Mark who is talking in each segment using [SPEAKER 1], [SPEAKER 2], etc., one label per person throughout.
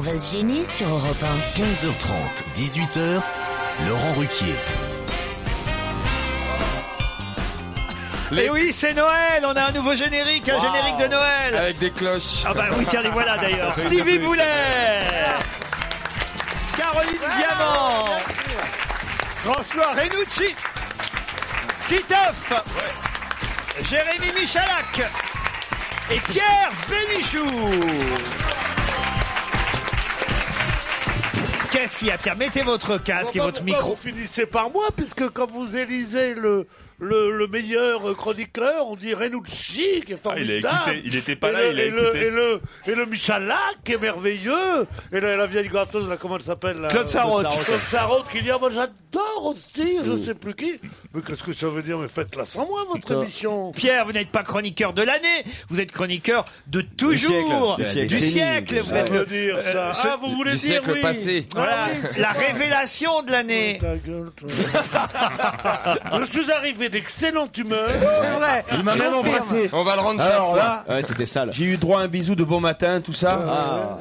[SPEAKER 1] va se gêner sur Europe 1.
[SPEAKER 2] 15h30, 18h, Laurent Ruquier.
[SPEAKER 3] Et Eh oui, c'est Noël On a un nouveau générique, un
[SPEAKER 4] Wow.
[SPEAKER 3] générique de Noël
[SPEAKER 4] Avec des cloches.
[SPEAKER 3] Ah bah oui, tiens, les voilà d'ailleurs.
[SPEAKER 4] Ça fait
[SPEAKER 3] Stevie
[SPEAKER 4] plus.
[SPEAKER 3] Boulet Caroline Diamant François Renucci Titoff Jérémy Michalak Et Pierre Bénichou Qu'est-ce qu'il y a, Pierre Mettez votre
[SPEAKER 5] Ah,
[SPEAKER 3] casque et
[SPEAKER 6] Pourquoi-
[SPEAKER 3] votre
[SPEAKER 6] bah, pourquoi
[SPEAKER 3] micro.
[SPEAKER 6] Vous finissez par moi, puisque quand vous élisez le, le, le meilleur euh, chroniqueur, on dit Renucci, qui est formidable.
[SPEAKER 5] Ah, il a écouté, il était pas
[SPEAKER 6] Et
[SPEAKER 5] là,
[SPEAKER 6] le-
[SPEAKER 5] il a
[SPEAKER 6] et le,
[SPEAKER 5] écouté.
[SPEAKER 6] et, le, et le Michalak, qui est merveilleux. Et la, la vieille gâteuse, là, comment elle s'appelle là
[SPEAKER 3] Claude Sarraute.
[SPEAKER 6] Claude Sarraute, qui dit Ah, moi j'adore aussi, je sais plus qui. Mais qu'est-ce que ça veut dire Mais faites-la sans moi, votre émission.
[SPEAKER 3] Pierre, vous n'êtes pas chroniqueur de l'année, vous êtes chroniqueur de toujours,
[SPEAKER 4] Du siècle.
[SPEAKER 3] du siècle. Vous
[SPEAKER 6] Ça
[SPEAKER 3] êtes
[SPEAKER 6] veut
[SPEAKER 3] le-
[SPEAKER 6] dire
[SPEAKER 3] euh,
[SPEAKER 6] ça.
[SPEAKER 3] ce-
[SPEAKER 6] ah, vous voulez
[SPEAKER 4] du
[SPEAKER 6] dire
[SPEAKER 4] siècle
[SPEAKER 6] oui.
[SPEAKER 4] passé.
[SPEAKER 6] Ah
[SPEAKER 3] voilà,
[SPEAKER 6] oui, c'est
[SPEAKER 3] la
[SPEAKER 6] ça.
[SPEAKER 3] révélation de l'année.
[SPEAKER 6] Ta gueule, toi. Je suis arrivé d'excellente humeur.
[SPEAKER 7] Il m'a même embrassé.
[SPEAKER 4] On va le rendre chaque
[SPEAKER 7] Alors
[SPEAKER 4] fois.
[SPEAKER 7] là,
[SPEAKER 8] Ouais, c'était sale.
[SPEAKER 7] j'ai eu droit à un bisou de bon matin, tout ça. Ah.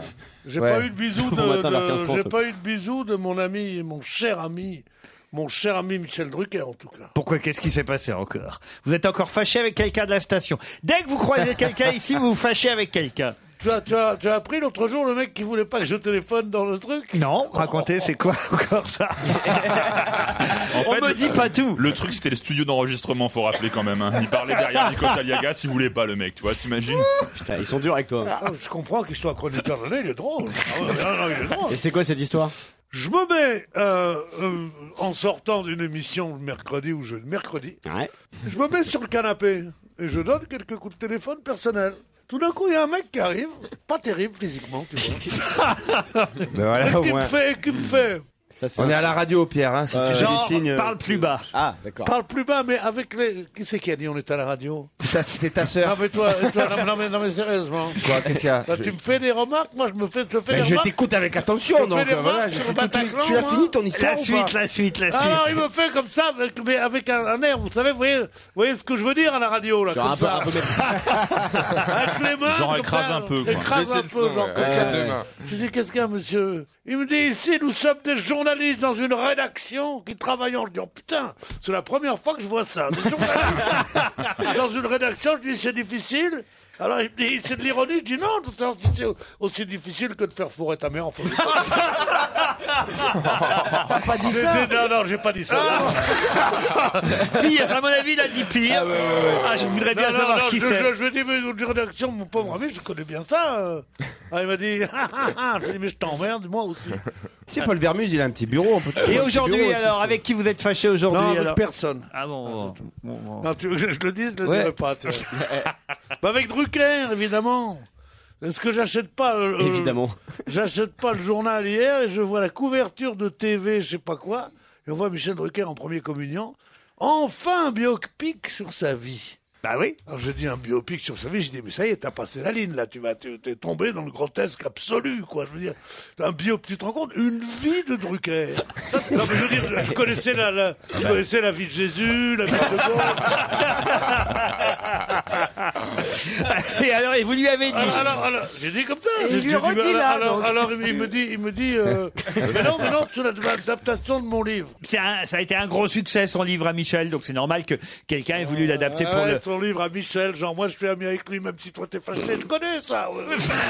[SPEAKER 6] J'ai
[SPEAKER 7] Ouais.
[SPEAKER 6] pas eu de bisou de,
[SPEAKER 8] Bon matin, vers
[SPEAKER 6] de-
[SPEAKER 8] 15h30.
[SPEAKER 6] j'ai pas eu de bisou de mon ami, mon cher ami, mon cher ami Michel Drucker en tout cas.
[SPEAKER 3] Pourquoi Qu'est-ce qui s'est passé encore Vous êtes encore fâché avec quelqu'un de la station. Dès que vous croisez quelqu'un ici, vous vous fâchez avec quelqu'un.
[SPEAKER 6] Tu as, tu as, tu as appris l'autre jour le mec qui voulait pas que je téléphone dans le truc.
[SPEAKER 3] Non, racontez, c'est quoi encore ça On me dit pas tout.
[SPEAKER 5] Le truc, c'était le studio d'enregistrement, faut rappeler quand même. hein. Il parlait derrière Nico Aliaga s'il voulait pas, le mec, tu vois, t'imagines
[SPEAKER 8] Putain, ils sont durs avec toi.
[SPEAKER 6] Ah, je comprends qu'il soit chroniqueur de l'année, il est drôle. Ah ouais, non, non, il est drôle.
[SPEAKER 8] Et c'est quoi cette histoire
[SPEAKER 6] Je me mets euh, euh, en sortant d'une émission le mercredi ou jeudi mercredi,
[SPEAKER 8] Ouais.
[SPEAKER 6] je me mets sur le canapé et je donne quelques coups de téléphone personnels. Tout d'un coup, il y a un mec qui arrive, pas terrible physiquement, tu vois,
[SPEAKER 7] Ben voilà, au
[SPEAKER 6] qui me
[SPEAKER 7] moins.
[SPEAKER 6] fait, qui me fait,
[SPEAKER 8] Ça, c'est
[SPEAKER 7] On
[SPEAKER 8] un-
[SPEAKER 7] est à la radio, Pierre. Hein, si
[SPEAKER 8] Euh,
[SPEAKER 7] tu fais des
[SPEAKER 3] Genre,
[SPEAKER 7] signes. euh,
[SPEAKER 3] parle plus bas.
[SPEAKER 8] Ah, d'accord.
[SPEAKER 6] Parle plus bas, mais avec les. Qui c'est qui a dit on est à la radio
[SPEAKER 7] c'est ta- C'est ta
[SPEAKER 6] Non,
[SPEAKER 7] sœur.
[SPEAKER 6] mais toi, toi, non, mais- non, mais, non, mais sérieusement.
[SPEAKER 7] Quoi, qu'est-ce qu'il y a
[SPEAKER 6] Là, tu me fais des remarques, moi je me fais, je te fais
[SPEAKER 7] Ben,
[SPEAKER 6] des
[SPEAKER 7] Je
[SPEAKER 6] remarques.
[SPEAKER 7] t'écoute avec attention.
[SPEAKER 6] Je
[SPEAKER 7] Donc,
[SPEAKER 6] fais les
[SPEAKER 7] euh, voilà,
[SPEAKER 6] remarques
[SPEAKER 7] je
[SPEAKER 6] sur
[SPEAKER 7] fais
[SPEAKER 6] le
[SPEAKER 7] tout de suite.
[SPEAKER 6] Bataclan,
[SPEAKER 7] Tu as
[SPEAKER 6] moi.
[SPEAKER 7] fini ton histoire
[SPEAKER 3] La
[SPEAKER 7] ou
[SPEAKER 3] suite,
[SPEAKER 7] pas
[SPEAKER 3] la suite, la
[SPEAKER 6] Ah non,
[SPEAKER 3] suite.
[SPEAKER 6] il me fait comme ça, avec, mais avec un, un air, vous savez, vous voyez, vous voyez ce que je veux dire à la radio, là,
[SPEAKER 8] Genre
[SPEAKER 6] comme
[SPEAKER 8] un peu-
[SPEAKER 6] ça.
[SPEAKER 8] un peu
[SPEAKER 6] avec Ah, les mains.
[SPEAKER 5] Genre
[SPEAKER 6] comme
[SPEAKER 5] écrase
[SPEAKER 6] ça,
[SPEAKER 5] un peu, quoi.
[SPEAKER 6] Écrase
[SPEAKER 4] Baissez
[SPEAKER 6] un
[SPEAKER 4] le
[SPEAKER 6] peu,
[SPEAKER 4] son,
[SPEAKER 6] genre
[SPEAKER 4] ouais.
[SPEAKER 6] comme
[SPEAKER 4] Ouais,
[SPEAKER 6] ça.
[SPEAKER 4] ouais.
[SPEAKER 6] Je dis, qu'est-ce qu'il y a, monsieur Il me dit, ici, nous sommes des journalistes dans une rédaction qui travaillons. Je dis, oh, putain, c'est la première fois que je vois ça. Des journalistes dans une rédaction, je dis, c'est difficile. Alors, il me dit, c'est de l'ironie. Je dis, non, c'est aussi- aussi difficile que de faire fourrer ta mère en faisant. T'as pas dit ça Ah. Non, non, j'ai pas dit ça.
[SPEAKER 3] Pire, à mon avis, il a dit pire. Ah, je voudrais bien
[SPEAKER 6] Non, non,
[SPEAKER 3] savoir
[SPEAKER 6] non,
[SPEAKER 3] qui
[SPEAKER 6] je,
[SPEAKER 3] c'est.
[SPEAKER 6] je, je lui ai dit, mais une rédaction, mon pauvre ami, je connais bien ça. euh. Ah, il m'a dit, ah, ah, ah. Je lui ai dit, mais je t'emmerde, moi aussi.
[SPEAKER 7] Tu sais, Paul Vermuse, il a un petit bureau. on peut- un
[SPEAKER 3] Et
[SPEAKER 7] petit bureau
[SPEAKER 3] aujourd'hui,
[SPEAKER 7] aussi,
[SPEAKER 3] alors,
[SPEAKER 7] ça.
[SPEAKER 3] avec qui vous êtes fâché aujourd'hui
[SPEAKER 6] Non, avec
[SPEAKER 3] alors
[SPEAKER 6] personne.
[SPEAKER 3] Ah bon, bon, bon.
[SPEAKER 6] Non, tu veux que je te le dise, je le
[SPEAKER 3] Ouais.
[SPEAKER 6] dirai pas. tu vois. Bah, avec Drucker, évidemment. Est-ce que j'achète pas euh, euh,
[SPEAKER 8] Évidemment.
[SPEAKER 6] J'achète pas le journal hier et je vois la couverture de TV, je sais pas quoi, et on voit Michel Drucker en premier communion. Enfin un biopic sur sa vie.
[SPEAKER 3] Bah oui.
[SPEAKER 6] Alors j'ai dit un biopic sur sa vie, j'ai dit mais ça y est, t'as passé la ligne là, tu vas, tu- t'es tombé dans le grotesque absolu quoi. Je veux dire, un biopic, tu te rends compte, une vie de Drucker. Ça, c'est- non, mais je veux dire, je connaissais la, la- je
[SPEAKER 3] Bah.
[SPEAKER 6] connaissais la vie de Jésus, la vie de Gaulle.
[SPEAKER 3] Et alors, et vous lui avez dit
[SPEAKER 6] Alors, alors, alors, j'ai dit comme ça. j'ai-
[SPEAKER 9] il
[SPEAKER 6] j'ai
[SPEAKER 9] lui
[SPEAKER 6] dit,
[SPEAKER 9] redit,
[SPEAKER 6] alors,
[SPEAKER 9] là,
[SPEAKER 6] alors,
[SPEAKER 9] donc.
[SPEAKER 6] alors, il me dit, il me dit, euh, mais non, mais non, sur l'adaptation de mon livre.
[SPEAKER 3] C'est un- ça a été un gros succès son livre à Michel, donc c'est normal que quelqu'un ait voulu l'adapter pour
[SPEAKER 6] Ah ouais,
[SPEAKER 3] le.
[SPEAKER 6] Son livre à Michel, genre moi je suis ami avec lui même si toi t'es fâché, je connais ça. ouais.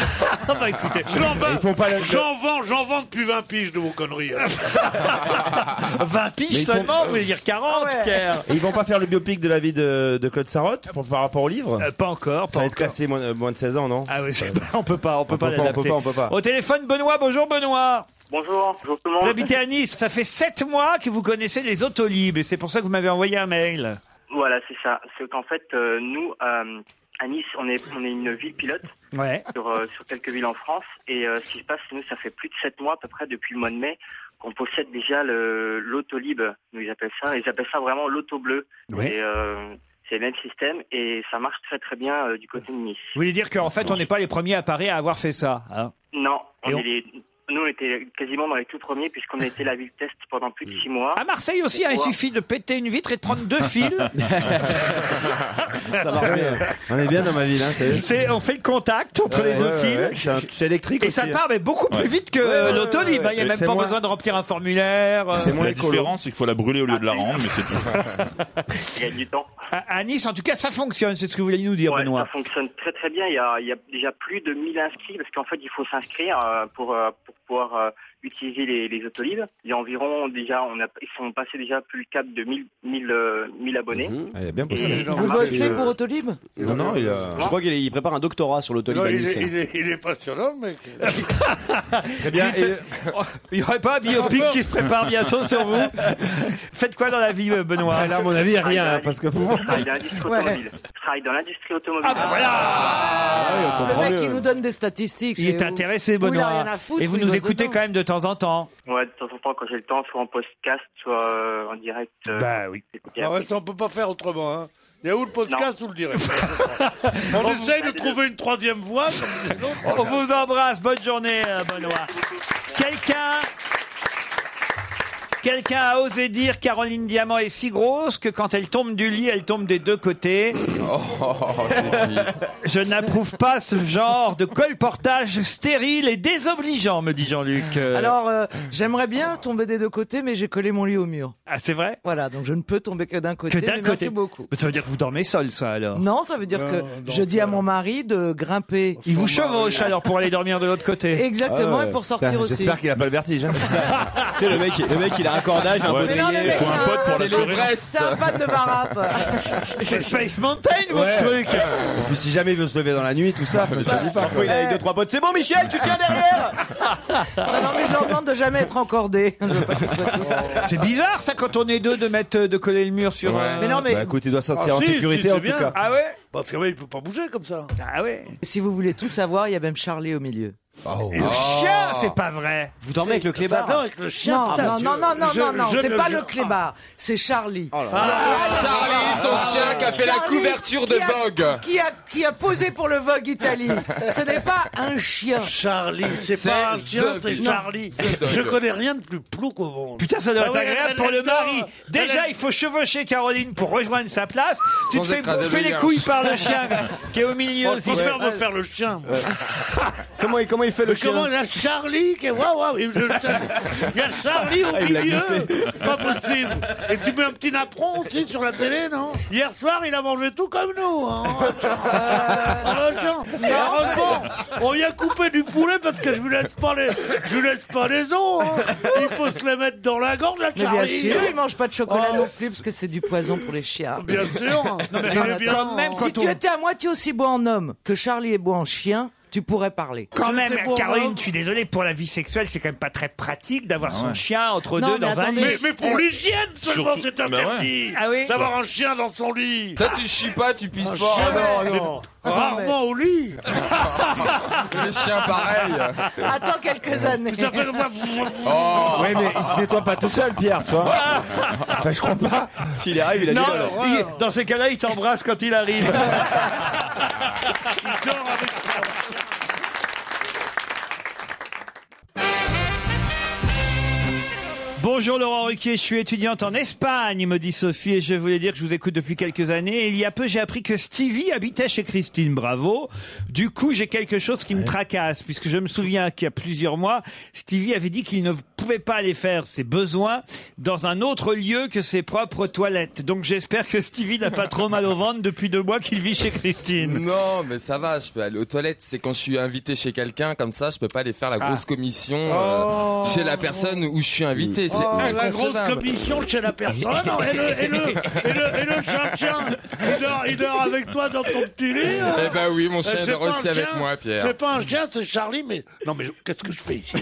[SPEAKER 3] Ah bah écoutez,
[SPEAKER 6] J'en vends,
[SPEAKER 7] Ils font pas la-
[SPEAKER 6] j'en vends, j'en vends depuis 20 piges de vos conneries. hein. alors.
[SPEAKER 3] Ah, 20
[SPEAKER 7] Mais
[SPEAKER 3] piges
[SPEAKER 7] ils font-
[SPEAKER 3] seulement, vous voulez dire 40,
[SPEAKER 9] Ah ouais.
[SPEAKER 3] Pierre
[SPEAKER 7] Et ils vont pas faire le biopic de la vie de, de Claude Sarraute pour- par rapport au livre
[SPEAKER 3] Euh, Pas encore,
[SPEAKER 7] Ça
[SPEAKER 3] pas
[SPEAKER 7] va être
[SPEAKER 3] encore.
[SPEAKER 7] classé moins, euh, moins de 16 ans, non
[SPEAKER 3] Ah oui, c'est pas- on peut pas, on peut
[SPEAKER 7] On
[SPEAKER 3] pas
[SPEAKER 7] peut pas, on
[SPEAKER 3] l'adapter.
[SPEAKER 7] peut pas, on peut pas.
[SPEAKER 3] Au téléphone, Benoît, bonjour Benoît.
[SPEAKER 10] Bonjour, bonjour tout le
[SPEAKER 3] Vous
[SPEAKER 10] monde.
[SPEAKER 3] habitez à Nice, ça fait 7 mois que vous connaissez les autolibes et c'est pour ça que vous m'avez envoyé un mail.
[SPEAKER 10] Voilà, c'est ça. C'est qu'en fait, euh, nous, euh, à Nice, on est, on est une ville pilote
[SPEAKER 3] Ouais.
[SPEAKER 10] sur, euh, sur quelques villes en France. Et euh, ce qui se passe, nous, ça fait plus de sept mois à peu près depuis le mois de mai qu'on possède déjà le- l'autolib. Nous, ils appellent ça. Ils appellent ça vraiment l'auto bleu.
[SPEAKER 3] Oui.
[SPEAKER 10] Et, euh, c'est le même système et ça marche très très bien euh, du côté de Nice.
[SPEAKER 3] Vous voulez dire qu'en fait, on n'est pas les premiers à Paris à avoir fait ça. hein
[SPEAKER 10] Non, on
[SPEAKER 3] Et
[SPEAKER 10] est
[SPEAKER 3] on-
[SPEAKER 10] les- nous, nous, on était quasiment dans les tout premiers puisqu'on a été la ville test pendant plus de six mois.
[SPEAKER 3] Mm. À Marseille aussi, hein, il
[SPEAKER 10] Wow.
[SPEAKER 3] suffit de péter une vitre et de prendre deux fils.
[SPEAKER 8] Ça marche bien.
[SPEAKER 7] On est bien dans ma ville, hein, t'as vu
[SPEAKER 3] C'est- on fait le contact entre les deux
[SPEAKER 7] Ouais,
[SPEAKER 3] fils.
[SPEAKER 7] ouais, ouais, c'est un- C'est électrique
[SPEAKER 3] Et
[SPEAKER 7] aussi. hein.
[SPEAKER 3] ça part mais beaucoup plus
[SPEAKER 5] Ouais.
[SPEAKER 3] vite que l'autolib. hein. Il n'y a
[SPEAKER 7] Et
[SPEAKER 3] même
[SPEAKER 7] c'est
[SPEAKER 3] pas
[SPEAKER 7] moins-
[SPEAKER 3] besoin de remplir un formulaire. euh.
[SPEAKER 7] C'est moins
[SPEAKER 5] La
[SPEAKER 7] écolo.
[SPEAKER 5] différence, c'est qu'il faut la brûler au lieu de
[SPEAKER 6] Ah,
[SPEAKER 5] la rendre, mais c'est tout.
[SPEAKER 10] Il gagne du temps.
[SPEAKER 3] À, à Nice, en tout cas, ça fonctionne. C'est ce que vous voulez nous dire,
[SPEAKER 10] Ouais, ça
[SPEAKER 3] Benoît.
[SPEAKER 10] fonctionne très très bien. Il y a, il y a déjà plus de 1000 inscrits parce qu'en fait il faut s'inscrire euh, pour euh, pour pouvoir euh, utiliser les, les autolibres. Il y a environ déjà on a ils sont passés déjà plus le cap de 1000 1000 euh, 1000 abonnés.
[SPEAKER 3] Mhm.
[SPEAKER 7] Elle est bien
[SPEAKER 10] Et-
[SPEAKER 7] possible.
[SPEAKER 6] Vous bossez
[SPEAKER 7] pour Autolib Non, non, il a.
[SPEAKER 8] Je crois qu'il est- il prépare un doctorat sur l'autolib
[SPEAKER 6] Non,
[SPEAKER 8] à
[SPEAKER 6] il,
[SPEAKER 8] Nice.
[SPEAKER 6] est, il, est, il est passionnant, mec.
[SPEAKER 7] Très bien. et-
[SPEAKER 3] Il n'y aurait pas un biopic qui se prépare bientôt sur vous Faites quoi dans la vie, euh, Benoît
[SPEAKER 7] Ah, Là, à mon avis, rien,
[SPEAKER 10] Ah,
[SPEAKER 7] hein, parce que
[SPEAKER 10] Je travaille dans l'industrie automobile. Je travaille dans l'industrie automobile.
[SPEAKER 3] Ah bah voilà
[SPEAKER 8] Ah oui, on
[SPEAKER 1] Le
[SPEAKER 8] comprend
[SPEAKER 1] mec, il
[SPEAKER 8] mieux.
[SPEAKER 1] nous donne des statistiques.
[SPEAKER 3] Il est
[SPEAKER 1] c'est-
[SPEAKER 3] intéressé,
[SPEAKER 1] Où il a
[SPEAKER 3] Benoît.
[SPEAKER 1] rien à foutre,
[SPEAKER 3] Et vous
[SPEAKER 1] où il
[SPEAKER 3] nous
[SPEAKER 1] bosse
[SPEAKER 3] écoutez
[SPEAKER 1] dedans.
[SPEAKER 3] quand même de temps en temps.
[SPEAKER 10] Ouais, de temps en temps quand j'ai le temps, soit en podcast, soit euh, en direct. euh,
[SPEAKER 3] Bah oui.
[SPEAKER 10] écouter
[SPEAKER 6] Ah
[SPEAKER 10] après.
[SPEAKER 6] ouais, ça, on peut pas faire autrement. Hein. Il y a où le podcast ou le direct On essaye de trouver une troisième voie. comme disait l'autre.
[SPEAKER 3] On vous embrasse. Bonne journée, euh, Benoît. Quelqu'un. Quelqu'un a osé dire Caroline Diamant est si grosse que quand elle tombe du lit, elle tombe des deux côtés. Je n'approuve pas ce genre de colportage stérile et désobligeant, me dit Jean-Luc. Euh,
[SPEAKER 1] Alors, euh, j'aimerais bien tomber des deux côtés, mais j'ai collé mon lit au mur.
[SPEAKER 3] ah, c'est vrai
[SPEAKER 1] Voilà, donc je ne peux tomber que d'un
[SPEAKER 3] Que
[SPEAKER 1] côté.
[SPEAKER 3] d'un
[SPEAKER 1] mais
[SPEAKER 3] côté.
[SPEAKER 1] Merci beaucoup.
[SPEAKER 3] Mais Ça veut dire que vous dormez seul, ça alors.
[SPEAKER 1] Non, ça veut dire que je dis à mon mari de grimper.
[SPEAKER 3] Il vous chevauche alors pour aller dormir de l'autre côté.
[SPEAKER 1] Exactement,
[SPEAKER 8] Ah ouais.
[SPEAKER 1] et pour sortir
[SPEAKER 7] Putain,
[SPEAKER 1] aussi.
[SPEAKER 7] J'espère qu'il a pas le vertige. hein.
[SPEAKER 8] Tu sais, le mec, il- le mec, il a un cordage, un
[SPEAKER 5] Ouais.
[SPEAKER 8] peu
[SPEAKER 1] Mais non, mais mec,
[SPEAKER 8] grillé.
[SPEAKER 5] Faut un
[SPEAKER 1] c'est
[SPEAKER 5] pote pour
[SPEAKER 1] c'est
[SPEAKER 5] l'assurer.
[SPEAKER 1] le vrai, c'est un fan de Varap.
[SPEAKER 3] C'est Space Mountain, votre
[SPEAKER 7] Ouais.
[SPEAKER 3] truc
[SPEAKER 7] Et puis si jamais il veut se lever dans la nuit, tout
[SPEAKER 3] Ah,
[SPEAKER 7] ça, je te dis pas.
[SPEAKER 8] Parfois, il a avec deux, trois potes. C'est bon, Michel, tu tiens derrière
[SPEAKER 1] Non, non, mais je leur demande de jamais être encordé. Je veux pas qu'ils soient tous-
[SPEAKER 3] C'est bizarre ça quand on est deux de mettre euh, de coller le mur sur. euh,
[SPEAKER 1] Mais non, mais
[SPEAKER 7] Bah écoute, il doit sortir
[SPEAKER 6] Ah,
[SPEAKER 7] en
[SPEAKER 6] si, si,
[SPEAKER 7] sécurité
[SPEAKER 6] c'est
[SPEAKER 7] en tout
[SPEAKER 6] bien.
[SPEAKER 7] cas.
[SPEAKER 3] Ah ouais
[SPEAKER 6] Parce que ouais, il peut pas bouger comme ça.
[SPEAKER 3] Ah ouais.
[SPEAKER 1] si vous voulez tout savoir, il y a même Charlie au milieu.
[SPEAKER 8] Oh.
[SPEAKER 3] Le chien, c'est pas vrai.
[SPEAKER 8] Vous dormez avec le
[SPEAKER 6] Bah
[SPEAKER 8] clébard.
[SPEAKER 6] non, avec le chien.
[SPEAKER 1] Non,
[SPEAKER 6] putain,
[SPEAKER 1] non,
[SPEAKER 6] tu-
[SPEAKER 1] non, non, non,
[SPEAKER 6] je-
[SPEAKER 1] non, non,
[SPEAKER 6] je
[SPEAKER 1] c'est
[SPEAKER 6] ne-
[SPEAKER 1] pas le clébard, c'est Charlie.
[SPEAKER 4] Oh Ah, Charlie, son chien qui a fait la
[SPEAKER 1] Charlie
[SPEAKER 4] couverture de
[SPEAKER 1] qui a-
[SPEAKER 4] Vogue.
[SPEAKER 1] Qui a, qui a posé pour le Vogue Italie. Ce n'est pas un chien.
[SPEAKER 6] Charlie, c'est
[SPEAKER 4] C'est
[SPEAKER 6] pas un chien,
[SPEAKER 4] The
[SPEAKER 6] c'est
[SPEAKER 4] Dog.
[SPEAKER 6] Charlie.
[SPEAKER 4] The Dog.
[SPEAKER 6] Je connais rien de plus plou qu'au monde.
[SPEAKER 3] Putain, ça doit
[SPEAKER 6] Ah
[SPEAKER 3] être
[SPEAKER 6] ouais,
[SPEAKER 3] agréable
[SPEAKER 6] elle-
[SPEAKER 3] pour le
[SPEAKER 6] elle-
[SPEAKER 3] mari.
[SPEAKER 6] elle-
[SPEAKER 3] Déjà, il faut chevaucher Caroline pour rejoindre sa place. Tu te
[SPEAKER 4] Sans
[SPEAKER 3] fais
[SPEAKER 4] écraser
[SPEAKER 3] bouffer
[SPEAKER 4] le
[SPEAKER 3] les
[SPEAKER 4] lien.
[SPEAKER 3] couilles par le chien qui est au milieu
[SPEAKER 6] On
[SPEAKER 3] aussi.
[SPEAKER 6] se faire me faire le chien.
[SPEAKER 8] Comment il, comment il fait le
[SPEAKER 6] Mais comment
[SPEAKER 8] chien
[SPEAKER 6] il y a Charlie qui est waouh waouh il le- Ah, il y a Charlie au
[SPEAKER 8] Ah, il l'a
[SPEAKER 6] milieu
[SPEAKER 8] glissé.
[SPEAKER 6] pas possible et tu mets un petit napperon aussi sur la télé non hier soir il a mangé tout comme nous hein, en mangeant. En revanche, on y a coupé du poulet parce que je lui laisse pas les je lui laisse pas les os hein. il faut se les mettre dans la gorge la
[SPEAKER 1] Mais bien
[SPEAKER 6] Charlie
[SPEAKER 1] sûr, Oh. il mange pas de chocolat non plus parce que c'est du poison pour les chiens.
[SPEAKER 6] bien sûr hein.
[SPEAKER 1] mais
[SPEAKER 6] Il
[SPEAKER 1] quand
[SPEAKER 6] est bien.
[SPEAKER 3] même,
[SPEAKER 1] Si
[SPEAKER 3] quand
[SPEAKER 1] tu
[SPEAKER 3] on-
[SPEAKER 1] étais à moitié aussi beau en homme que Charlie est beau en chien, tu pourrais parler.
[SPEAKER 3] Quand même,
[SPEAKER 6] C'était pour
[SPEAKER 3] Caroline,
[SPEAKER 6] moi.
[SPEAKER 3] je suis désolé pour la vie sexuelle, c'est quand même pas très pratique d'avoir son chien entre
[SPEAKER 1] Non,
[SPEAKER 3] deux
[SPEAKER 1] mais
[SPEAKER 3] dans un
[SPEAKER 1] attendez. Euh,
[SPEAKER 3] lit. Euh,
[SPEAKER 6] mais, mais pour l'hygiène seulement
[SPEAKER 5] Surtout-
[SPEAKER 6] c'est
[SPEAKER 5] Ah bah ouais.
[SPEAKER 6] interdit
[SPEAKER 3] Ah oui.
[SPEAKER 6] d'avoir un chien dans son lit
[SPEAKER 4] Toi, tu chies pas, tu pisses pas.
[SPEAKER 6] rarement au lit
[SPEAKER 4] Les chiens, pareil.
[SPEAKER 1] Attends quelques années.
[SPEAKER 6] ça fait
[SPEAKER 8] Oh.
[SPEAKER 7] Ouais, mais il se nettoie pas tout seul, Pierre, toi. Enfin, je crois pas.
[SPEAKER 8] S'il arrive, il a
[SPEAKER 3] Non,
[SPEAKER 8] du mal.
[SPEAKER 6] euh,
[SPEAKER 8] hein.
[SPEAKER 3] il- dans ces cas-là, il t'embrasse quand il arrive.
[SPEAKER 6] Il dort avec ça.
[SPEAKER 3] Bonjour Laurent Ruquier, je suis étudiante en Espagne, me dit Sophie, et je voulais dire que je vous écoute depuis quelques années. Et il y a peu, j'ai appris que Stevie habitait chez Christine Bravo. Du coup, j'ai quelque chose qui me tracasse, puisque je me souviens qu'il y a plusieurs mois, Stevie avait dit qu'il ne pouvait pas aller faire ses besoins dans un autre lieu que ses propres toilettes. Donc j'espère que Stevie n'a pas trop mal au ventre depuis deux mois qu'il vit chez Christine.
[SPEAKER 4] Non, mais ça va, je peux aller aux toilettes. C'est quand je suis invité chez quelqu'un, comme ça, je peux pas aller faire la
[SPEAKER 3] Ah.
[SPEAKER 4] grosse commission euh,
[SPEAKER 3] Oh.
[SPEAKER 4] chez la personne où je suis invité. C'est
[SPEAKER 6] Oh, la grosse
[SPEAKER 4] inconcevable.
[SPEAKER 6] commission chez la personne. Ah non, et le, et le, et le, et le chien-chien, il dort, il dort avec toi dans ton petit lit. hein.
[SPEAKER 4] Eh ben oui, mon
[SPEAKER 6] Euh,
[SPEAKER 4] chien
[SPEAKER 6] c'est
[SPEAKER 4] dort
[SPEAKER 6] pas un
[SPEAKER 4] aussi avec
[SPEAKER 6] chien,
[SPEAKER 4] moi, Pierre.
[SPEAKER 6] C'est pas un chien, c'est Charlie, mais. Non, mais je- qu'est-ce que je fais ici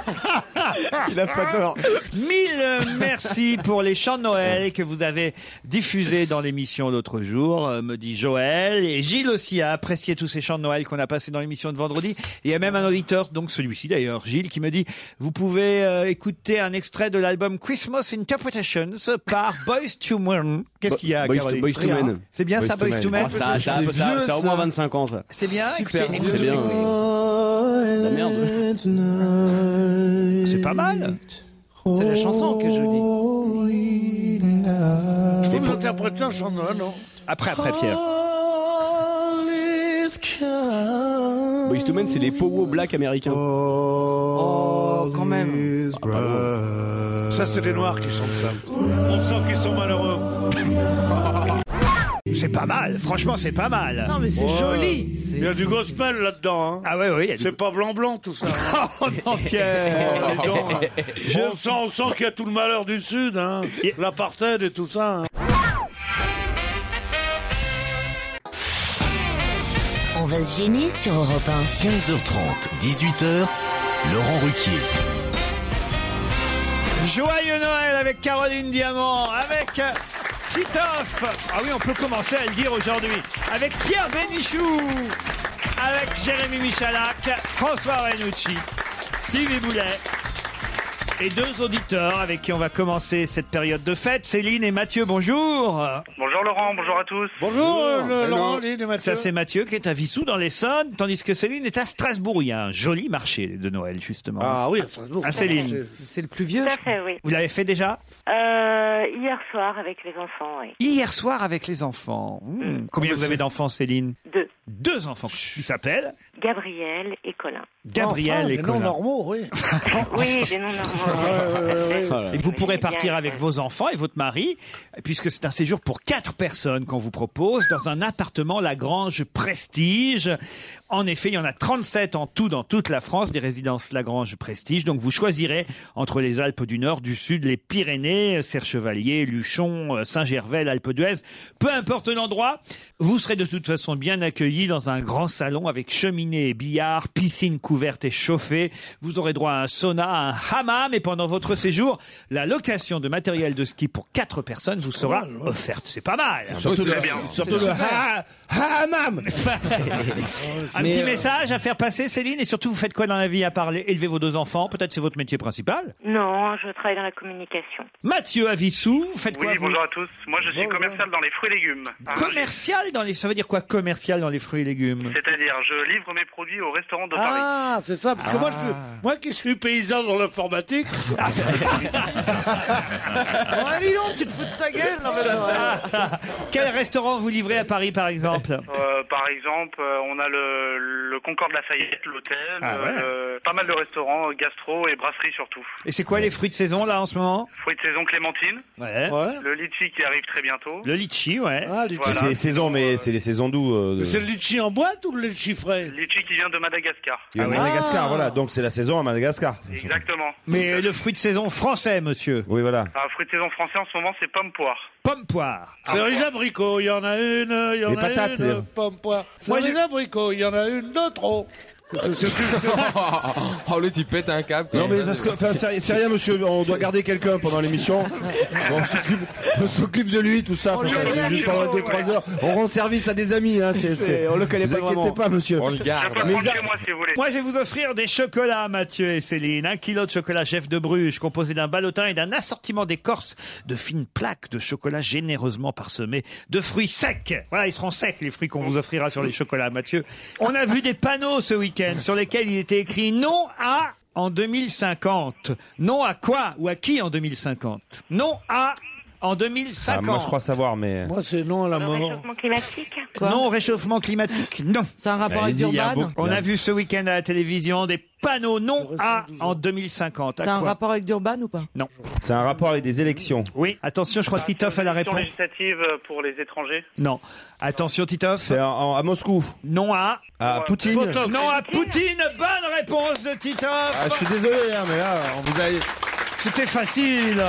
[SPEAKER 8] Il a pas tort.
[SPEAKER 3] Mille merci pour les chants de Noël que vous avez diffusés dans l'émission l'autre jour, euh, me dit Joël. Et Gilles aussi a apprécié tous ces chants de Noël qu'on a passés dans l'émission de vendredi. Et il y a même un auditeur, donc celui-ci d'ailleurs, Gilles, qui me dit « Vous pouvez euh, écouter un extrait de l'album Christmas Interpretations par Boys to Men. » Qu'est-ce qu'il y a,
[SPEAKER 8] Boys to,
[SPEAKER 3] Caroline
[SPEAKER 8] Boys to Men.
[SPEAKER 3] C'est bien ça, Boys to Men
[SPEAKER 8] Ah, ça, ça, ça, ça, ça a au moins 25 ans, ça.
[SPEAKER 3] C'est bien
[SPEAKER 8] C'est bien. La merde.
[SPEAKER 3] C'est pas mal.
[SPEAKER 1] C'est la chanson que je dis.
[SPEAKER 6] C'est vous interprétez en chanson, non
[SPEAKER 3] Après, après, Pierre.
[SPEAKER 8] Boys to Men, c'est les powo black américains. Ah,
[SPEAKER 1] Oh, quand même.
[SPEAKER 6] Ça, c'est les Noirs qui chantent ça.
[SPEAKER 3] On sent qu'ils sont malheureux. C'est pas mal, franchement, c'est pas mal.
[SPEAKER 1] Non, mais c'est joli.
[SPEAKER 6] Il y a
[SPEAKER 1] C'est-
[SPEAKER 6] du gospel là-dedans. Hein.
[SPEAKER 3] Ah ouais, oui, il y a du-
[SPEAKER 6] C'est pas blanc-blanc tout ça. hein.
[SPEAKER 3] Oh non,
[SPEAKER 6] Eh,
[SPEAKER 3] Pierre
[SPEAKER 6] Les gens, hein. on sent, on sent qu'il y a tout le malheur du Sud, hein.
[SPEAKER 3] Et-
[SPEAKER 6] l'apartheid et tout ça. hein.
[SPEAKER 9] On va se gêner sur Europe
[SPEAKER 2] 15h30, 18h, Laurent Ruquier.
[SPEAKER 3] Joyeux Noël avec Caroline Diamant, avec euh, Titoff. Ah oui, on peut commencer à le dire aujourd'hui. Avec Pierre Bénichou, avec Jérémy Michalak, François Renucci, Stevie Boulet. Et deux auditeurs avec qui on va commencer cette période de fête, Céline et Mathieu, bonjour
[SPEAKER 10] Bonjour Laurent, bonjour à tous.
[SPEAKER 6] Bonjour, euh, le- Laurent Lille et Mathieu.
[SPEAKER 3] Ça c'est Mathieu qui est à Vissou dans l'Essonne, tandis que Céline est à Strasbourg. Il y a un joli marché de Noël justement.
[SPEAKER 6] Ah oui, à Strasbourg.
[SPEAKER 3] Ah, Céline.
[SPEAKER 1] C'est le plus vieux.
[SPEAKER 11] Tout à fait, oui.
[SPEAKER 3] Vous l'avez fait déjà
[SPEAKER 11] Euh, hier soir avec les enfants, oui.
[SPEAKER 3] Hier soir avec les enfants. Hmm. Combien vous avez d'enfants, Chéline
[SPEAKER 11] Deux.
[SPEAKER 3] Deux enfants. Ils s'appellent
[SPEAKER 11] Gabriel et Colin.
[SPEAKER 3] Gabriel
[SPEAKER 6] Enfin,
[SPEAKER 3] et
[SPEAKER 6] des noms
[SPEAKER 3] Colin.
[SPEAKER 6] normaux, oui.
[SPEAKER 11] oui, des noms normaux.
[SPEAKER 3] Et vous pourrez
[SPEAKER 11] Oui, bien
[SPEAKER 3] partir avec
[SPEAKER 11] sûr.
[SPEAKER 3] vos enfants et votre mari, puisque c'est un séjour pour quatre personnes qu'on vous propose dans un appartement Lagrange Prestige. En effet, il y en a 37 en tout dans toute la France des résidences Lagrange Prestige. Donc vous choisirez entre les Alpes du Nord, du Sud, les Pyrénées, Serre-Chevalier, Luchon, euh, Saint-Gervais, l'Alpe d'Huez. Peu importe l'endroit, vous serez de toute façon bien accueillis dans un grand salon avec cheminée et billard, piscine couverte et chauffée. Vous aurez droit à un sauna, à un hammam et pendant votre séjour, la location de matériel de ski pour quatre personnes vous
[SPEAKER 7] Oh
[SPEAKER 3] sera offerte. C'est pas mal.
[SPEAKER 4] Surtout de la bien.
[SPEAKER 7] Surtout le ha- ha- hammam. euh,
[SPEAKER 3] Un petit message à faire passer, Céline, et surtout vous faites quoi dans la vie à part élever vos deux enfants Peut-être c'est votre métier principal.
[SPEAKER 11] Non, je travaille dans la communication.
[SPEAKER 3] Mathieu Avissou, vous faites quoi
[SPEAKER 10] Oui,
[SPEAKER 3] vous
[SPEAKER 10] bonjour à tous. Moi, je suis commercial dans les fruits et légumes. Ah,
[SPEAKER 3] Ah
[SPEAKER 10] à Angers.
[SPEAKER 3] Commercial dans les, ça veut dire quoi commercial dans les fruits et légumes
[SPEAKER 10] C'est-à-dire, je livre mes produits au restaurant de Paris.
[SPEAKER 6] Ah, c'est ça, parce que moi, je, suis-
[SPEAKER 3] Ah.
[SPEAKER 6] moi qui suis paysan dans l'informatique,
[SPEAKER 1] Oh,
[SPEAKER 3] Ah.
[SPEAKER 1] allez donc, tu te fous de sa gueule. Non, mais non,
[SPEAKER 3] hein.
[SPEAKER 1] ouais.
[SPEAKER 3] Quel restaurant vous livrez à Paris par exemple
[SPEAKER 10] Euh, par exemple, euh, on a le, le Concorde Lafayette, l'hôtel,
[SPEAKER 3] Ah ouais.
[SPEAKER 10] euh, pas mal de restaurants, euh, gastro et brasserie surtout.
[SPEAKER 3] Et c'est quoi les fruits de saison là en ce moment
[SPEAKER 10] Fruits de saison clémentine,
[SPEAKER 3] Ouais.
[SPEAKER 6] ouais.
[SPEAKER 10] le litchi qui arrive très bientôt.
[SPEAKER 3] Le litchi, ouais.
[SPEAKER 6] Ah, litchi.
[SPEAKER 10] Voilà.
[SPEAKER 7] C'est les saisons, mais c'est les saisons d'où euh, de-
[SPEAKER 6] C'est le litchi en boîte ou le litchi frais Ah
[SPEAKER 10] Litchi qui vient de Madagascar.
[SPEAKER 7] Il y a
[SPEAKER 3] Ah
[SPEAKER 7] Madagascar, voilà. Donc c'est la saison à Madagascar.
[SPEAKER 10] Exactement.
[SPEAKER 3] Mais le fruit de saison français, monsieur.
[SPEAKER 7] Oui, voilà.
[SPEAKER 10] Ah, fruits de saison français en ce moment, c'est pomme poire.
[SPEAKER 3] Pomme poire.
[SPEAKER 6] C'est les abricots, il y en a une, il y en
[SPEAKER 7] Les
[SPEAKER 6] a
[SPEAKER 7] patates, les-
[SPEAKER 6] une, pomme poire.
[SPEAKER 3] Moi,
[SPEAKER 6] Moi, les
[SPEAKER 3] j'ai-
[SPEAKER 6] abricots, il y en a une de trop. Ah,
[SPEAKER 3] Ah,
[SPEAKER 4] Oh, le type pète un câble.
[SPEAKER 7] Non
[SPEAKER 4] comme
[SPEAKER 7] mais
[SPEAKER 4] ça.
[SPEAKER 7] parce que enfin, c'est ri- c'est rien monsieur, on doit garder quelqu'un pendant l'émission. On s'occupe, on s'occupe de lui tout ça. Enfin,
[SPEAKER 1] lui a
[SPEAKER 7] c'est
[SPEAKER 1] mis un
[SPEAKER 7] juste pendant
[SPEAKER 1] micro,
[SPEAKER 7] deux trois heures. On rend service à des amis. Hein, c'est- c'est-
[SPEAKER 8] on le connaît
[SPEAKER 7] vous
[SPEAKER 8] pas
[SPEAKER 7] inquiétez
[SPEAKER 8] vraiment.
[SPEAKER 7] pas monsieur.
[SPEAKER 4] On le
[SPEAKER 10] Je
[SPEAKER 4] garde.
[SPEAKER 10] peux prendre chez moi si vous voulez.
[SPEAKER 3] Moi, je vais vous offrir des chocolats, Mathieu et Céline. Un kilo de chocolat chef de Bruges, composé d'un ballotin et d'un assortiment d'écorce de fines plaques de chocolat généreusement parsemées de fruits secs. Voilà, ils seront secs, les fruits qu'on vous offrira sur les chocolats, Mathieu. On a vu des panneaux ce week-end sur lesquels il était écrit non à en 2050. Non à quoi ou à qui en 2050 Non à en 2050.
[SPEAKER 7] Ah, moi je crois savoir mais.
[SPEAKER 6] Moi, c'est Ah, non à la
[SPEAKER 11] Le
[SPEAKER 6] mort.
[SPEAKER 11] réchauffement climatique
[SPEAKER 3] non au réchauffement climatique. Non.
[SPEAKER 1] C'est un rapport avec
[SPEAKER 7] Allez-y, il y a un
[SPEAKER 1] Durban.
[SPEAKER 7] beau-
[SPEAKER 3] On a vu ce week-end à la télévision des panneaux non à en 2050. À
[SPEAKER 1] C'est un
[SPEAKER 3] quoi
[SPEAKER 1] rapport avec Durban ou pas
[SPEAKER 3] Non.
[SPEAKER 7] C'est un rapport avec des élections.
[SPEAKER 3] Oui. Attention, je crois que Titoff a la
[SPEAKER 10] Ah, Question
[SPEAKER 3] réponse.
[SPEAKER 10] législative euh, pour les étrangers.
[SPEAKER 3] Non. Attention, Titoff.
[SPEAKER 7] C'est en- en- à Moscou,
[SPEAKER 3] Non à.
[SPEAKER 7] à Poutine.
[SPEAKER 6] Botox.
[SPEAKER 3] Non à Poutine. Bonne réponse de
[SPEAKER 7] Ah, je
[SPEAKER 3] Titoff.
[SPEAKER 7] suis désolé hein, mais là on vous a.
[SPEAKER 3] C'était facile.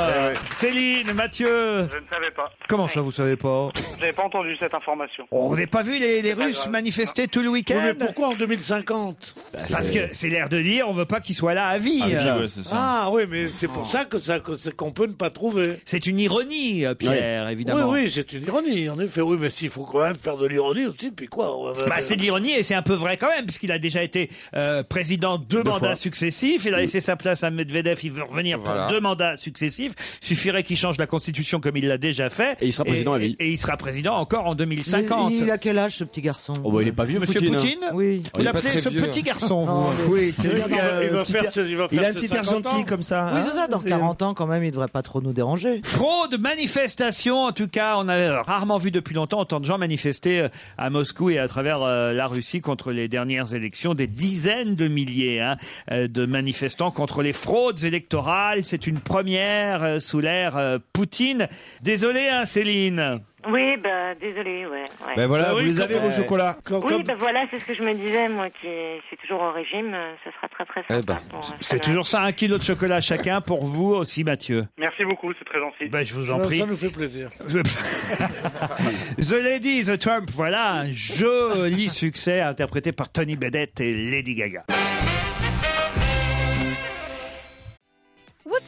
[SPEAKER 3] Céline, Mathieu.
[SPEAKER 10] Je ne savais pas.
[SPEAKER 3] Comment ça, vous savez pas
[SPEAKER 10] J'avais pas entendu cette information.
[SPEAKER 3] On n'avait pas vu les, les Russes
[SPEAKER 10] grave.
[SPEAKER 3] manifester tout le
[SPEAKER 6] Oui, mais
[SPEAKER 3] week-end
[SPEAKER 6] pourquoi en 2050
[SPEAKER 3] Parce que c'est l'air de dire, on veut pas qu'ils soient là à vie.
[SPEAKER 5] Si, ouais, c'est ça.
[SPEAKER 6] Ah oui, mais c'est pour ça que ça que c'est qu'on peut ne pas trouver.
[SPEAKER 3] c'est une ironie, euh, Pierre,
[SPEAKER 6] Oui,
[SPEAKER 3] évidemment.
[SPEAKER 6] oui, c'est une ironie, en effet. Oui, mais s'il faut quand même faire de l'ironie aussi, puis quoi on va-
[SPEAKER 3] Bah, c'est de l'ironie et c'est un peu vrai quand même, puisqu'il a déjà été euh, président de deux, mandats successifs. Il a laissé sa place à Medvedev, il veut revenir pour pendant deux mandats successifs. Suffirait qu'il change la constitution comme il l'a déjà fait. Et il sera
[SPEAKER 8] président à vie.
[SPEAKER 3] Et il sera président encore en 2050.
[SPEAKER 1] Mais Il, a quel âge ce petit garçon
[SPEAKER 3] Oh, bah, il est pas vieux,
[SPEAKER 1] Monsieur
[SPEAKER 3] Poutine,
[SPEAKER 1] Poutine.
[SPEAKER 3] hein.
[SPEAKER 1] Oui.
[SPEAKER 3] Vous l'appelez ce petit garçon, vous.
[SPEAKER 12] hein.
[SPEAKER 1] Non, mais-
[SPEAKER 3] Ah, Oui, c'est
[SPEAKER 1] Il
[SPEAKER 3] lui
[SPEAKER 1] a-
[SPEAKER 3] qui a-
[SPEAKER 1] il va
[SPEAKER 3] petit
[SPEAKER 1] faire
[SPEAKER 3] air-
[SPEAKER 1] ses- il va
[SPEAKER 3] il a
[SPEAKER 1] faire
[SPEAKER 3] un
[SPEAKER 1] ses
[SPEAKER 3] petit air
[SPEAKER 1] 50
[SPEAKER 3] gentil
[SPEAKER 1] ans.
[SPEAKER 3] comme ça,
[SPEAKER 1] Oui,
[SPEAKER 3] hein.
[SPEAKER 1] c'est ça. Dans
[SPEAKER 3] C'est-
[SPEAKER 1] 40 ans, quand même, il devrait pas trop nous déranger.
[SPEAKER 3] Fraude, manifestation, en tout cas, on avait rarement vu depuis longtemps autant de gens manifester euh, à Moscou et à travers euh, la Russie contre les dernières élections, des dizaines de milliers hein, euh, de manifestants contre les fraudes électorales. C'est une première euh, sous l'ère euh, Poutine. Désolé, hein, Céline.
[SPEAKER 11] Oui, bah, désolé, ouais. ouais.
[SPEAKER 3] Ben
[SPEAKER 6] Ah
[SPEAKER 3] voilà, Bah vous oui, les comme- avez, vos
[SPEAKER 11] au
[SPEAKER 3] euh, chocolats. comme-
[SPEAKER 11] Oui,
[SPEAKER 3] comme-
[SPEAKER 11] bah voilà, c'est ce que je me disais, moi qui suis toujours au régime, euh, ça sera très très
[SPEAKER 3] Eh
[SPEAKER 11] sympa.
[SPEAKER 3] ben,
[SPEAKER 11] pour, euh,
[SPEAKER 3] C'est toujours ça, un kilo de chocolat chacun pour vous aussi, Mathieu.
[SPEAKER 11] Merci beaucoup, c'est très gentil.
[SPEAKER 3] Ben, je vous en prie.
[SPEAKER 6] Euh, Ça nous fait plaisir.
[SPEAKER 3] The Lady, The Trump, voilà un joli succès interprété par Tony Bennett et Lady Gaga.
[SPEAKER 13] What's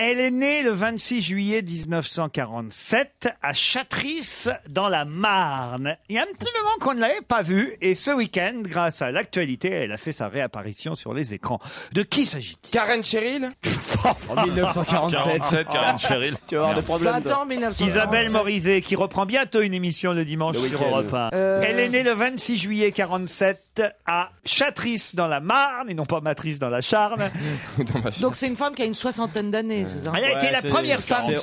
[SPEAKER 3] Elle est née le 26 juillet 1947 à Châtrice, dans la Marne. Il y a un petit moment qu'on ne l'avait pas vue, et ce week-end, grâce à l'actualité, elle a fait sa réapparition sur les écrans. De qui s'agit-il Karen Cheryl En 1947.
[SPEAKER 5] 47, Karen Cheryl. Tu vas avoir des problèmes,
[SPEAKER 1] toi. Attends, 1947.
[SPEAKER 3] Isabelle Morizet, qui reprend bientôt une émission le dimanche
[SPEAKER 1] Le
[SPEAKER 3] sur
[SPEAKER 1] week-end.
[SPEAKER 3] Europe 1.
[SPEAKER 1] Euh.
[SPEAKER 3] Elle est née le 26 juillet 47 à Châtrice, dans la Marne, et non pas Matrice, dans la Charne.
[SPEAKER 1] Donc c'est une femme qui a une soixantaine d'années, c'est ça
[SPEAKER 3] Elle a été la première femme.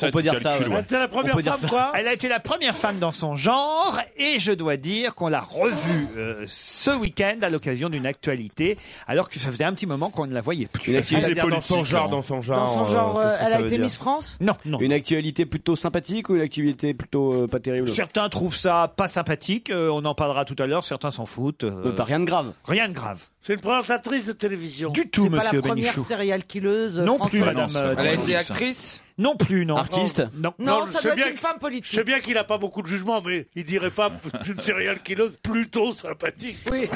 [SPEAKER 1] Elle a été la première femme, quoi
[SPEAKER 3] Elle a été la première femme dans son genre et je dois dire qu'on l'a revue euh, ce week-end à l'occasion d'une actualité, alors que ça faisait un petit moment qu'on ne la voyait plus.
[SPEAKER 8] Une activité Elle a- dans politique, son genre, hein. dans son genre, Dans son genre, euh, qu'est-ce que elle ça a veut été dire Miss
[SPEAKER 1] France
[SPEAKER 3] Non, non.
[SPEAKER 8] Une actualité plutôt sympathique ou une actualité plutôt euh, pas terrible
[SPEAKER 3] Certains trouvent ça pas sympathique, euh, on en parlera tout à l'heure, certains s'en foutent. euh,
[SPEAKER 8] Euh, bah, rien de grave.
[SPEAKER 3] Rien de grave.
[SPEAKER 6] C'est une présentatrice de télévision.
[SPEAKER 3] Du tout,
[SPEAKER 1] Pas la
[SPEAKER 3] monsieur
[SPEAKER 1] première
[SPEAKER 3] Benichou.
[SPEAKER 1] serial killeuse
[SPEAKER 3] Non
[SPEAKER 1] française.
[SPEAKER 3] plus, madame. euh,
[SPEAKER 4] Elle a été
[SPEAKER 3] Dorothée.
[SPEAKER 4] actrice
[SPEAKER 3] Non plus, non.
[SPEAKER 8] Artiste
[SPEAKER 3] Non.
[SPEAKER 1] Non, ça
[SPEAKER 6] c'est
[SPEAKER 1] doit
[SPEAKER 6] bien
[SPEAKER 1] être une
[SPEAKER 6] que-
[SPEAKER 1] femme politique.
[SPEAKER 6] Je sais bien qu'il n'a pas beaucoup de jugement, mais il dirait pas une céréale qui l'ose plutôt sympathique.
[SPEAKER 1] Oui.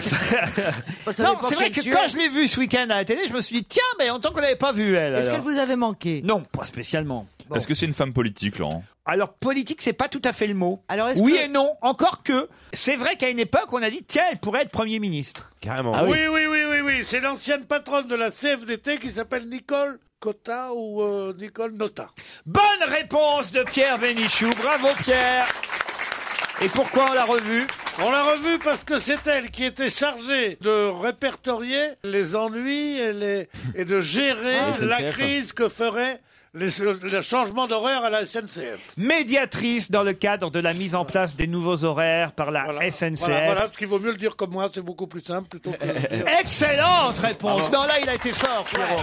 [SPEAKER 3] Non, c'est vrai que quand je l'ai vue ce week-end à la télé, je me suis dit, tiens, mais en tant qu'on l'avait pas vue, elle.
[SPEAKER 1] Est-ce qu'elle
[SPEAKER 3] alors.
[SPEAKER 1] vous avait manqué
[SPEAKER 3] Non, pas spécialement.
[SPEAKER 5] Est-ce que c'est une femme politique, Laurent
[SPEAKER 3] Alors politique, c'est pas tout à fait le mot.
[SPEAKER 1] Alors, est-ce
[SPEAKER 3] oui
[SPEAKER 1] que-
[SPEAKER 3] et non. Encore que, c'est vrai qu'à une époque, on a dit tiens, elle pourrait être premier ministre. Carrément.
[SPEAKER 7] Ah
[SPEAKER 6] oui. oui, oui, oui, oui, C'est l'ancienne patronne de la CFDT qui s'appelle Nicole Cotta ou euh, Nicole Nota.
[SPEAKER 3] Bonne réponse de Pierre Bénichou. Bravo Pierre. Et pourquoi on l'a revue
[SPEAKER 6] On l'a revue parce que c'est elle qui était chargée de répertorier les ennuis et, les- et de gérer
[SPEAKER 3] Ah, SNCF.
[SPEAKER 6] la crise que ferait les- le changement d'horaire à la SNCF.
[SPEAKER 3] Médiatrice dans le cadre de la mise en place des nouveaux horaires par la SNCF.
[SPEAKER 6] Voilà, voilà, parce qu'il vaut mieux le dire comme moi, c'est beaucoup plus simple plutôt que. de dire-
[SPEAKER 3] Excellente réponse.
[SPEAKER 6] Ah bon
[SPEAKER 3] Non là, il a été fort. Pierrot.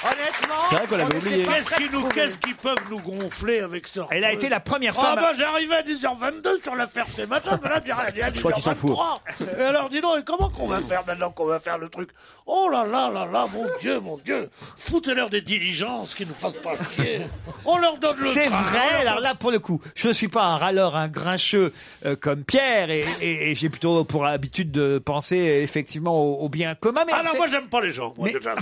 [SPEAKER 1] Honnêtement,
[SPEAKER 3] C'est vrai qu'on l'avait on était oublié. pas
[SPEAKER 6] Qu'est-ce
[SPEAKER 3] prêts
[SPEAKER 6] qu'ils nous- qu'est-ce qu'ils peuvent nous gonfler avec ça
[SPEAKER 3] Elle a été la première femme
[SPEAKER 6] Ah
[SPEAKER 3] à-
[SPEAKER 6] bah j'arrivais à 10h22 sur l'affaire ces matins, mais là, bien, elle est à
[SPEAKER 3] Je crois qu'ils s'en
[SPEAKER 6] 10h23. Et alors dis donc, et comment qu'on va faire maintenant qu'on va faire le truc Oh là là là là, mon Dieu, mon Dieu Foutez-leur des diligences qu'ils nous fassent pas chier On leur donne le
[SPEAKER 3] C'est
[SPEAKER 6] train,
[SPEAKER 3] vrai,
[SPEAKER 6] on leur
[SPEAKER 3] alors là, pour le coup, je ne suis pas un râleur, un grincheux euh, comme Pierre, et, et- et j'ai plutôt pour habitude de penser euh, effectivement au, au bien commun. Mais
[SPEAKER 6] Ah non,
[SPEAKER 3] c'est-
[SPEAKER 6] moi j'aime pas les gens, moi, déjà.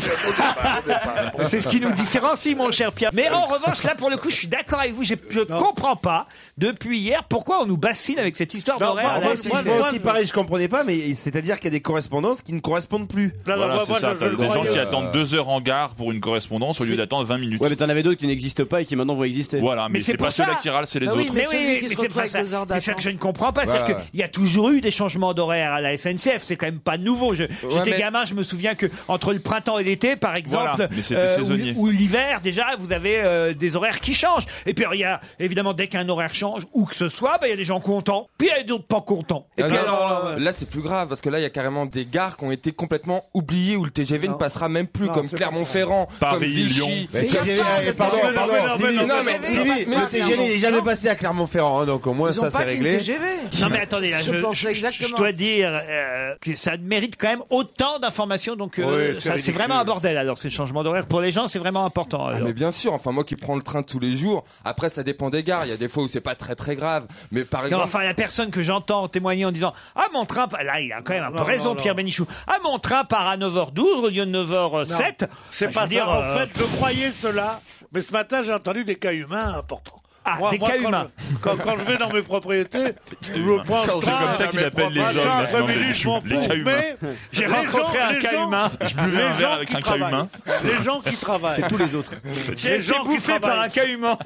[SPEAKER 3] c'est ce qui nous différencie, mon cher Pierre. Mais en revanche, là, pour le coup, je suis d'accord avec vous. j'ai- Je ne comprends pas, depuis hier, pourquoi on nous bassine avec cette histoire
[SPEAKER 7] Non,
[SPEAKER 3] d'horaire. à
[SPEAKER 7] Bah, moi,
[SPEAKER 3] la
[SPEAKER 7] moi,
[SPEAKER 3] SNCF.
[SPEAKER 7] moi, moi aussi, pareil, je comprenais pas, mais c'est-à-dire qu'il y a des correspondances qui ne correspondent plus.
[SPEAKER 3] bah,
[SPEAKER 5] Voilà, c'est ça. T'as des gens qui attendent deux heures en gare pour une correspondance au lieu d'attendre 20 minutes.
[SPEAKER 8] Ouais, mais t'en avais d'autres qui n'existent pas et qui maintenant vont exister.
[SPEAKER 5] Voilà, mais,
[SPEAKER 8] Mais c'est
[SPEAKER 5] c'est
[SPEAKER 8] pour
[SPEAKER 5] pas ceux-là
[SPEAKER 8] ça.
[SPEAKER 5] qui râlent, c'est les
[SPEAKER 8] Bah
[SPEAKER 5] autres.
[SPEAKER 8] oui,
[SPEAKER 3] Mais
[SPEAKER 8] celui
[SPEAKER 3] Eh oui, mais
[SPEAKER 8] qui se
[SPEAKER 3] c'est
[SPEAKER 8] retrouve
[SPEAKER 3] pas
[SPEAKER 8] avec
[SPEAKER 3] ça.
[SPEAKER 8] deux heures
[SPEAKER 3] C'est ça que
[SPEAKER 8] d'attente.
[SPEAKER 3] je ne comprends pas.
[SPEAKER 8] Ouais,
[SPEAKER 3] C'est-à-dire
[SPEAKER 8] ouais.
[SPEAKER 3] qu'il y a toujours eu des changements d'horaire à la SNCF. C'est quand même pas nouveau. Je- J'étais
[SPEAKER 4] mais-
[SPEAKER 3] gamin, je me souviens que entre le printemps et l'été, par exemple,
[SPEAKER 5] Voilà, mais c'était
[SPEAKER 3] ou-
[SPEAKER 5] saisonnier.
[SPEAKER 3] ou, l'hiver, déjà, vous avez euh, des horaires qui changent. Et puis, alors, il y a évidemment, dès qu'un horaire change, où que ce soit, bah, il y a des gens contents, puis il y a d'autres pas contents. Et
[SPEAKER 4] Ah,
[SPEAKER 3] puis,
[SPEAKER 4] non,
[SPEAKER 3] alors,
[SPEAKER 4] non, là, c'est plus grave parce que là, il y a carrément des gares qui ont été complètement oubliées où le TGV ne passera même plus,
[SPEAKER 3] Non,
[SPEAKER 4] comme
[SPEAKER 3] c'est pas
[SPEAKER 4] Clermont-Ferrand, comme
[SPEAKER 5] Paris, Lyon.
[SPEAKER 4] Vichy.
[SPEAKER 7] Mais
[SPEAKER 4] comme-
[SPEAKER 7] TGV, eh, pardon,
[SPEAKER 4] Mais non,
[SPEAKER 7] pardon,
[SPEAKER 4] mais non, mais
[SPEAKER 7] Stevie,
[SPEAKER 4] non, mais
[SPEAKER 7] Stevie,
[SPEAKER 4] non, mais-
[SPEAKER 7] le TGV, il est jamais passé à Clermont-Ferrand, hein, donc au moins
[SPEAKER 3] Ils ont
[SPEAKER 7] ça
[SPEAKER 3] pas
[SPEAKER 7] c'est
[SPEAKER 3] qu'une
[SPEAKER 7] réglé.
[SPEAKER 3] TGV. Non mais attendez, là, je, je- je dois dire euh, que ça mérite quand même autant d'informations, donc euh,
[SPEAKER 7] Oui, c'est
[SPEAKER 3] ça c'est
[SPEAKER 7] ridicule.
[SPEAKER 3] vraiment un bordel alors ces changements d'horaire. Pour les gens, c'est vraiment important.
[SPEAKER 4] Ah, mais bien sûr, enfin moi qui prends le train tous les jours, après ça dépend des gares, il y a des fois où c'est pas très très grave, mais par
[SPEAKER 3] Non,
[SPEAKER 4] exemple
[SPEAKER 3] enfin, la personne que j'entends témoigner en disant Ah, mon train. pa- Là, il a quand même un peu
[SPEAKER 4] Non,
[SPEAKER 3] raison,
[SPEAKER 4] non, non.
[SPEAKER 3] Pierre Bénichou. Ah, mon train part à 9h12 au lieu de 9h07.
[SPEAKER 6] C'est pas dire, En fait, je croyais cela, mais ce matin, j'ai entendu des cas humains importants. Ah,
[SPEAKER 3] des cas
[SPEAKER 6] quand
[SPEAKER 3] humains.
[SPEAKER 6] je- quand, quand je vais dans mes propriétés, je me prends le
[SPEAKER 5] C'est
[SPEAKER 6] train,
[SPEAKER 5] comme ça qu'il
[SPEAKER 6] mes
[SPEAKER 5] appelle les
[SPEAKER 6] propres-
[SPEAKER 5] hommes,
[SPEAKER 6] Attends,
[SPEAKER 5] maintenant,
[SPEAKER 6] après-midi,
[SPEAKER 5] les
[SPEAKER 6] je m'en
[SPEAKER 5] les
[SPEAKER 6] fous,
[SPEAKER 5] cas humains.
[SPEAKER 6] mais
[SPEAKER 5] J'ai
[SPEAKER 6] les
[SPEAKER 5] rencontré
[SPEAKER 6] gens-
[SPEAKER 5] un
[SPEAKER 6] les
[SPEAKER 5] cas
[SPEAKER 6] gens-
[SPEAKER 5] humain. Je buvais un
[SPEAKER 6] les
[SPEAKER 5] verre
[SPEAKER 6] gens
[SPEAKER 5] avec
[SPEAKER 6] qui
[SPEAKER 5] un cas humain.
[SPEAKER 6] travaillent. Les gens qui travaillent.
[SPEAKER 5] C'est tous les autres. J'ai
[SPEAKER 6] Les
[SPEAKER 5] été
[SPEAKER 6] gens qui
[SPEAKER 5] bouffé par
[SPEAKER 6] travaillent.
[SPEAKER 5] un cas humain.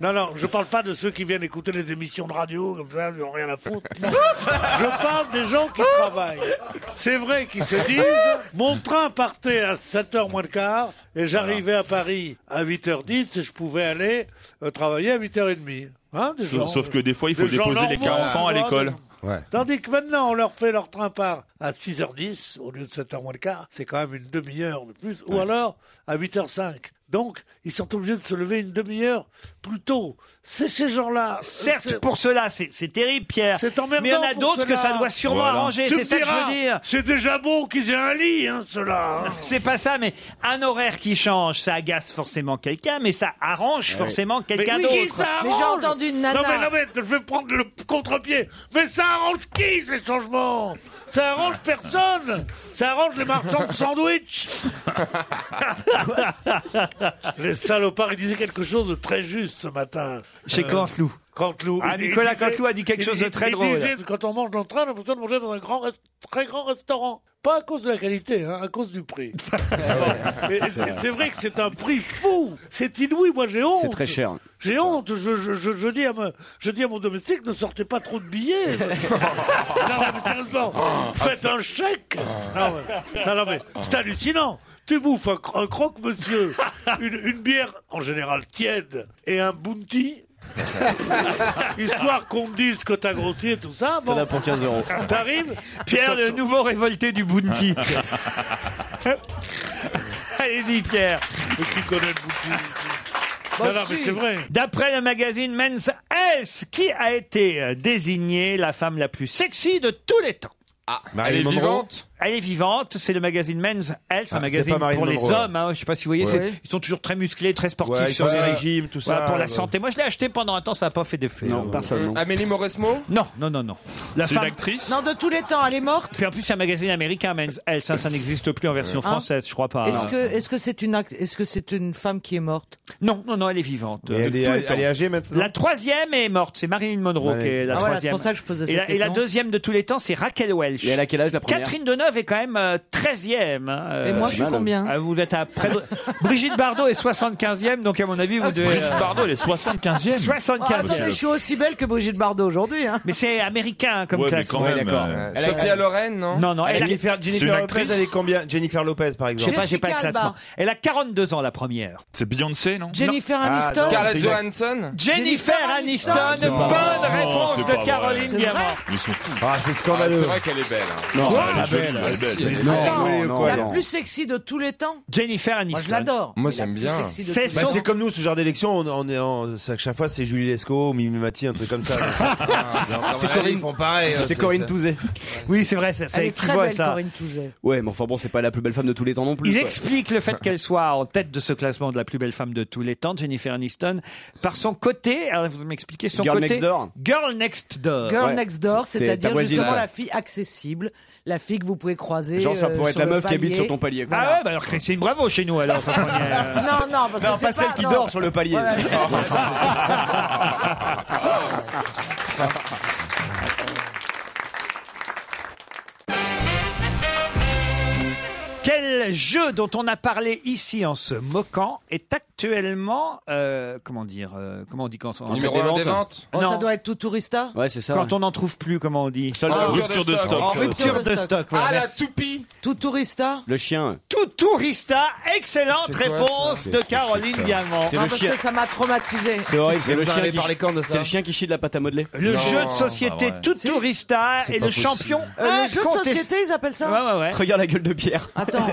[SPEAKER 6] Non, non, je parle pas de ceux qui viennent écouter les émissions de radio, comme ça, ils n'ont rien à foutre. Non. Je parle des gens qui travaillent. C'est vrai qu'ils se disent, mon train partait à 7h moins le quart, et j'arrivais à Paris à 8h10, et je pouvais aller euh, travailler à 8h30. Hein, des
[SPEAKER 5] Sauf-
[SPEAKER 6] gens-
[SPEAKER 5] sauf que des fois, il faut
[SPEAKER 6] gens
[SPEAKER 5] déposer les
[SPEAKER 6] normaux,
[SPEAKER 5] cas
[SPEAKER 3] Ah,
[SPEAKER 5] enfants à
[SPEAKER 6] tu vois,
[SPEAKER 5] l'école.
[SPEAKER 6] des-
[SPEAKER 5] Ouais.
[SPEAKER 6] Tandis que maintenant, on leur fait leur train part à 6h10 au lieu de 7h moins le quart. C'est quand même une demi-heure de plus. Ou alors à 8h05. Donc, ils sont obligés de se lever une demi-heure plus tôt. C'est ces gens-là.
[SPEAKER 3] Certes, pour ceux-là, c'est c'est terrible, Pierre.
[SPEAKER 6] Euh, C'est emmerdant.
[SPEAKER 3] Mais il y en a
[SPEAKER 6] pour
[SPEAKER 3] d'autres que
[SPEAKER 6] ceux-là.
[SPEAKER 3] ça doit sûrement arranger.
[SPEAKER 6] Tu
[SPEAKER 3] C'est
[SPEAKER 6] me
[SPEAKER 3] ça que je
[SPEAKER 6] diras,
[SPEAKER 3] veux dire.
[SPEAKER 6] C'est déjà beau qu'ils aient un lit, hein, ceux-là. hein.
[SPEAKER 3] C'est pas ça, mais un horaire qui change, ça agace forcément quelqu'un, mais ça arrange
[SPEAKER 6] Ouais.
[SPEAKER 3] forcément quelqu'un
[SPEAKER 6] Mais
[SPEAKER 3] d'autre.
[SPEAKER 6] qui ça arrange Non mais, Eh non mais, je vais prendre le contre-pied. Mais ça arrange qui ces changements Ça arrange personne. Ça arrange les marchands de sandwich. les salopards, ils disaient quelque chose de très juste ce matin. Euh,
[SPEAKER 3] Chez Canteloup.
[SPEAKER 6] Canteloup.
[SPEAKER 3] Ah,
[SPEAKER 6] Il- il
[SPEAKER 3] Nicolas
[SPEAKER 6] disait-
[SPEAKER 3] Canteloup a dit quelque
[SPEAKER 6] il-
[SPEAKER 3] chose de
[SPEAKER 6] il-
[SPEAKER 3] très
[SPEAKER 6] il
[SPEAKER 3] drôle.
[SPEAKER 6] disait, quand on mange dans le train, on a besoin de manger dans un grand, rest- très grand restaurant. Pas à cause de la qualité, hein, à cause du prix.
[SPEAKER 8] Ah
[SPEAKER 6] Et- et-
[SPEAKER 14] C'est vrai.
[SPEAKER 6] C'est vrai que c'est un prix fou. C'est inouï. Moi, j'ai honte.
[SPEAKER 14] C'est très cher.
[SPEAKER 8] hein.
[SPEAKER 6] J'ai honte, je, je, je, je dis à me- je dis à mon domestique, ne sortez pas trop de billets. non, non, mais sérieusement,
[SPEAKER 4] Ah,
[SPEAKER 6] faites un chèque. Non, mais, non, non, mais c'est hallucinant. Tu bouffes un, cro- un croque-monsieur, une, une bière en général tiède et un bounty. Histoire qu'on te dise que t'as grossi et tout ça. Bon,
[SPEAKER 8] T'en as pour 15 euros.
[SPEAKER 6] T'arrives
[SPEAKER 3] Pierre, le nouveau révolté du Bounty. Allez-y, Pierre.
[SPEAKER 6] qui connaît le Bounty Non, non, mais c'est vrai.
[SPEAKER 3] D'après le magazine Men's Health, qui a été euh, désignée la femme la plus sexy de tous les temps ah,
[SPEAKER 7] Marilyn elle est Monroe vivante
[SPEAKER 3] Elle est vivante, c'est le magazine Men's Health,
[SPEAKER 7] Ah,
[SPEAKER 3] un
[SPEAKER 7] c'est
[SPEAKER 3] magazine
[SPEAKER 7] pas Marilyn
[SPEAKER 3] pour les
[SPEAKER 7] Monroe,
[SPEAKER 3] hommes. hein, je sais pas si vous voyez,
[SPEAKER 7] Ouais.
[SPEAKER 3] c'est- ils sont toujours très musclés, très sportifs
[SPEAKER 7] Ouais, ils
[SPEAKER 3] sur
[SPEAKER 7] font
[SPEAKER 3] les
[SPEAKER 7] des régimes, tout
[SPEAKER 3] Voilà,
[SPEAKER 7] ça,
[SPEAKER 3] Pour la
[SPEAKER 7] ouais.
[SPEAKER 3] santé. Moi, je l'ai acheté pendant un temps, ça n'a pas fait d'effet. Non,
[SPEAKER 4] personne, non. Amélie Mauresmo
[SPEAKER 3] Non, non, non, non.
[SPEAKER 4] C'est une actrice
[SPEAKER 3] Non, de tous les temps, elle est morte. Puis en plus, c'est un magazine américain, Men's Health, ça, ça n'existe plus en version
[SPEAKER 12] Hein
[SPEAKER 3] française, je crois pas.
[SPEAKER 12] Est-ce que est-ce que c'est une act- est-ce que c'est une femme qui est morte
[SPEAKER 3] Non, non, non, elle est vivante.
[SPEAKER 12] Mais elle
[SPEAKER 3] De
[SPEAKER 12] est-
[SPEAKER 3] tout le
[SPEAKER 12] elle-
[SPEAKER 3] temps.
[SPEAKER 12] elle est âgée maintenant
[SPEAKER 3] La troisième est morte, c'est Marilyn Monroe
[SPEAKER 12] Ouais.
[SPEAKER 3] qui est la
[SPEAKER 12] Ah voilà,
[SPEAKER 3] troisième.
[SPEAKER 12] c'est pour ça que je posais
[SPEAKER 3] et
[SPEAKER 12] cette
[SPEAKER 3] la, et la
[SPEAKER 12] question.
[SPEAKER 3] deuxième de tous les temps, c'est Raquel Welch.
[SPEAKER 8] Et elle a quel âge la première
[SPEAKER 3] Catherine Deneuve est quand même euh, 13e. hein,
[SPEAKER 8] Et moi, je suis
[SPEAKER 3] Ah,
[SPEAKER 8] combien
[SPEAKER 3] Vous êtes à près de- Brigitte Bardot est 75e, donc à mon avis, vous devez. euh,
[SPEAKER 5] Brigitte Bardot, elle est 75e.
[SPEAKER 3] 75e.
[SPEAKER 12] Ah, attendez, je suis aussi belle que Brigitte Bardot aujourd'hui. hein.
[SPEAKER 3] Mais c'est américain hein, comme
[SPEAKER 5] Ouais, mais
[SPEAKER 3] classe.
[SPEAKER 5] quand Ouais, même, d'accord. euh,
[SPEAKER 7] Sophia
[SPEAKER 4] Loren, non
[SPEAKER 3] Non, non.
[SPEAKER 7] Elle
[SPEAKER 3] elle a-
[SPEAKER 7] Jennifer, Jennifer Lopez, elle est combien Jennifer Lopez, par
[SPEAKER 3] Je
[SPEAKER 7] exemple.
[SPEAKER 3] sais pas, j'ai pas le classement. Elle a 42 ans la première. C'est Beyoncé, non
[SPEAKER 12] Jennifer Aniston
[SPEAKER 4] Scarlett Johansson
[SPEAKER 3] Jennifer Aniston,
[SPEAKER 4] Non.
[SPEAKER 3] bonne
[SPEAKER 4] c'est
[SPEAKER 3] réponse
[SPEAKER 4] pas
[SPEAKER 3] de
[SPEAKER 4] vrai.
[SPEAKER 3] Caroline
[SPEAKER 4] C'est
[SPEAKER 3] Diamant.
[SPEAKER 4] vrai
[SPEAKER 5] Ils sont fous.
[SPEAKER 7] Ah, c'est scandaleux.
[SPEAKER 4] Ah, c'est vrai qu'elle est belle. hein.
[SPEAKER 7] Non,
[SPEAKER 4] Ah,
[SPEAKER 7] elle est
[SPEAKER 4] jolie,
[SPEAKER 7] belle,
[SPEAKER 4] elle est
[SPEAKER 7] elle est
[SPEAKER 4] belle.
[SPEAKER 7] belle. Non,
[SPEAKER 12] Attends,
[SPEAKER 7] oui, ou quoi,
[SPEAKER 12] la
[SPEAKER 7] non.
[SPEAKER 12] plus sexy de tous les temps.
[SPEAKER 3] Jennifer Aniston.
[SPEAKER 12] Moi, je l'adore.
[SPEAKER 7] Moi
[SPEAKER 12] Mais la
[SPEAKER 7] j'aime
[SPEAKER 12] plus
[SPEAKER 7] bien.
[SPEAKER 12] sexy de
[SPEAKER 7] Bah,
[SPEAKER 12] tous les temps.
[SPEAKER 7] C'est comme nous ce genre d'élection, on, on est en, c'est- chaque fois c'est Julie Lescaut, Mimi Mati, un truc comme ça.
[SPEAKER 8] Ah, C'est
[SPEAKER 7] Ils
[SPEAKER 8] Corinne-
[SPEAKER 7] font pareil. hein,
[SPEAKER 8] c'est Corinne
[SPEAKER 7] ça.
[SPEAKER 8] Touzet.
[SPEAKER 3] Oui, c'est vrai, ça, ça
[SPEAKER 12] Elle est très
[SPEAKER 3] équivaut à
[SPEAKER 12] belle,
[SPEAKER 3] ça.
[SPEAKER 12] Corinne Touzet.
[SPEAKER 8] Ouais, mais enfin bon, c'est pas la plus belle femme de tous les temps non plus.
[SPEAKER 3] Ils
[SPEAKER 8] quoi.
[SPEAKER 3] expliquent le fait qu'elle soit en tête de ce classement de la plus belle femme de tous les temps, Jennifer Aniston, par son côté, alors vous m'expliquez son
[SPEAKER 8] Girl
[SPEAKER 3] côté.
[SPEAKER 8] Next Door.
[SPEAKER 3] Girl Next Door.
[SPEAKER 12] Girl next door,
[SPEAKER 8] C'est ta
[SPEAKER 12] c'est-à-dire
[SPEAKER 8] voisine,
[SPEAKER 12] justement
[SPEAKER 8] ouais.
[SPEAKER 12] la fille accessible, la fille que vous pouvez croiser.
[SPEAKER 8] Genre, ça
[SPEAKER 12] euh,
[SPEAKER 8] pourrait être
[SPEAKER 12] sur
[SPEAKER 8] la
[SPEAKER 12] le
[SPEAKER 8] meuf qui habite
[SPEAKER 12] palier.
[SPEAKER 8] sur ton palier. quoi.
[SPEAKER 3] Ah ouais, bah alors Christine Bravo chez nous alors. quand on y est, euh.
[SPEAKER 12] Non, non, parce
[SPEAKER 8] Non,
[SPEAKER 12] que c'est
[SPEAKER 8] pas celle qui
[SPEAKER 12] non.
[SPEAKER 8] dort sur le palier.
[SPEAKER 12] Ouais, ouais.
[SPEAKER 3] Quel jeu dont on a parlé ici en se moquant est actuellement euh, comment dire euh, comment on dit quand on
[SPEAKER 4] Numéro un des ventes
[SPEAKER 12] Oh,
[SPEAKER 3] Non.
[SPEAKER 12] ça doit être tout tourista.
[SPEAKER 8] Ouais, c'est ça.
[SPEAKER 3] Quand on n'en trouve plus, comment on dit
[SPEAKER 8] Soldat. Ah, rupture de stock.
[SPEAKER 3] En rupture de stock. voilà,
[SPEAKER 4] Ah la
[SPEAKER 3] merci.
[SPEAKER 4] toupie
[SPEAKER 12] Tout tourista.
[SPEAKER 8] Le chien.
[SPEAKER 3] Tout tourista, excellente
[SPEAKER 8] C'est quoi,
[SPEAKER 3] réponse
[SPEAKER 8] ça
[SPEAKER 3] de Caroline
[SPEAKER 8] C'est
[SPEAKER 3] Diamant.
[SPEAKER 8] C'est
[SPEAKER 12] Ah,
[SPEAKER 8] le
[SPEAKER 12] parce
[SPEAKER 8] chien.
[SPEAKER 12] que ça m'a traumatisé.
[SPEAKER 8] C'est horrible. C'est le,
[SPEAKER 7] vous en
[SPEAKER 8] chien
[SPEAKER 7] avez
[SPEAKER 8] qui...
[SPEAKER 7] parlé quand de ça
[SPEAKER 8] c'est le chien qui chie de la pâte à modeler.
[SPEAKER 3] Le jeu
[SPEAKER 5] bah
[SPEAKER 3] de société
[SPEAKER 4] bah
[SPEAKER 3] tout tourista
[SPEAKER 8] C'est
[SPEAKER 3] est
[SPEAKER 8] pas
[SPEAKER 3] le
[SPEAKER 8] possible.
[SPEAKER 3] champion
[SPEAKER 12] Euh, le jeu de
[SPEAKER 3] incontesté-
[SPEAKER 12] société, ils appellent ça
[SPEAKER 3] Ah, Ouais, ouais, ouais.
[SPEAKER 8] Regarde la gueule de Pierre.
[SPEAKER 12] Attends,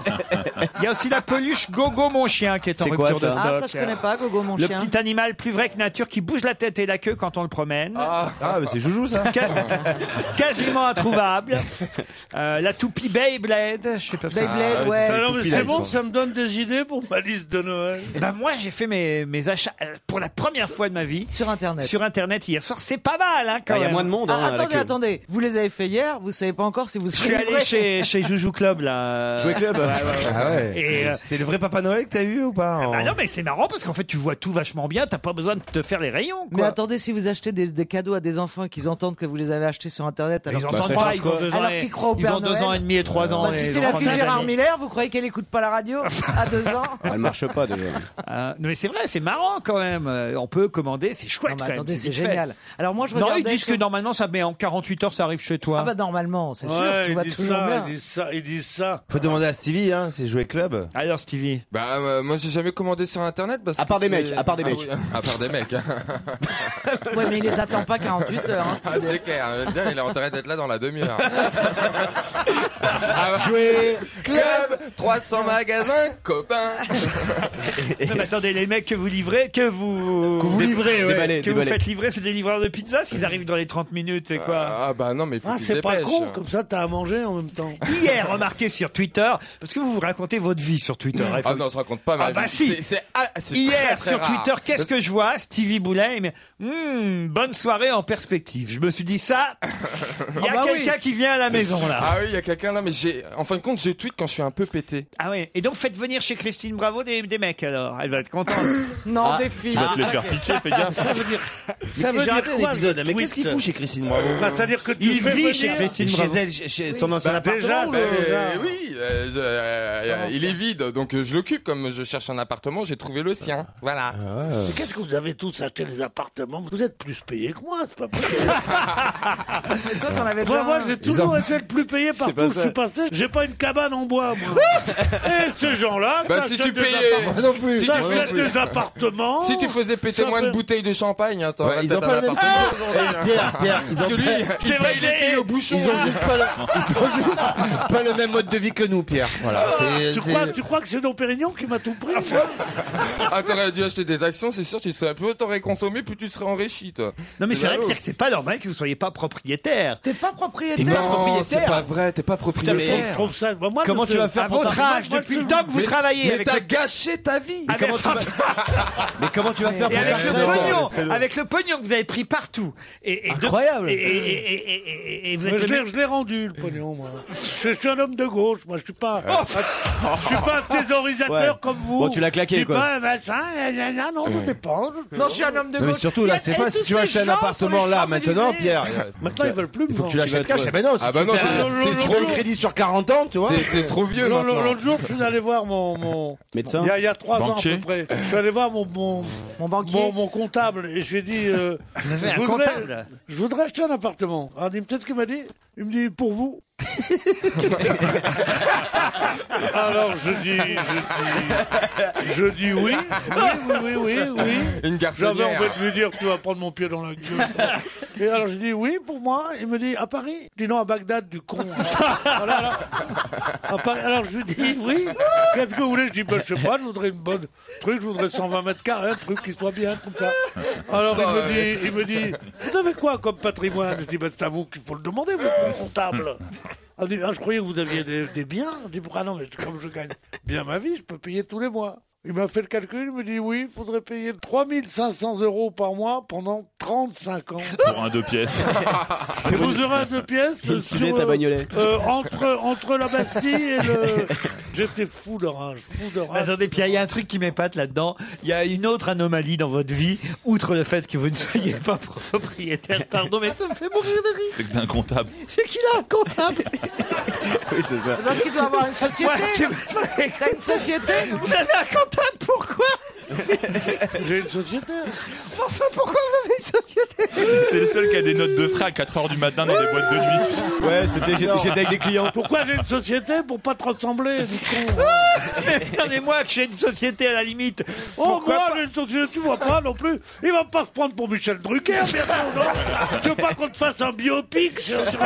[SPEAKER 3] Il y a aussi la peluche Gogo mon chien qui est en
[SPEAKER 8] C'est quoi,
[SPEAKER 3] rupture de
[SPEAKER 8] ça
[SPEAKER 3] stock.
[SPEAKER 8] Ah, ça, je connais pas, Gogo, mon
[SPEAKER 3] le
[SPEAKER 8] chien.
[SPEAKER 3] petit animal plus vrai que nature qui bouge la tête et la queue quand on le promène. Ah,
[SPEAKER 7] mais c'est Joujou, ça.
[SPEAKER 3] Quasiment introuvable. Euh, la toupie Beyblade, je sais pas ce que c'est.
[SPEAKER 6] Beyblade, ouais.
[SPEAKER 7] Ah,
[SPEAKER 6] Alors, mais c'est bon, ça me donne des idées pour ma liste de Noël.
[SPEAKER 3] Eh ben moi j'ai fait mes, mes achats euh, pour la première fois de ma vie
[SPEAKER 12] sur internet.
[SPEAKER 3] Sur internet hier soir, c'est pas mal hein quand
[SPEAKER 12] Ah,
[SPEAKER 3] même.
[SPEAKER 12] Ah, attendez, attendez. Vous les avez fait hier, vous savez pas encore si vous
[SPEAKER 3] Je suis allé chez, chez Joujou Club là.
[SPEAKER 12] Jouet Club.
[SPEAKER 7] Ah ouais.
[SPEAKER 3] Et, euh,
[SPEAKER 7] C'était le vrai hein. Papa Noël que t'as eu ou
[SPEAKER 6] Oh.
[SPEAKER 7] pas en-
[SPEAKER 3] bah non mais c'est marrant parce qu'en fait tu vois tout vachement bien, t'as pas besoin de te faire les rayons.
[SPEAKER 12] Mais attendez, si vous achetez des, des cadeaux à des enfants qu'ils entendent que vous les avez achetés sur Internet, alors
[SPEAKER 6] Bah,
[SPEAKER 3] Ils
[SPEAKER 12] qu'ils
[SPEAKER 3] entendent
[SPEAKER 12] croient-
[SPEAKER 3] pas, ils ont deux ans
[SPEAKER 12] alors
[SPEAKER 3] et-
[SPEAKER 12] qu'ils croient au
[SPEAKER 3] ils
[SPEAKER 12] Père
[SPEAKER 3] ont deux
[SPEAKER 12] Noël.
[SPEAKER 3] ans et demi et trois ans,
[SPEAKER 12] Bah,
[SPEAKER 3] les
[SPEAKER 12] si c'est la
[SPEAKER 3] enfants
[SPEAKER 12] fille de
[SPEAKER 3] d'Azali.
[SPEAKER 12] Gérard Miller, vous croyez qu'elle écoute pas la radio à deux ans
[SPEAKER 3] Elle marche pas déjà. Ah, non mais c'est vrai, c'est marrant quand même. Euh, On peut commander, c'est chouette.
[SPEAKER 12] Non, mais
[SPEAKER 3] quand même,
[SPEAKER 12] attendez, c'est
[SPEAKER 3] vite fait.
[SPEAKER 12] génial. Alors, moi, je
[SPEAKER 3] Non, ils
[SPEAKER 12] regardais
[SPEAKER 3] disent
[SPEAKER 12] sur-
[SPEAKER 3] que normalement ça met en 48 heures, ça arrive chez toi.
[SPEAKER 12] Ah bah normalement, c'est
[SPEAKER 6] Ouais,
[SPEAKER 12] sûr, tout
[SPEAKER 6] ils
[SPEAKER 12] va
[SPEAKER 6] disent
[SPEAKER 12] toujours
[SPEAKER 6] ça,
[SPEAKER 12] bien.
[SPEAKER 6] Ils disent ça, ils disent ça.
[SPEAKER 7] Faut demander à Stevie, hein, c'est jouer club.
[SPEAKER 4] Ah,
[SPEAKER 3] Alors Stevie.
[SPEAKER 4] Bah euh, moi j'ai jamais commandé sur internet parce
[SPEAKER 7] À part
[SPEAKER 4] que
[SPEAKER 7] des
[SPEAKER 4] c'est-
[SPEAKER 7] mecs, à part des
[SPEAKER 4] Ah
[SPEAKER 7] mecs.
[SPEAKER 4] oui, à part des mecs.
[SPEAKER 12] Ouais, mais il les attend pas 48 heures. hein.
[SPEAKER 4] Ah, c'est clair, je veux dire, il a intérêt d'être là dans la demi-heure.
[SPEAKER 7] Jouer
[SPEAKER 4] Ah. club 300 magasins copains.
[SPEAKER 3] Non, mais attendez, les mecs que vous livrez, que vous.
[SPEAKER 4] Que vous livrez,
[SPEAKER 3] Dé-
[SPEAKER 4] ouais.
[SPEAKER 3] déballez, Que vous
[SPEAKER 4] déballez.
[SPEAKER 3] faites livrer, c'est des livreurs de pizza s'ils arrivent dans les 30 minutes, c'est quoi
[SPEAKER 4] Ah bah non mais faut
[SPEAKER 6] Ah,
[SPEAKER 4] qu'ils
[SPEAKER 6] c'est pas
[SPEAKER 4] dépêchent. hein.
[SPEAKER 6] con, comme ça t'as à manger en même temps.
[SPEAKER 3] Hier, remarqué sur Twitter, parce que vous vous racontez votre vie sur Twitter. hein,
[SPEAKER 4] Ah
[SPEAKER 3] faut-
[SPEAKER 4] non, je raconte pas ma
[SPEAKER 3] Ah bah
[SPEAKER 4] vie.
[SPEAKER 3] si.
[SPEAKER 4] C'est- c'est- ah, c'est
[SPEAKER 3] Hier
[SPEAKER 4] très, très
[SPEAKER 3] sur
[SPEAKER 4] rare.
[SPEAKER 3] Twitter, qu'est-ce que je vois Stevie Boulet, mais hmm, bonne soirée en perspective. Je me suis dit ça. Il y a
[SPEAKER 4] Ah bah oui.
[SPEAKER 3] quelqu'un qui vient à la maison là.
[SPEAKER 4] Ah oui, il y a quelqu'un là, mais j'ai. En fin de compte, je tweet quand je suis un peu pété.
[SPEAKER 3] Ah oui. Et donc faites venir chez Christine Bravo des, des mecs alors. Elle va être contente. Ah.
[SPEAKER 12] Non,
[SPEAKER 6] Ah,
[SPEAKER 12] des filles.
[SPEAKER 6] Ça veut dire.
[SPEAKER 7] Ça veut dire quoi, le tweet
[SPEAKER 6] Christine
[SPEAKER 7] Bravo
[SPEAKER 6] Bah, C'est-à-dire que tu
[SPEAKER 7] Il
[SPEAKER 6] fais
[SPEAKER 7] vit
[SPEAKER 6] venir-
[SPEAKER 7] chez Christine Chez Bravo. elle, chez- chez son ancien
[SPEAKER 4] Bah,
[SPEAKER 7] appartement,
[SPEAKER 4] déjà,
[SPEAKER 7] ou
[SPEAKER 4] bah,
[SPEAKER 7] le-
[SPEAKER 4] euh, oui, euh, je- euh, il est vide, donc euh, je l'occupe. Comme je cherche un appartement, j'ai trouvé le sien. Voilà.
[SPEAKER 3] Ah
[SPEAKER 6] Mais qu'est-ce que vous avez tous acheté les appartements Vous êtes plus payés que moi, c'est pas possible.
[SPEAKER 12] Mais toi, t'en avais déjà
[SPEAKER 6] Moi, moi
[SPEAKER 12] un.
[SPEAKER 6] j'ai toujours été le plus payé partout
[SPEAKER 12] pas
[SPEAKER 6] où je
[SPEAKER 12] ça.
[SPEAKER 6] suis passé. J'ai pas une cabane en bois, moi. Et ces gens-là,
[SPEAKER 4] Bah,
[SPEAKER 6] ça
[SPEAKER 4] si
[SPEAKER 6] achète
[SPEAKER 4] tu
[SPEAKER 6] des
[SPEAKER 4] payais-
[SPEAKER 6] appartements.
[SPEAKER 4] Moi non plus.
[SPEAKER 6] Ça
[SPEAKER 4] Si tu
[SPEAKER 6] achète
[SPEAKER 4] faisais-
[SPEAKER 6] des appartements.
[SPEAKER 4] Si tu faisais péter
[SPEAKER 6] Ça
[SPEAKER 4] moins
[SPEAKER 6] fait-
[SPEAKER 4] de bouteilles de champagne, hein,
[SPEAKER 7] Ouais,
[SPEAKER 4] t'aurais
[SPEAKER 7] ils ont
[SPEAKER 4] peut-être
[SPEAKER 7] pas
[SPEAKER 4] un
[SPEAKER 7] le même-
[SPEAKER 4] appartement
[SPEAKER 7] Ah
[SPEAKER 4] aujourd'hui, hein.
[SPEAKER 7] Pierre, Pierre, ils
[SPEAKER 4] Parce
[SPEAKER 7] ont-
[SPEAKER 4] que lui,
[SPEAKER 7] C'est
[SPEAKER 4] il
[SPEAKER 7] vrai,
[SPEAKER 4] paye
[SPEAKER 7] il
[SPEAKER 4] les
[SPEAKER 7] est-
[SPEAKER 4] filles au bouchon.
[SPEAKER 7] ils ont juste pas le- ils ont juste pas le même mode de vie que nous, Pierre. Voilà. c'est-
[SPEAKER 6] Ah, tu,
[SPEAKER 7] c'est-
[SPEAKER 6] crois, tu crois que c'est Don Pérignon qui m'a tout pris moi
[SPEAKER 4] Ah, t'aurais dû acheter des actions, c'est sûr, tu serais plus t'aurais consommé, plus tu serais enrichi, toi.
[SPEAKER 3] Non mais c'est vrai Pierre, que c'est pas normal que vous soyez pas propriétaire.
[SPEAKER 12] T'es pas propriétaire.
[SPEAKER 4] T'es pas propriétaire. c'est pas vrai, t'es pas propriétaire.
[SPEAKER 3] Putain, mais-
[SPEAKER 6] Je trouve ça. bah, moi,
[SPEAKER 3] Comment
[SPEAKER 6] je-
[SPEAKER 3] tu vas faire
[SPEAKER 6] à
[SPEAKER 3] pour
[SPEAKER 6] votre
[SPEAKER 3] ça
[SPEAKER 6] âge,
[SPEAKER 3] Ah, Moi,
[SPEAKER 6] depuis
[SPEAKER 3] je-
[SPEAKER 6] le temps que vous
[SPEAKER 3] Mais-
[SPEAKER 6] travaillez
[SPEAKER 3] mais
[SPEAKER 6] avec
[SPEAKER 3] t'as
[SPEAKER 6] le-
[SPEAKER 4] gâché ta vie.
[SPEAKER 3] Mais comment tu vas-
[SPEAKER 7] Mais comment tu vas faire
[SPEAKER 3] Et
[SPEAKER 7] pour
[SPEAKER 3] avec
[SPEAKER 7] faire
[SPEAKER 3] le
[SPEAKER 7] ça
[SPEAKER 3] pognon, avec le pognon que vous avez pris partout. Et, et de-
[SPEAKER 6] Incroyable.
[SPEAKER 3] Et, et- et- et- et- et vous
[SPEAKER 6] Mais
[SPEAKER 3] êtes
[SPEAKER 6] je
[SPEAKER 3] le
[SPEAKER 6] l'ai- je l'ai rendu le pognon, moi. Je, je suis un homme de gauche, moi. Je suis pas,
[SPEAKER 3] Ah.
[SPEAKER 6] je suis pas un thésaurisateur
[SPEAKER 8] Ouais.
[SPEAKER 6] comme vous.
[SPEAKER 8] Bon, tu l'as claqué,
[SPEAKER 6] Je suis
[SPEAKER 8] quoi.
[SPEAKER 6] Pas un machin, gna, gna, gna, non, tout dépend. je-
[SPEAKER 12] Non, je suis un homme de
[SPEAKER 7] Non, mais
[SPEAKER 12] gauche.
[SPEAKER 7] surtout là, c'est pas si tu achètes un appartement là maintenant, Pierre.
[SPEAKER 6] Euh, Maintenant, ils veulent plus me
[SPEAKER 7] Il faut que tu
[SPEAKER 6] vendre.
[SPEAKER 7] l'achètes
[SPEAKER 6] Tu vas
[SPEAKER 7] cash.
[SPEAKER 6] te-
[SPEAKER 7] Ah ben non,
[SPEAKER 6] Ah bah non,
[SPEAKER 7] tu
[SPEAKER 6] t'es-
[SPEAKER 7] t'es
[SPEAKER 6] t'es
[SPEAKER 7] trop
[SPEAKER 6] trop
[SPEAKER 7] le crédit sur 40 ans, tu vois.
[SPEAKER 4] T'es trop vieux
[SPEAKER 6] L'autre l'autre jour, je suis allé voir mon, mon-
[SPEAKER 7] Médecin
[SPEAKER 6] Il y a, il y a trois ans
[SPEAKER 7] Banquier
[SPEAKER 6] à peu près. Je suis allé voir mon mon mon, mon comptable et je lui ai dit. euh,
[SPEAKER 3] avez
[SPEAKER 6] je
[SPEAKER 3] un
[SPEAKER 6] voudrais-
[SPEAKER 3] comptable
[SPEAKER 6] Je voudrais acheter un appartement. Alors, il me dit ce qu'il m'a dit. Il me dit pour vous. Alors je dis, je dis, je dis oui, oui, oui, oui, oui, oui.
[SPEAKER 4] Une garçonnière.
[SPEAKER 6] J'avais envie de lui dire tu vas prendre mon pied dans la gueule. Et alors je dis oui pour moi. Il me dit à Paris. Je dis non à Bagdad du con. Alors, alors, à Paris. Alors, je lui dis oui. Qu'est-ce que vous voulez Je dis bah, je sais pas. Je voudrais une bonne truc. Je voudrais 120 mètres carrés, un truc qui soit bien comme ça. Alors
[SPEAKER 4] Ça,
[SPEAKER 6] il me
[SPEAKER 4] ouais.
[SPEAKER 6] dit, il me dit vous avez quoi comme patrimoine Je dis bah, c'est à vous qu'il faut le demander, vous êtes mon comptable. Ah, dis, ah, je croyais que vous aviez des, des biens. Je dis, ah non, mais comme je gagne bien ma vie, je peux payer tous les mois. Il m'a fait le calcul, il me dit, oui, il faudrait payer 3500 euros par mois pendant 35 ans.
[SPEAKER 5] Pour un deux pièces.
[SPEAKER 6] Et vous aurez un deux pièces
[SPEAKER 5] Je me suis dit,
[SPEAKER 6] sur,
[SPEAKER 5] t'as
[SPEAKER 6] euh,
[SPEAKER 5] Bagnolet.
[SPEAKER 6] euh, entre, entre la Bastille et le... J'étais fou de rage, fou de
[SPEAKER 3] Mais
[SPEAKER 6] rage.
[SPEAKER 3] Attendez, Pierre, il y a un truc qui m'épate là-dedans. Il y a une autre anomalie dans votre vie, outre le fait que vous ne soyez pas propriétaire. Pardon, mais ça me fait mourir de rire.
[SPEAKER 5] C'est que d'un comptable.
[SPEAKER 3] C'est qu'il a un comptable.
[SPEAKER 5] Oui, c'est ça.
[SPEAKER 12] Parce qu'il doit avoir une société.
[SPEAKER 3] Ouais,
[SPEAKER 12] T'as une société
[SPEAKER 3] Vous avez un comptable, pourquoi
[SPEAKER 6] J'ai une société.
[SPEAKER 1] Enfin, pourquoi vous avez une société
[SPEAKER 5] C'est le seul qui a des notes de frais à 4h du matin dans des boîtes de nuit. tu sais.
[SPEAKER 6] Non. Pourquoi j'ai une société Pour pas te ressembler, du euh con.
[SPEAKER 3] Regardez-moi que j'ai une société à la limite.
[SPEAKER 6] Oh, moi, j'ai une société, tu vois pas non plus. Il va pas se prendre pour Michel Drucker, bientôt, non Tu veux pas qu'on te fasse un biopic sur, sur,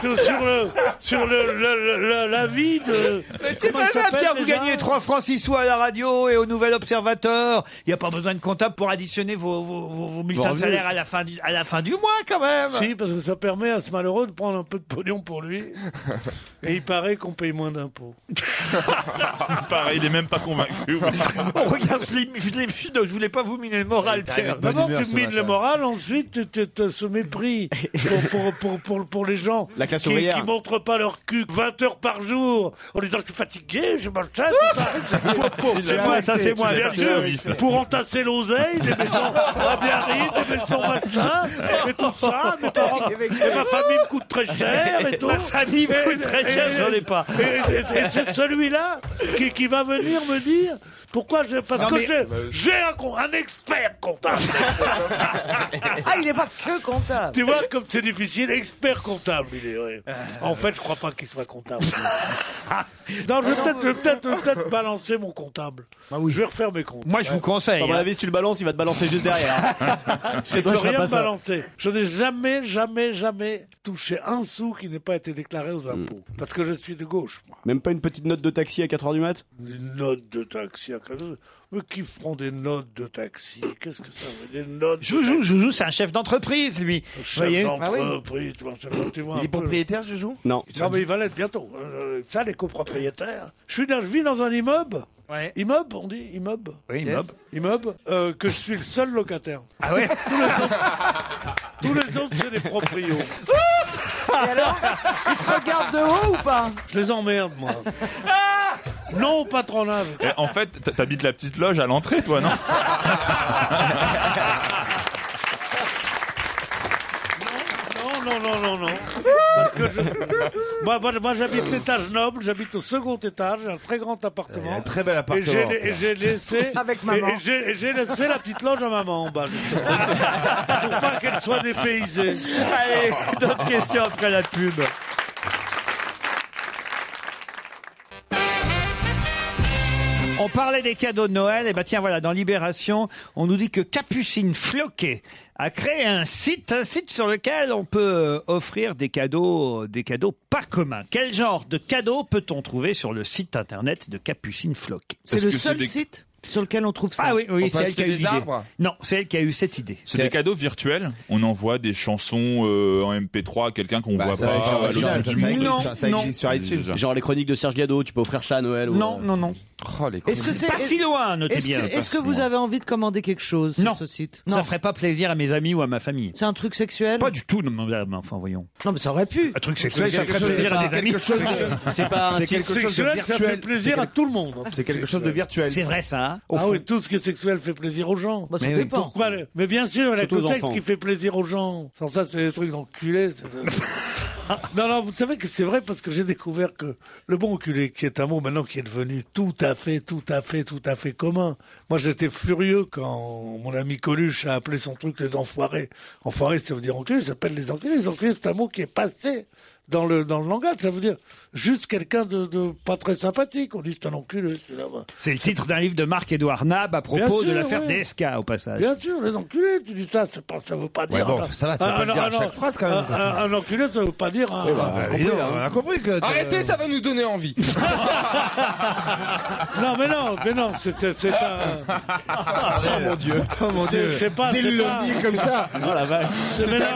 [SPEAKER 6] sur- sur le, sur le- le- le- le- la vie de.
[SPEAKER 3] Mais tu
[SPEAKER 6] Comment il
[SPEAKER 3] imagines,
[SPEAKER 6] s'appelle
[SPEAKER 3] Pierre, vous
[SPEAKER 6] déjà
[SPEAKER 3] gagnez 3 francs 6 sous à la radio et au Nouvel Observateur. Il n'y a pas besoin de comptable pour additionner vos, vos, vos, vos bulletins de
[SPEAKER 6] revenus.
[SPEAKER 3] salaire à la, fin du, à la fin du mois, quand même.
[SPEAKER 6] Si, parce que ça permet à ce malheureux de prendre un peu de pognon pour lui. Et il paraît qu'on paye moins d'impôts.
[SPEAKER 5] Pareil, il est même pas convaincu.
[SPEAKER 3] On regarde, je, l'ai- je l'ai- je voulais pas vous miner le moral, Pierre.
[SPEAKER 6] D'abord, tu mines le moral, ensuite, tu as ce mépris pour, pour, pour, pour, pour les gens
[SPEAKER 8] La classe
[SPEAKER 6] qui,
[SPEAKER 8] ouvrière.
[SPEAKER 6] qui montrent pas leur cul 20 heures par jour en disant je suis fatigué, je mange ça, tout ça. Pour- pour-
[SPEAKER 3] C'est moi, ça, c'est moi,
[SPEAKER 6] Bien
[SPEAKER 3] ça, c'est
[SPEAKER 6] sûr, pour entasser l'oseille, des maisons à Biarritz, des maisons machin, et tout ça. Mes parents, et ma famille me coûte très cher et tout.
[SPEAKER 3] Ma famille me coûte très cher, j'en ai pas.
[SPEAKER 6] Et, et- et c'est celui-là qui, qui va venir me dire pourquoi je. Parce
[SPEAKER 1] Non,
[SPEAKER 6] que
[SPEAKER 1] mais-
[SPEAKER 6] j'ai- j'ai un, con- un expert comptable.
[SPEAKER 1] Ah, il n'est pas que comptable.
[SPEAKER 6] Tu vois comme c'est difficile, expert comptable, il est. ouais.
[SPEAKER 1] Euh.
[SPEAKER 6] En fait, je crois pas qu'il soit comptable. non, je vais peut-être, je vais peut-être, je vais peut-être balancer mon comptable. Je vais refaire mes comptes.
[SPEAKER 3] Ah Moi, je vous conseille. hein.
[SPEAKER 8] À mon avis, si tu le balances, il va te balancer juste derrière.
[SPEAKER 6] Je ne
[SPEAKER 8] Et toi,
[SPEAKER 6] peux
[SPEAKER 8] je ferais
[SPEAKER 6] rien
[SPEAKER 8] pas ça.
[SPEAKER 6] balancer. Je n'ai jamais, jamais, jamais touché un sou qui n'ait pas été déclaré aux impôts. Parce que je suis de gauche, moi.
[SPEAKER 8] Même pas une petite note de taxi à 4h du mat
[SPEAKER 6] Une note de taxi. à quelque chose. Mais qui feront des notes de taxi Qu'est-ce que ça veut dire Des notes de
[SPEAKER 3] Joujou, Joujou, c'est un chef d'entreprise, lui.
[SPEAKER 6] chef
[SPEAKER 1] Ah
[SPEAKER 6] d'entreprise. tu vois, tu vois, tu vois un peu le-
[SPEAKER 8] Joujou Non.
[SPEAKER 6] Non, mais il va l'être bientôt. Euh, ça, les copropriétaires. Je, suis dans- je vis dans un immeuble. Immeuble, on dit immeuble.
[SPEAKER 3] Oui, immeuble.
[SPEAKER 6] Immeuble, euh, que je suis le seul locataire. Ah
[SPEAKER 3] ouais
[SPEAKER 6] Tous les autres, c'est des proprios.
[SPEAKER 1] Et alors Il te regarde de haut ou pas
[SPEAKER 6] Je les emmerde, moi. Non au patronage.
[SPEAKER 5] Eh, en fait, t- t'habites la petite loge à l'entrée, toi, non
[SPEAKER 6] Non, non, non, non, non. Parce que je- Moi, moi, moi, j'habite l'étage noble, j'habite au second étage, j'ai un très grand appartement. Un
[SPEAKER 7] Eh, très bel
[SPEAKER 6] Et j'ai,
[SPEAKER 7] appartement.
[SPEAKER 6] et j'ai laissé.
[SPEAKER 1] Avec maman.
[SPEAKER 6] Et, et j'ai, et j'ai laissé la petite loge à maman en bas. justement. Pour pas qu'elle soit dépaysée.
[SPEAKER 3] Allez, d'autres questions après la pub. On parlait des cadeaux de Noël, et ben tiens voilà, dans Libération, on nous dit que Capucine Floquet a créé un site, un site sur lequel on peut euh, offrir des cadeaux, des cadeaux pas communs. Quel genre de cadeaux peut-on trouver sur le site internet de Capucine Floquet
[SPEAKER 12] C'est le seul site sur lequel on trouve ça.
[SPEAKER 3] Ah oui,
[SPEAKER 5] On
[SPEAKER 3] oui,
[SPEAKER 5] peut
[SPEAKER 3] c'est elle
[SPEAKER 5] acheter
[SPEAKER 3] qui a eu
[SPEAKER 5] des
[SPEAKER 3] l'idée.
[SPEAKER 5] arbres
[SPEAKER 3] Non, c'est elle qui a eu cette idée.
[SPEAKER 5] C'est des cadeaux virtuels. On envoie des chansons euh, en MP3 à quelqu'un
[SPEAKER 8] Bah,
[SPEAKER 5] qu'on voit
[SPEAKER 7] ça,
[SPEAKER 5] pas
[SPEAKER 7] c'est
[SPEAKER 5] à l'autre
[SPEAKER 7] original,
[SPEAKER 5] bout
[SPEAKER 7] ça,
[SPEAKER 5] du
[SPEAKER 7] ça
[SPEAKER 5] monde.
[SPEAKER 7] existe, ça, ça
[SPEAKER 5] Non,
[SPEAKER 7] existe sur iTunes.
[SPEAKER 5] Déjà.
[SPEAKER 8] Genre les chroniques de Serge Gado, tu peux offrir ça à Noël ou-
[SPEAKER 3] Non, non, non.
[SPEAKER 12] Est-ce que c'est
[SPEAKER 3] si loin, notez
[SPEAKER 12] est-ce que-
[SPEAKER 3] bien.
[SPEAKER 12] Est-ce que vous avez envie de commander quelque chose
[SPEAKER 3] Non.
[SPEAKER 12] sur ce site
[SPEAKER 3] Ça ferait pas plaisir à mes amis ou à ma famille.
[SPEAKER 12] C'est un truc sexuel
[SPEAKER 3] Pas du tout, non, madame, enfin, voyons.
[SPEAKER 12] Non, mais ça aurait pu.
[SPEAKER 3] Un truc sexuel, ça
[SPEAKER 7] quelque
[SPEAKER 3] ferait
[SPEAKER 7] chose-
[SPEAKER 3] plaisir à
[SPEAKER 7] c'est
[SPEAKER 3] mes amis.
[SPEAKER 7] quelque chose de-
[SPEAKER 8] C'est pas
[SPEAKER 7] c'est
[SPEAKER 8] un site
[SPEAKER 7] quelque chose de
[SPEAKER 6] Sexuel, ça fait
[SPEAKER 7] virtuel.
[SPEAKER 6] plaisir à tout le monde.
[SPEAKER 7] C'est quelque chose de virtuel.
[SPEAKER 3] C'est vrai, ça. hein, au
[SPEAKER 6] Ah
[SPEAKER 3] fond.
[SPEAKER 6] oui, tout ce qui est sexuel fait plaisir aux gens.
[SPEAKER 12] Bah, ça
[SPEAKER 3] Mais oui.
[SPEAKER 12] dépend.
[SPEAKER 6] Pourquoi le- Mais bien sûr, la
[SPEAKER 8] Surtout aux
[SPEAKER 6] le sexe
[SPEAKER 8] enfants.
[SPEAKER 6] qui fait plaisir aux gens. Sans ça, c'est des trucs d'enculés. c'est- non, non, vous savez que c'est vrai parce que j'ai découvert que le bon enculé, qui est un mot maintenant qui est devenu tout à fait, tout à fait, tout à fait commun. Moi, j'étais furieux quand mon ami Coluche a appelé son truc les enfoirés. Enfoirés, ça veut dire enculé, ça s'appelle les enculés. Les enculés, c'est un mot qui est passé dans le, dans le langage. Ça veut dire juste quelqu'un de, de pas très sympathique. On dit c'est un enculé. c'est là, ouais.
[SPEAKER 3] C'est le titre d'un livre de Marc-Édouard Nab à
[SPEAKER 6] Bien
[SPEAKER 3] propos
[SPEAKER 6] sûr,
[SPEAKER 3] de l'affaire
[SPEAKER 6] ouais.
[SPEAKER 3] DSK, au passage.
[SPEAKER 6] Bien sûr, les enculés, tu dis ça, c'est pas- ça veut pas dire. hein. Ah,
[SPEAKER 7] bon, ça va, tu vas pas le dire à chaque phrase, quand même.
[SPEAKER 6] Un, un- un enculé, ça veut pas dire. hein. un-
[SPEAKER 7] Bah, dis donc, on
[SPEAKER 6] hein.
[SPEAKER 7] a compris que.
[SPEAKER 4] Arrêtez, ça va nous donner envie.
[SPEAKER 6] Non, mais non, mais non, c'est c'est- c'est un.
[SPEAKER 7] Oh mon dieu. Oh mon
[SPEAKER 6] C'est
[SPEAKER 7] dieu.
[SPEAKER 6] c'est pas.
[SPEAKER 7] Dès
[SPEAKER 6] c'est
[SPEAKER 7] le
[SPEAKER 6] pas-
[SPEAKER 7] lundi comme ça.
[SPEAKER 8] Oh la vache.
[SPEAKER 6] c'est- mais non, là,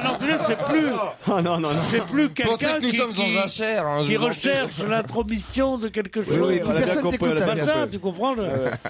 [SPEAKER 6] Un un enculé, c'est plus.
[SPEAKER 8] Oh non, non, non.
[SPEAKER 6] C'est plus
[SPEAKER 4] Pensez
[SPEAKER 6] quelqu'un
[SPEAKER 4] que nous
[SPEAKER 6] qui,
[SPEAKER 4] sommes
[SPEAKER 6] qui-
[SPEAKER 4] dans un cher. hein, je
[SPEAKER 6] qui
[SPEAKER 4] vous en prie.
[SPEAKER 6] recherche l'intromission de quelque chose.
[SPEAKER 8] oui, on a bien
[SPEAKER 7] Personne
[SPEAKER 8] compris,
[SPEAKER 7] t'écoute,
[SPEAKER 8] on a bien
[SPEAKER 7] Damien.
[SPEAKER 6] Pas ça, tu comprends le-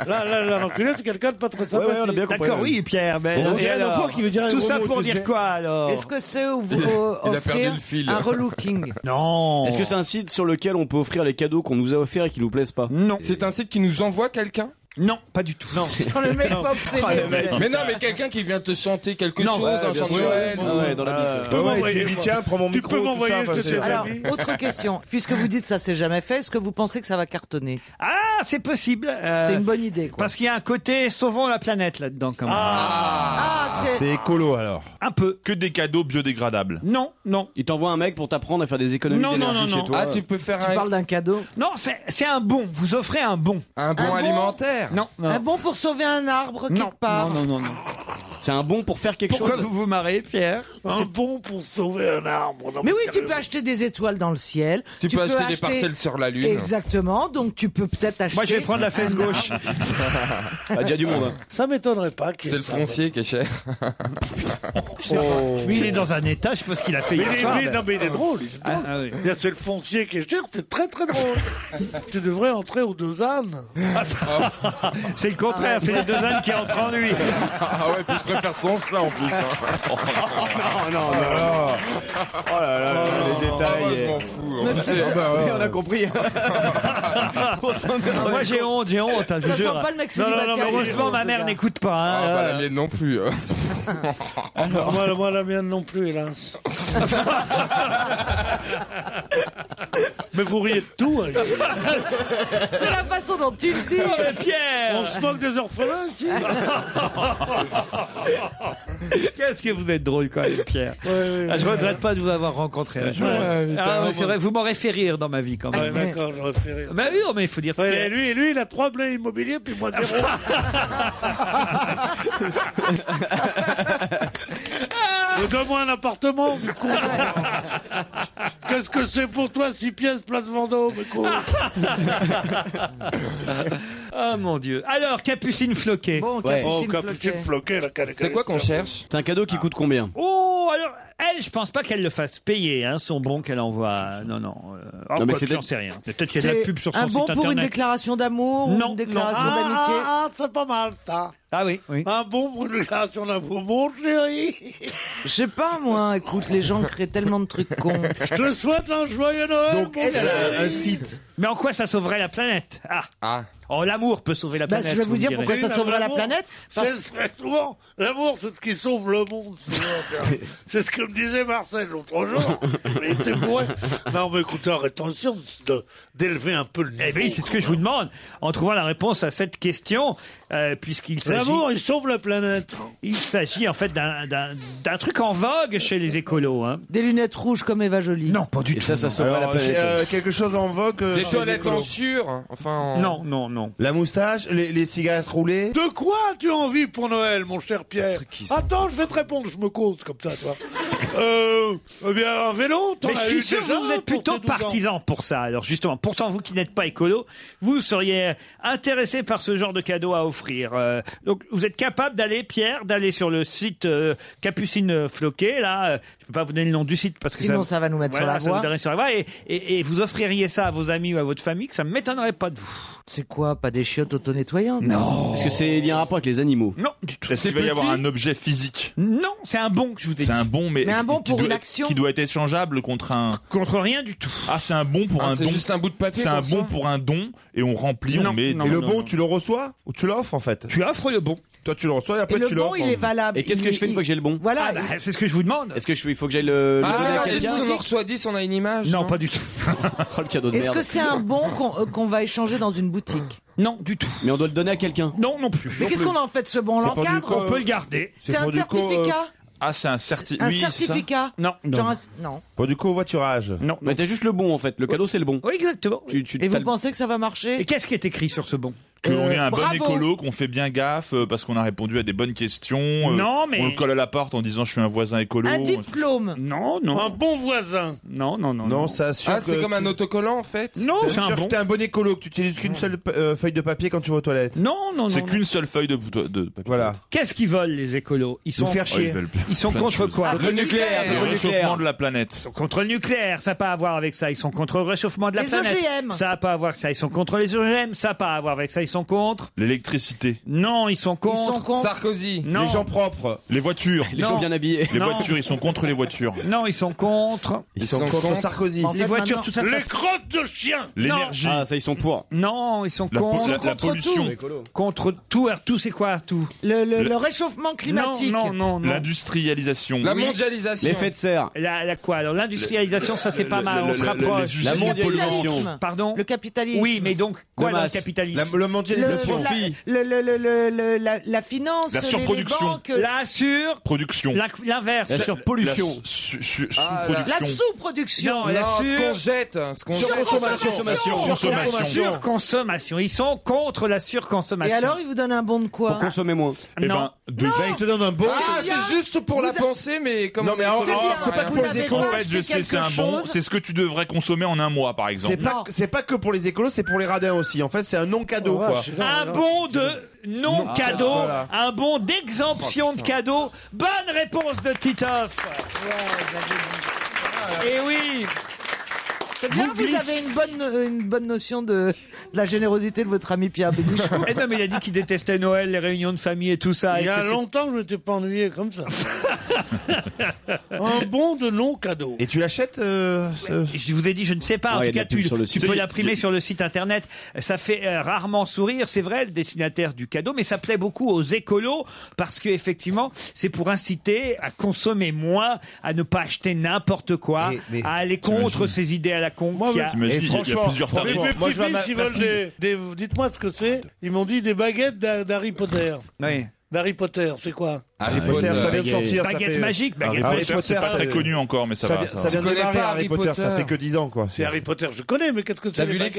[SPEAKER 6] Là, là, là, l'enculé, c'est quelqu'un de pas très
[SPEAKER 8] Ouais, ouais, on a
[SPEAKER 6] sympathique.
[SPEAKER 8] bien compris.
[SPEAKER 3] D'accord, oui, Pierre. Mais
[SPEAKER 8] On
[SPEAKER 3] et
[SPEAKER 7] dirait un
[SPEAKER 3] alors
[SPEAKER 7] enfant qui veut dire un
[SPEAKER 3] Tout
[SPEAKER 7] gros
[SPEAKER 3] ça
[SPEAKER 7] mot,
[SPEAKER 3] pour
[SPEAKER 7] tu
[SPEAKER 3] dire
[SPEAKER 7] sais.
[SPEAKER 3] quoi alors
[SPEAKER 12] Est-ce que c'est au- au-
[SPEAKER 4] Il a perdu
[SPEAKER 12] offrir
[SPEAKER 4] le fil.
[SPEAKER 12] un relooking
[SPEAKER 3] Non.
[SPEAKER 8] Est-ce que c'est un site sur lequel on peut offrir les cadeaux qu'on nous a offerts et qui nous plaisent pas
[SPEAKER 3] Non.
[SPEAKER 4] C'est un site qui nous envoie quelqu'un Ah,
[SPEAKER 3] Non, pas du tout. Non.
[SPEAKER 1] le mec pas obsédé.
[SPEAKER 3] Oh, le mec.
[SPEAKER 4] Mais non, mais quelqu'un qui vient te chanter quelque
[SPEAKER 3] Non.
[SPEAKER 4] chose,
[SPEAKER 3] Ouais,
[SPEAKER 4] un
[SPEAKER 3] bien
[SPEAKER 4] chant de
[SPEAKER 3] sûr.
[SPEAKER 4] Noël.
[SPEAKER 3] Ouais, Euh, ouais, dans la bite.
[SPEAKER 4] Tu
[SPEAKER 7] peux Ouais, m'envoyer- tu dis, tiens, prends mon Tu micro, peux tout m'envoyer ça, ce que enfin, c'est- tu as
[SPEAKER 12] Alors,
[SPEAKER 7] dit.
[SPEAKER 12] autre question. Puisque vous dites ça s'est jamais fait, est-ce que vous pensez que ça va cartonner
[SPEAKER 3] Ah, c'est possible.
[SPEAKER 12] C'est une bonne idée, quoi.
[SPEAKER 3] Euh, Parce qu'il y a un côté sauvons la planète là-dedans, quand même.
[SPEAKER 12] Ah,
[SPEAKER 5] C'est écolo alors.
[SPEAKER 3] Un peu.
[SPEAKER 5] Que des cadeaux biodégradables.
[SPEAKER 3] Non, non.
[SPEAKER 8] Il t'envoie un mec pour t'apprendre à faire des économies d'énergie chez
[SPEAKER 3] Ah,
[SPEAKER 8] toi.
[SPEAKER 12] Ah, tu parles d'un cadeau
[SPEAKER 3] Non, c'est c'est un bon. Vous offrez un bon.
[SPEAKER 4] Un
[SPEAKER 12] bon alimentaire
[SPEAKER 3] Non, non.
[SPEAKER 12] Un Ah bon pour sauver un arbre
[SPEAKER 3] Non,
[SPEAKER 12] quelque part.
[SPEAKER 3] non, non, non, non.
[SPEAKER 8] C'est un bon pour faire quelque
[SPEAKER 3] Pourquoi
[SPEAKER 8] chose. Ah,
[SPEAKER 3] vous vous marrez, Pierre
[SPEAKER 6] Un bon pour sauver un arbre. Non,
[SPEAKER 12] Mais oui, tu
[SPEAKER 6] sérieux.
[SPEAKER 12] peux acheter des étoiles dans le ciel.
[SPEAKER 4] Tu peux acheter des parcelles sur la Lune.
[SPEAKER 12] Exactement. Donc tu peux peut-être acheter.
[SPEAKER 3] Moi, je vais prendre la fesse
[SPEAKER 12] un
[SPEAKER 3] gauche.
[SPEAKER 12] arbre.
[SPEAKER 4] Ah, déjà du monde, hein.
[SPEAKER 6] Ça m'étonnerait pas. qu'il y
[SPEAKER 4] C'est
[SPEAKER 6] ait
[SPEAKER 4] le
[SPEAKER 6] ça.
[SPEAKER 4] foncier qui est cher.
[SPEAKER 3] Mais Oh. il est dans un état, je sais pas ce qu'il a fait
[SPEAKER 6] Ah, Mais
[SPEAKER 3] hier
[SPEAKER 6] il est-
[SPEAKER 3] soir.
[SPEAKER 6] mais- non, mais il est drôle. il est
[SPEAKER 3] Ah,
[SPEAKER 6] drôle.
[SPEAKER 3] ah oui.
[SPEAKER 6] Il y a- C'est le foncier qui est cher, c'est très très drôle. tu devrais entrer aux deux ânes. Ah,
[SPEAKER 3] C'est le contraire, c'est les deux ânes qui entrent en lui.
[SPEAKER 4] Ah ouais, puis je préfère son cela en plus. hein.
[SPEAKER 8] non, non, non. Oh là là, les détails.
[SPEAKER 4] je m'en fous.
[SPEAKER 8] Même si-
[SPEAKER 4] Ah bah ouais.
[SPEAKER 8] Oui, on a compris. On s'en est
[SPEAKER 6] Ah,
[SPEAKER 8] rendu
[SPEAKER 3] Moi, j'ai
[SPEAKER 8] compte.
[SPEAKER 3] honte, j'ai honte, hein, je
[SPEAKER 8] Ça
[SPEAKER 3] vous
[SPEAKER 8] sent
[SPEAKER 3] jure.
[SPEAKER 8] pas le mec
[SPEAKER 3] Non, non, non, mais
[SPEAKER 8] célibataire, il est
[SPEAKER 3] heureusement,
[SPEAKER 8] honte,
[SPEAKER 3] ma mère
[SPEAKER 8] le gars.
[SPEAKER 3] n'écoute pas. hein,
[SPEAKER 4] Ah, pas
[SPEAKER 3] euh.
[SPEAKER 4] la mienne non plus. euh.
[SPEAKER 6] bah, moi, la- moi, la mienne non plus, hélas. mais vous riez de tout. hein.
[SPEAKER 12] C'est la façon dont tu le dis.
[SPEAKER 3] Oh,
[SPEAKER 6] On se moque des orphelins, si.
[SPEAKER 3] Qu'est-ce que vous êtes drôle quand même, Pierre. Ah, je regrette pas de vous avoir rencontré un jour.
[SPEAKER 6] Ouais,
[SPEAKER 3] Ah,
[SPEAKER 6] putain,
[SPEAKER 3] ouais, c'est vrai, vous m'aurez fait rire dans ma vie quand
[SPEAKER 6] Ouais,
[SPEAKER 3] même.
[SPEAKER 6] d'accord, j'aurais fait rire.
[SPEAKER 3] Mais oui, non, mais il faut dire. ce qu'il y
[SPEAKER 6] Ouais,
[SPEAKER 3] a.
[SPEAKER 6] et lui, et lui, il a trois blés immobiliers, puis moi zéro. Mais donne-moi un appartement, du coup. Qu'est-ce que c'est pour toi, six pièces, place Vendôme, con
[SPEAKER 3] Ah mon Dieu. Alors, Capucine Floquet.
[SPEAKER 12] Bon,
[SPEAKER 6] Oh, capucine floqué, la cale-
[SPEAKER 4] C'est quoi qu'on cherche
[SPEAKER 8] C'est un cadeau qui coûte combien
[SPEAKER 3] Oh, alors, elle, je pense pas qu'elle le fasse payer, hein, son bon qu'elle envoie. Non, non. euh, oh,
[SPEAKER 8] Non, mais
[SPEAKER 3] quoi
[SPEAKER 8] c'est
[SPEAKER 3] que j'en
[SPEAKER 8] des-
[SPEAKER 3] sais rien. Peut-être qu'il y a de la pub sur son
[SPEAKER 12] un bon
[SPEAKER 3] site
[SPEAKER 12] pour une
[SPEAKER 3] internet.
[SPEAKER 12] déclaration d'amour, ou
[SPEAKER 3] Non,
[SPEAKER 12] une déclaration
[SPEAKER 6] Ah,
[SPEAKER 12] d'amitié.
[SPEAKER 6] ah, ah, c'est pas mal, ça.
[SPEAKER 3] Ah oui, oui.
[SPEAKER 6] Un bon pour une relation d'amour, mon chéri.
[SPEAKER 12] Je sais pas moi. Écoute, les gens créent tellement de trucs cons.
[SPEAKER 6] Je te souhaite un joyeux
[SPEAKER 12] Euh,
[SPEAKER 6] Noël, mon chéri.
[SPEAKER 7] un site.
[SPEAKER 3] Mais en quoi ça sauverait la planète Ah,
[SPEAKER 4] Ah.
[SPEAKER 3] oh, l'amour peut sauver la
[SPEAKER 12] Bah,
[SPEAKER 3] planète.
[SPEAKER 12] je vais vous dire
[SPEAKER 3] me direz.
[SPEAKER 12] pourquoi ça
[SPEAKER 6] Oui,
[SPEAKER 12] sauverait la
[SPEAKER 6] l'amour,
[SPEAKER 12] planète.
[SPEAKER 6] C'est c'est souvent l'amour, c'est ce qui sauve le monde. souvent, c'est- C'est ce que me disait Marcel l'autre jour. Il était bourré. Non, mais écoutez, attention de- d'élever un peu le niveau.
[SPEAKER 3] Eh oui, c'est ce que je vous demande en trouvant la réponse à cette question, euh, puisqu'il s'agit,
[SPEAKER 6] L'amour, il sauve la planète.
[SPEAKER 3] il s'agit en fait d'un- d'un d'un truc en vogue chez les écolos. Hein.
[SPEAKER 12] Des lunettes rouges comme Eva Jolie.
[SPEAKER 3] Non, pas du
[SPEAKER 8] Et
[SPEAKER 3] tout.
[SPEAKER 8] ça, ça sauve la
[SPEAKER 7] Alors, j'ai,
[SPEAKER 8] planète.
[SPEAKER 7] euh, quelque chose en vogue. euh,
[SPEAKER 4] Des
[SPEAKER 7] chez
[SPEAKER 4] toilettes
[SPEAKER 7] les
[SPEAKER 4] en
[SPEAKER 7] écolos.
[SPEAKER 4] sur. Enfin. en-
[SPEAKER 3] Non, non, non.
[SPEAKER 7] La moustache, les, les cigarettes roulées.
[SPEAKER 6] De quoi as-tu envie pour Noël, mon cher Pierre
[SPEAKER 4] qui sont-
[SPEAKER 6] Attends, je vais te répondre, je me cause comme ça, toi. Euh, eh bien, un vélo, t'en
[SPEAKER 3] Mais je
[SPEAKER 6] as
[SPEAKER 3] suis
[SPEAKER 6] eu
[SPEAKER 3] sûr que
[SPEAKER 6] déjà
[SPEAKER 3] vous êtes
[SPEAKER 6] pour
[SPEAKER 3] plutôt
[SPEAKER 6] tes 12 ans.
[SPEAKER 3] partisan pour ça. Alors justement, pourtant vous qui n'êtes pas écolo, vous seriez intéressé par ce genre de cadeau à offrir. Euh, donc vous êtes capable d'aller, Pierre, d'aller sur le site euh, Capucine Floquet. Là, euh, je peux pas vous donner le nom du site parce que
[SPEAKER 12] Sinon, ça va nous mettre
[SPEAKER 3] Voilà,
[SPEAKER 12] sur la
[SPEAKER 3] ça
[SPEAKER 12] voie.
[SPEAKER 3] nous donnerait sur la voie et, et- et vous offririez ça à vos amis ou à votre famille, que ça m'étonnerait pas de vous.
[SPEAKER 12] C'est quoi Pas des chiottes auto-nettoyantes
[SPEAKER 8] Est-ce que c'est lié un rapport avec les animaux
[SPEAKER 3] Non, du tout.
[SPEAKER 5] Est-ce qu'il va y avoir un objet physique
[SPEAKER 3] Non, c'est un bon que je vous ai dit.
[SPEAKER 5] C'est un bon, mais,
[SPEAKER 12] Mais un bon
[SPEAKER 5] qui
[SPEAKER 12] pour
[SPEAKER 5] doit
[SPEAKER 12] une
[SPEAKER 5] être-
[SPEAKER 12] action.
[SPEAKER 5] qui doit être échangeable contre un.
[SPEAKER 3] Contre rien du tout.
[SPEAKER 5] Ah, c'est un bon pour
[SPEAKER 4] Ah,
[SPEAKER 5] un
[SPEAKER 4] c'est
[SPEAKER 5] don.
[SPEAKER 4] juste un bout de papier.
[SPEAKER 5] C'est un
[SPEAKER 4] comme ça.
[SPEAKER 5] bon pour un don et on remplit,
[SPEAKER 3] Non,
[SPEAKER 5] on met.
[SPEAKER 3] non,
[SPEAKER 7] Et
[SPEAKER 5] des-
[SPEAKER 7] le bon, tu le reçois ou tu l'offres en fait
[SPEAKER 3] Tu offres le bon.
[SPEAKER 7] Toi, tu le reçois et
[SPEAKER 12] Et
[SPEAKER 7] après
[SPEAKER 12] le
[SPEAKER 7] tu
[SPEAKER 12] bon,
[SPEAKER 7] l'offres. hein.
[SPEAKER 12] il est valable.
[SPEAKER 8] Et qu'est-ce que
[SPEAKER 12] Il-
[SPEAKER 8] je fais une
[SPEAKER 12] il-
[SPEAKER 8] fois que j'ai le bon
[SPEAKER 12] Voilà.
[SPEAKER 3] Ah bah, c'est ce que je vous demande.
[SPEAKER 8] Est-ce que je, il faut que j'aille le, le donner à
[SPEAKER 4] Ah, et si
[SPEAKER 8] quelqu'un
[SPEAKER 4] on en reçoit 10, on a une image
[SPEAKER 3] Non, pas du tout.
[SPEAKER 8] Oh, le cadeau de
[SPEAKER 12] Est-ce
[SPEAKER 8] merde.
[SPEAKER 12] que c'est un bon qu'on euh, qu'on va échanger dans une boutique
[SPEAKER 8] Ah.
[SPEAKER 3] Non, du tout.
[SPEAKER 8] Mais on doit le donner à quelqu'un.
[SPEAKER 3] Non, non plus.
[SPEAKER 12] Mais
[SPEAKER 3] Non
[SPEAKER 12] qu'est-ce
[SPEAKER 3] plus.
[SPEAKER 12] qu'on en fait de ce bon On
[SPEAKER 7] C'est pas du
[SPEAKER 3] On
[SPEAKER 12] l'encadre
[SPEAKER 7] corps.
[SPEAKER 3] peut le garder.
[SPEAKER 12] C'est un
[SPEAKER 7] pour du co-
[SPEAKER 12] certificat
[SPEAKER 5] Ah, c'est un, certi...
[SPEAKER 12] Un
[SPEAKER 5] oui, c'est ça.
[SPEAKER 12] certificat
[SPEAKER 3] Non, non.
[SPEAKER 12] Genre un- non.
[SPEAKER 7] Bon, du coup, au voiturage.
[SPEAKER 3] Non, non.
[SPEAKER 8] Mais t'as juste le bon en fait. Le cadeau c'est le bon.
[SPEAKER 3] Oui, exactement.
[SPEAKER 8] Tu, tu,
[SPEAKER 12] Et
[SPEAKER 8] t'as
[SPEAKER 12] vous
[SPEAKER 8] le-
[SPEAKER 12] pensez que ça va marcher
[SPEAKER 3] Et qu'est-ce qui est écrit sur ce bon
[SPEAKER 5] Que
[SPEAKER 12] Euh,
[SPEAKER 5] on est un
[SPEAKER 12] bravo.
[SPEAKER 5] bon écolo, qu'on fait bien gaffe euh, parce qu'on a répondu à des bonnes questions. euh,
[SPEAKER 3] Non, mais-
[SPEAKER 5] On le colle à la porte en disant je suis un voisin écolo.
[SPEAKER 12] Un diplôme
[SPEAKER 3] Non, non.
[SPEAKER 6] Un bon voisin.
[SPEAKER 3] Non, non, non.
[SPEAKER 7] Non, ça assure
[SPEAKER 4] Ah, c'est
[SPEAKER 7] que
[SPEAKER 4] comme
[SPEAKER 7] tu-
[SPEAKER 4] un autocollant en fait.
[SPEAKER 3] Non,
[SPEAKER 7] ça
[SPEAKER 3] c'est un
[SPEAKER 7] assure
[SPEAKER 3] bon.
[SPEAKER 7] que t'es un bon écolo, que tu utilises qu'une seule euh, feuille de papier quand tu vas aux toilettes.
[SPEAKER 3] Non, non, non.
[SPEAKER 5] C'est
[SPEAKER 3] non.
[SPEAKER 5] qu'une seule feuille de, de- de papier.
[SPEAKER 7] Voilà.
[SPEAKER 3] Qu'est-ce qu'ils veulent, les écolos Ils sont,
[SPEAKER 7] Nous faire
[SPEAKER 5] Oh, ils
[SPEAKER 7] chier.
[SPEAKER 5] veulent
[SPEAKER 3] ils sont
[SPEAKER 5] plein de
[SPEAKER 3] contre
[SPEAKER 5] choses.
[SPEAKER 3] quoi
[SPEAKER 4] Le nucléaire.
[SPEAKER 5] Le réchauffement de la planète.
[SPEAKER 3] Ils sont contre le nucléaire, ça n'a pas à voir avec ça. Ils sont contre le réchauffement de la
[SPEAKER 12] Les
[SPEAKER 3] planète.
[SPEAKER 12] OGM.
[SPEAKER 3] Ça n'a pas à voir avec ça. Ils sont contre les OGM, ça n'a pas à voir avec ça. Ils sont contre.
[SPEAKER 5] L'électricité.
[SPEAKER 3] Non, ils sont contre.
[SPEAKER 5] sont contre. Sarkozy.
[SPEAKER 3] Non.
[SPEAKER 5] Les gens
[SPEAKER 3] propres.
[SPEAKER 5] Les voitures.
[SPEAKER 3] Les gens bien habillés.
[SPEAKER 5] Les
[SPEAKER 3] Non.
[SPEAKER 5] voitures, ils sont contre les voitures.
[SPEAKER 3] Non, ils sont contre.
[SPEAKER 5] Ils Ils sont sont contre contre. Sarkozy. En
[SPEAKER 3] les
[SPEAKER 5] fait,
[SPEAKER 3] voitures,
[SPEAKER 5] maintenant-
[SPEAKER 3] tout ça.
[SPEAKER 6] Les
[SPEAKER 3] ça...
[SPEAKER 6] crottes de chien
[SPEAKER 5] L'énergie.
[SPEAKER 3] Ah, ça, ils sont pour. Non, ils sont
[SPEAKER 5] La po-
[SPEAKER 3] contre.
[SPEAKER 5] la- la
[SPEAKER 3] Contre
[SPEAKER 5] pollution.
[SPEAKER 3] tout. Contre tout. Alors, tout, c'est quoi, tout
[SPEAKER 1] le,
[SPEAKER 5] le- le
[SPEAKER 1] réchauffement
[SPEAKER 3] climatique. Non, non, non. non.
[SPEAKER 5] L'industrialisation.
[SPEAKER 3] Oui. La, la quoi Alors, l'industrialisation, ça, c'est
[SPEAKER 5] Le-
[SPEAKER 3] pas
[SPEAKER 5] le-
[SPEAKER 3] mal.
[SPEAKER 5] le-
[SPEAKER 3] on
[SPEAKER 5] le-
[SPEAKER 3] se
[SPEAKER 5] le-
[SPEAKER 3] rapproche.
[SPEAKER 5] les usines La polluantes. mondialisation.
[SPEAKER 3] Pardon Le capitalisme. Oui, mais donc, quoi dans le capitalisme
[SPEAKER 7] La- le mondialisation.
[SPEAKER 1] la, le- le- le- le- le- la, la finance,
[SPEAKER 5] La
[SPEAKER 1] les-
[SPEAKER 5] surproduction.
[SPEAKER 1] les banques,
[SPEAKER 3] La sur.
[SPEAKER 5] Production.
[SPEAKER 3] euh, La- L'inverse.
[SPEAKER 5] La surpollution. su- su-
[SPEAKER 4] Ah,
[SPEAKER 5] sous-production.
[SPEAKER 1] la sous-production.
[SPEAKER 3] Non, la
[SPEAKER 4] Non, ce
[SPEAKER 3] sur-
[SPEAKER 4] qu'on jette, hein, ce qu'on jette.
[SPEAKER 3] La surconsommation. Ils sont contre la surconsommation.
[SPEAKER 12] Et alors, il vous donne un bon de quoi
[SPEAKER 3] consommer moins.
[SPEAKER 5] Eh
[SPEAKER 3] Non.
[SPEAKER 5] ben, de-
[SPEAKER 7] il Bah, te donne un bon.
[SPEAKER 4] Ah,
[SPEAKER 12] bien.
[SPEAKER 4] c'est juste pour la
[SPEAKER 12] Vous a-
[SPEAKER 4] pensée, mais comme
[SPEAKER 7] Non, mais alors,
[SPEAKER 4] C'est
[SPEAKER 7] alors,
[SPEAKER 4] bien,
[SPEAKER 7] c'est pas
[SPEAKER 4] ouais.
[SPEAKER 7] que pour les écolos.
[SPEAKER 5] En fait, je sais, c'est un bon. C'est ce que tu devrais consommer en un mois, par exemple.
[SPEAKER 7] C'est pas, c'est pas que pour les écolos, c'est pour les radins aussi. En fait, c'est un non-cadeau,
[SPEAKER 8] Oh,
[SPEAKER 7] quoi.
[SPEAKER 3] Un bon de
[SPEAKER 4] Ah,
[SPEAKER 3] non-cadeau,
[SPEAKER 7] voilà.
[SPEAKER 3] euh, un bon d'exemption
[SPEAKER 4] Oh,
[SPEAKER 3] de cadeau. Bonne réponse de Titoff.
[SPEAKER 4] Ah,
[SPEAKER 3] Et oui.
[SPEAKER 12] C'est bien,
[SPEAKER 3] Vous
[SPEAKER 12] vous,
[SPEAKER 3] glisse-
[SPEAKER 12] avez une bonne, euh, une bonne notion de, de la générosité de votre ami Pierre Bénichou.
[SPEAKER 3] Eh non, mais il a dit qu'il détestait Noël, les réunions de famille et tout ça.
[SPEAKER 6] Il y
[SPEAKER 3] Et
[SPEAKER 6] a
[SPEAKER 7] Ah,
[SPEAKER 3] que c'est-
[SPEAKER 6] longtemps que je n'étais pas ennuyé comme ça. un bon de non-cadeau.
[SPEAKER 7] Et tu euh, l'achètes
[SPEAKER 3] Je vous ai dit, je ne sais pas. En
[SPEAKER 6] Ouais,
[SPEAKER 3] tout
[SPEAKER 6] il y a de
[SPEAKER 3] cas,
[SPEAKER 6] la pub
[SPEAKER 3] tu,
[SPEAKER 6] sur le
[SPEAKER 3] tu
[SPEAKER 6] site.
[SPEAKER 3] peux
[SPEAKER 6] Il y a-
[SPEAKER 3] l'imprimer sur le site internet. Ça fait euh, rarement sourire, c'est vrai, le destinataire du cadeau, mais ça plaît beaucoup aux écolos parce que effectivement, c'est pour inciter à consommer moins, à ne pas acheter n'importe quoi, à aller contre ces idées à la con. qu'il y a-
[SPEAKER 5] t'imagines, il y a- il y a plusieurs
[SPEAKER 6] Ah, franchement,
[SPEAKER 5] tarifs.
[SPEAKER 6] mes
[SPEAKER 5] Moi, je vois
[SPEAKER 6] petits-fils,
[SPEAKER 5] ma-
[SPEAKER 6] ils
[SPEAKER 5] ma
[SPEAKER 6] veulent
[SPEAKER 5] fille.
[SPEAKER 6] des, des- Dites-moi ce que c'est. Ils m'ont dit des baguettes d'Ha- d'Harry Potter.
[SPEAKER 3] Oui.
[SPEAKER 6] D'Harry Potter, c'est quoi
[SPEAKER 5] Harry Harry Potter, Potter, ça vient de baguette. sortir, ça
[SPEAKER 3] Baguette
[SPEAKER 5] fait-
[SPEAKER 3] magique, baguette
[SPEAKER 5] Harry
[SPEAKER 3] magique.
[SPEAKER 5] Potter, c'est pas très connu encore, mais ça,
[SPEAKER 7] Ça
[SPEAKER 5] va.
[SPEAKER 7] vient- ça vient de démarrer Harry Potter, ça fait que 10 ans, quoi.
[SPEAKER 6] C'est Harry Potter, je connais, mais qu'est-ce que c'est baguettes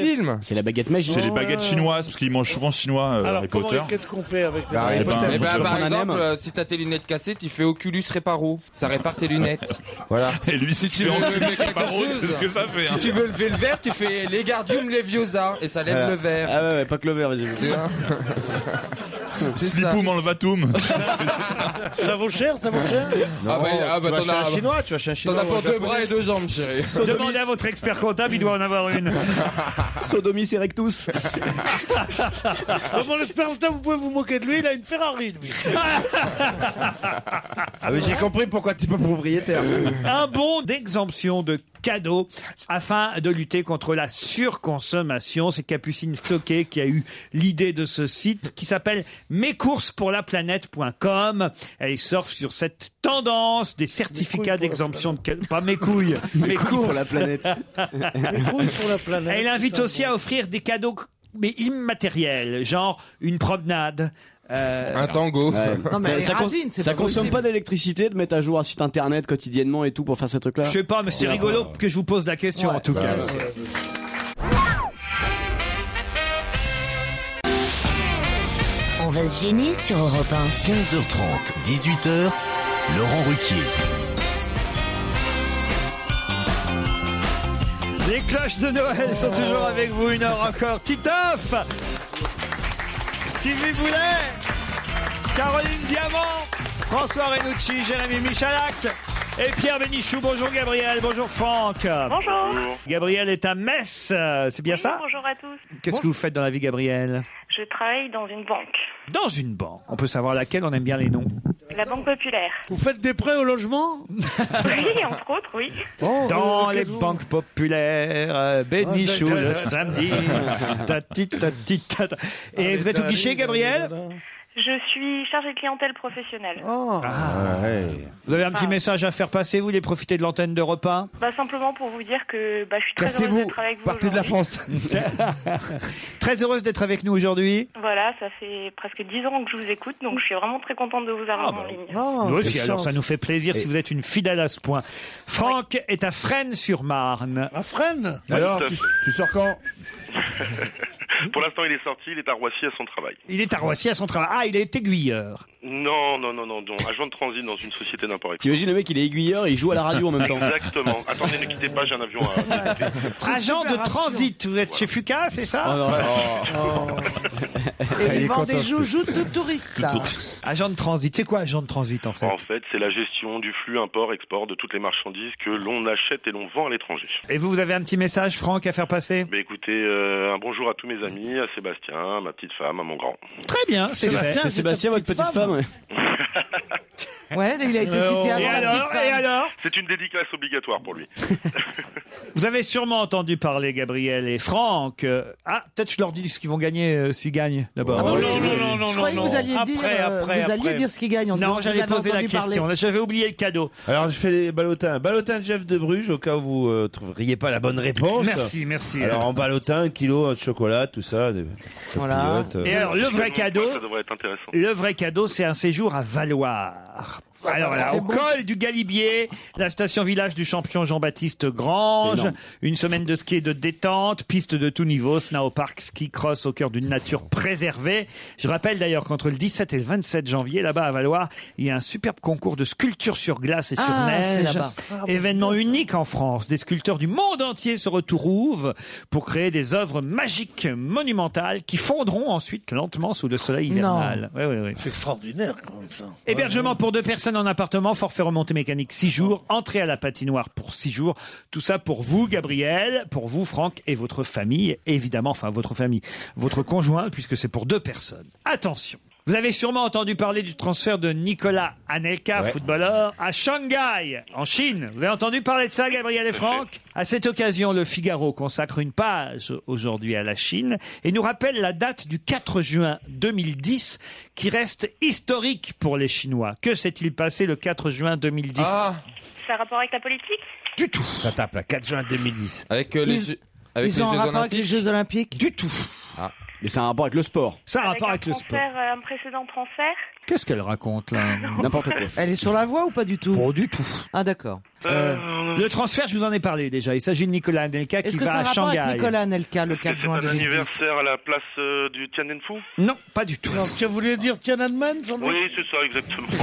[SPEAKER 5] C'est la baguette magique. C'est les baguettes chinoises, parce qu'ils mangent souvent chinois, euh,
[SPEAKER 6] Alors,
[SPEAKER 5] Harry
[SPEAKER 6] comment-
[SPEAKER 5] Potter.
[SPEAKER 6] qu'est-ce qu'on fait avec les
[SPEAKER 5] Bah,
[SPEAKER 6] baguettes
[SPEAKER 5] Eh ben,
[SPEAKER 4] Eh ben,
[SPEAKER 5] tu vas
[SPEAKER 4] par
[SPEAKER 5] prendre un
[SPEAKER 4] exemple,
[SPEAKER 5] M.
[SPEAKER 4] euh, si t'as tes lunettes cassées, tu fais Oculus Reparo. Ça répare tes lunettes.
[SPEAKER 7] Voilà.
[SPEAKER 5] Et lui, si tu fais
[SPEAKER 4] veux
[SPEAKER 5] en
[SPEAKER 4] lever
[SPEAKER 5] plus, c'est pas
[SPEAKER 4] quelque
[SPEAKER 5] rose,
[SPEAKER 4] chose,
[SPEAKER 5] c'est ce que ça fait.
[SPEAKER 4] Si
[SPEAKER 5] hein.
[SPEAKER 4] tu veux lever le verre, tu fais Legardium Leviosa et ça lève
[SPEAKER 5] Voilà.
[SPEAKER 4] le verre.
[SPEAKER 5] Ah ouais, ouais, pas que le verre, vas-y. Slipoum en levatum.
[SPEAKER 6] Ça vaut cher, ça vaut cher
[SPEAKER 4] Ah bah, ah bah,
[SPEAKER 7] tu vas
[SPEAKER 4] t'en
[SPEAKER 7] chez un
[SPEAKER 4] as-
[SPEAKER 7] chinois, tu vas chez un chinois.
[SPEAKER 4] T'en
[SPEAKER 7] ou
[SPEAKER 4] as pour
[SPEAKER 7] un
[SPEAKER 4] deux
[SPEAKER 7] japonais.
[SPEAKER 4] bras et deux jambes, chérie.
[SPEAKER 3] Demandez à votre expert comptable, il doit en avoir une.
[SPEAKER 8] Sodomie rectus.
[SPEAKER 6] Ah, Mon expérimental, vous pouvez vous moquer de lui, il a une Ferrari, lui.
[SPEAKER 7] Ah, mais j'ai compris pourquoi t'es pas propriétaire.
[SPEAKER 3] un bon d'exemption de cadeaux afin de lutter contre la surconsommation. C'est Capucine Floquet qui a eu l'idée de ce site qui s'appelle mescoursespourlaplanète.com. Elle surfe sur cette tendance des certificats d'exemption de cadeaux. Pas mes couilles, mes
[SPEAKER 8] couilles
[SPEAKER 3] courses.
[SPEAKER 8] pour la planète.
[SPEAKER 6] Mes couilles pour la planète.
[SPEAKER 3] Elle invite aussi à offrir des cadeaux mais immatériels, genre une promenade. euh,
[SPEAKER 4] Un tango.
[SPEAKER 12] Non, mais elle est radine, c'est
[SPEAKER 8] ça
[SPEAKER 12] pas
[SPEAKER 8] consomme
[SPEAKER 12] possible.
[SPEAKER 8] pas d'électricité de mettre à jour un site internet quotidiennement et tout pour faire ces trucs-là.
[SPEAKER 3] Je sais pas, mais c'était rigolo que je vous pose la question en tout
[SPEAKER 8] bah,
[SPEAKER 3] cas.
[SPEAKER 9] On va se gêner sur Europe 1.
[SPEAKER 2] 15h30, 18h, Laurent Ruquier.
[SPEAKER 3] Les cloches de Noël sont toujours avec vous une heure encore. Titoff Stevie Boulet Caroline Diamant François Renucci, Jérémy Michalak et Pierre Bénichou. Bonjour Gabriel, bonjour Franck.
[SPEAKER 11] Bonjour.
[SPEAKER 3] Gabriel est à Metz, euh, c'est bien
[SPEAKER 11] Oui,
[SPEAKER 3] ça
[SPEAKER 11] Bonjour à tous.
[SPEAKER 3] Qu'est-ce que vous faites dans la vie Gabriel
[SPEAKER 11] Je travaille dans une banque,
[SPEAKER 3] Dans une banque. On peut savoir laquelle, on aime bien les noms.
[SPEAKER 11] la Banque Populaire.
[SPEAKER 6] Vous faites des prêts au logement
[SPEAKER 11] Oui, entre autres, oui.
[SPEAKER 6] Oh, euh,
[SPEAKER 3] Dans les banques populaires, euh, Bénichou
[SPEAKER 6] Ah, da, da,
[SPEAKER 3] le
[SPEAKER 6] da.
[SPEAKER 3] samedi. Tati, tati, tata. Et vous êtes au guichet Gabriel
[SPEAKER 11] Je suis chargée de clientèle professionnelle.
[SPEAKER 3] Oh. Ah. Vous avez un petit message à faire passer, vous voulez profiter de l'antenne de repas
[SPEAKER 11] Bah, simplement pour vous dire que bah, je suis très
[SPEAKER 3] Cassez-vous,
[SPEAKER 11] heureuse d'être avec vous. aujourd'hui.
[SPEAKER 7] France.
[SPEAKER 3] Très heureuse d'être avec nous aujourd'hui.
[SPEAKER 11] Voilà, ça fait presque 10 ans que je vous écoute, donc je suis vraiment très contente de vous avoir en ligne.
[SPEAKER 3] nous aussi, alors ça nous fait plaisir si vous êtes une fidèle à ce point. Franck est à Fresnes-sur-Marne.
[SPEAKER 6] À Fresnes
[SPEAKER 7] Alors, tu, tu sors quand
[SPEAKER 14] Pour l'instant, il est sorti, il est à Roissy à son travail.
[SPEAKER 3] Il est à Roissy à son travail. Ah, il est aiguilleur.
[SPEAKER 14] Non, non, non, non, non, agent de transit dans une société d'import.
[SPEAKER 8] T'imagines le mec, il est aiguilleur et il joue à la radio en même temps.
[SPEAKER 14] Exactement. Attendez, ne quittez pas, j'ai un avion à.
[SPEAKER 3] Agent de transit, vous êtes chez Fuca, c'est ça
[SPEAKER 8] Oh, non.
[SPEAKER 12] Et
[SPEAKER 3] Il est
[SPEAKER 12] il vend des
[SPEAKER 3] content, ce
[SPEAKER 12] joujoux tout touristes. là.
[SPEAKER 3] Agent de transit, c'est quoi agent de transit en fait
[SPEAKER 14] En fait, c'est la gestion du flux import-export de toutes les marchandises que l'on achète et l'on vend à l'étranger.
[SPEAKER 3] Et vous, vous avez un petit message, Franck, à faire passer
[SPEAKER 14] Bah écoutez, euh, un bonjour à tous mes amis, à Sébastien, à ma petite femme, à mon grand.
[SPEAKER 3] Très bien, c'est
[SPEAKER 7] Sébastien,
[SPEAKER 3] vrai.
[SPEAKER 7] c'est Sébastien, votre petite femme,
[SPEAKER 12] Ouais, il a été
[SPEAKER 3] Alors,
[SPEAKER 12] cité avant.
[SPEAKER 3] Euh, et
[SPEAKER 12] la petite
[SPEAKER 3] alors,
[SPEAKER 12] femme.
[SPEAKER 3] et alors
[SPEAKER 14] C'est une dédicace obligatoire pour lui.
[SPEAKER 3] Vous avez sûrement entendu parler, Gabriel et Franck. euh, Ah, peut-être je leur dis ce qu'ils vont gagner euh, s'ils gagnent d'abord.
[SPEAKER 12] Ah bon, oui, oui. Je croyais que vous alliez dire, euh, vous alliez dire ce qu'ils gagnent. en disant
[SPEAKER 3] Non,
[SPEAKER 12] que
[SPEAKER 3] j'allais
[SPEAKER 12] vous avez
[SPEAKER 3] poser la
[SPEAKER 12] entendu parler.
[SPEAKER 3] question. Là, J'avais oublié le cadeau.
[SPEAKER 7] Alors je fais des ballotins. Ballotin de Jeff de Bruges au cas où vous ne trouveriez pas la bonne réponse.
[SPEAKER 3] Merci, merci.
[SPEAKER 7] Alors en ballotin, un kilo de chocolat, tout ça. des- papillotes, euh.
[SPEAKER 3] Et alors, le vrai cadeau,
[SPEAKER 14] Ça devrait être intéressant.
[SPEAKER 3] le vrai cadeau, c'est un séjour à Valoir. Alors là, au col du Galibier, la station village du champion Jean-Baptiste
[SPEAKER 7] C'est
[SPEAKER 3] Grange,
[SPEAKER 7] énorme.
[SPEAKER 3] une semaine de ski et de détente, piste de tout niveau, snow park, ski cross au cœur d'une nature préservée. Je rappelle d'ailleurs qu'entre le 17 et le 27 janvier, là-bas à Valoir, il y a un superbe concours de sculpture sur glace et sur
[SPEAKER 12] Ah, c'est
[SPEAKER 3] neige.
[SPEAKER 12] là-bas. Ah, bon.
[SPEAKER 3] Événement unique en France. Des sculpteurs du monde entier se retrouvent pour créer des œuvres magiques, monumentales, qui fondront ensuite lentement sous le soleil hivernal. Ouais, ouais, ouais.
[SPEAKER 6] C'est extraordinaire quand même ça.
[SPEAKER 3] Hébergement pour deux personnes en appartement, forfait remontée mécanique 6 jours, entrée à la patinoire pour 6 jours. Tout ça pour vous, Gabriel, pour vous, Franck, et votre famille, évidemment, enfin votre famille, votre conjoint, puisque c'est pour deux personnes. Attention. Vous avez sûrement entendu parler du transfert de Nicolas Anelka,
[SPEAKER 8] Ouais.
[SPEAKER 3] footballeur, à Shanghai, en Chine. Vous avez entendu parler de ça, Gabriel et Franck À cette occasion, le Figaro consacre une page aujourd'hui à la Chine et nous rappelle la date du 4 juin 2010 qui reste historique pour les Chinois. Que s'est-il passé le 4 juin 2010
[SPEAKER 4] Ah.
[SPEAKER 15] Ça a rapport avec la politique
[SPEAKER 3] Du tout.
[SPEAKER 7] Ça tape là, 4 juin 2010.
[SPEAKER 4] Avec euh, les
[SPEAKER 12] Ils-
[SPEAKER 4] Jeux- avec
[SPEAKER 12] Ils
[SPEAKER 4] les
[SPEAKER 12] ont un
[SPEAKER 4] Jeux
[SPEAKER 12] rapport avec les
[SPEAKER 4] Olympiques.
[SPEAKER 12] Jeux Olympiques
[SPEAKER 3] Du tout.
[SPEAKER 8] Ah. Mais c'est un rapport avec le sport.
[SPEAKER 3] Ça a
[SPEAKER 15] Avec un transfert, euh, un précédent transfert
[SPEAKER 3] Qu'est-ce qu'elle raconte là
[SPEAKER 8] N'importe quoi.
[SPEAKER 12] Elle est sur la voie ou pas du tout
[SPEAKER 3] Pas du tout.
[SPEAKER 12] Ah d'accord.
[SPEAKER 3] Euh, le transfert, je vous en ai parlé déjà. Il s'agit de Nicolas Anelka qui
[SPEAKER 12] Est-ce que
[SPEAKER 3] va
[SPEAKER 12] ça a
[SPEAKER 3] à
[SPEAKER 12] rapport
[SPEAKER 3] Shanghai.
[SPEAKER 12] avec Nicolas Anelka le 4
[SPEAKER 14] C'est
[SPEAKER 12] juin
[SPEAKER 14] un
[SPEAKER 12] 2010
[SPEAKER 14] anniversaire à la place euh, du Tiananmen-Fu
[SPEAKER 3] Non, pas du tout.
[SPEAKER 6] tu voulais dire Tiananmen sans doute
[SPEAKER 14] Oui, c'est ça, exactement.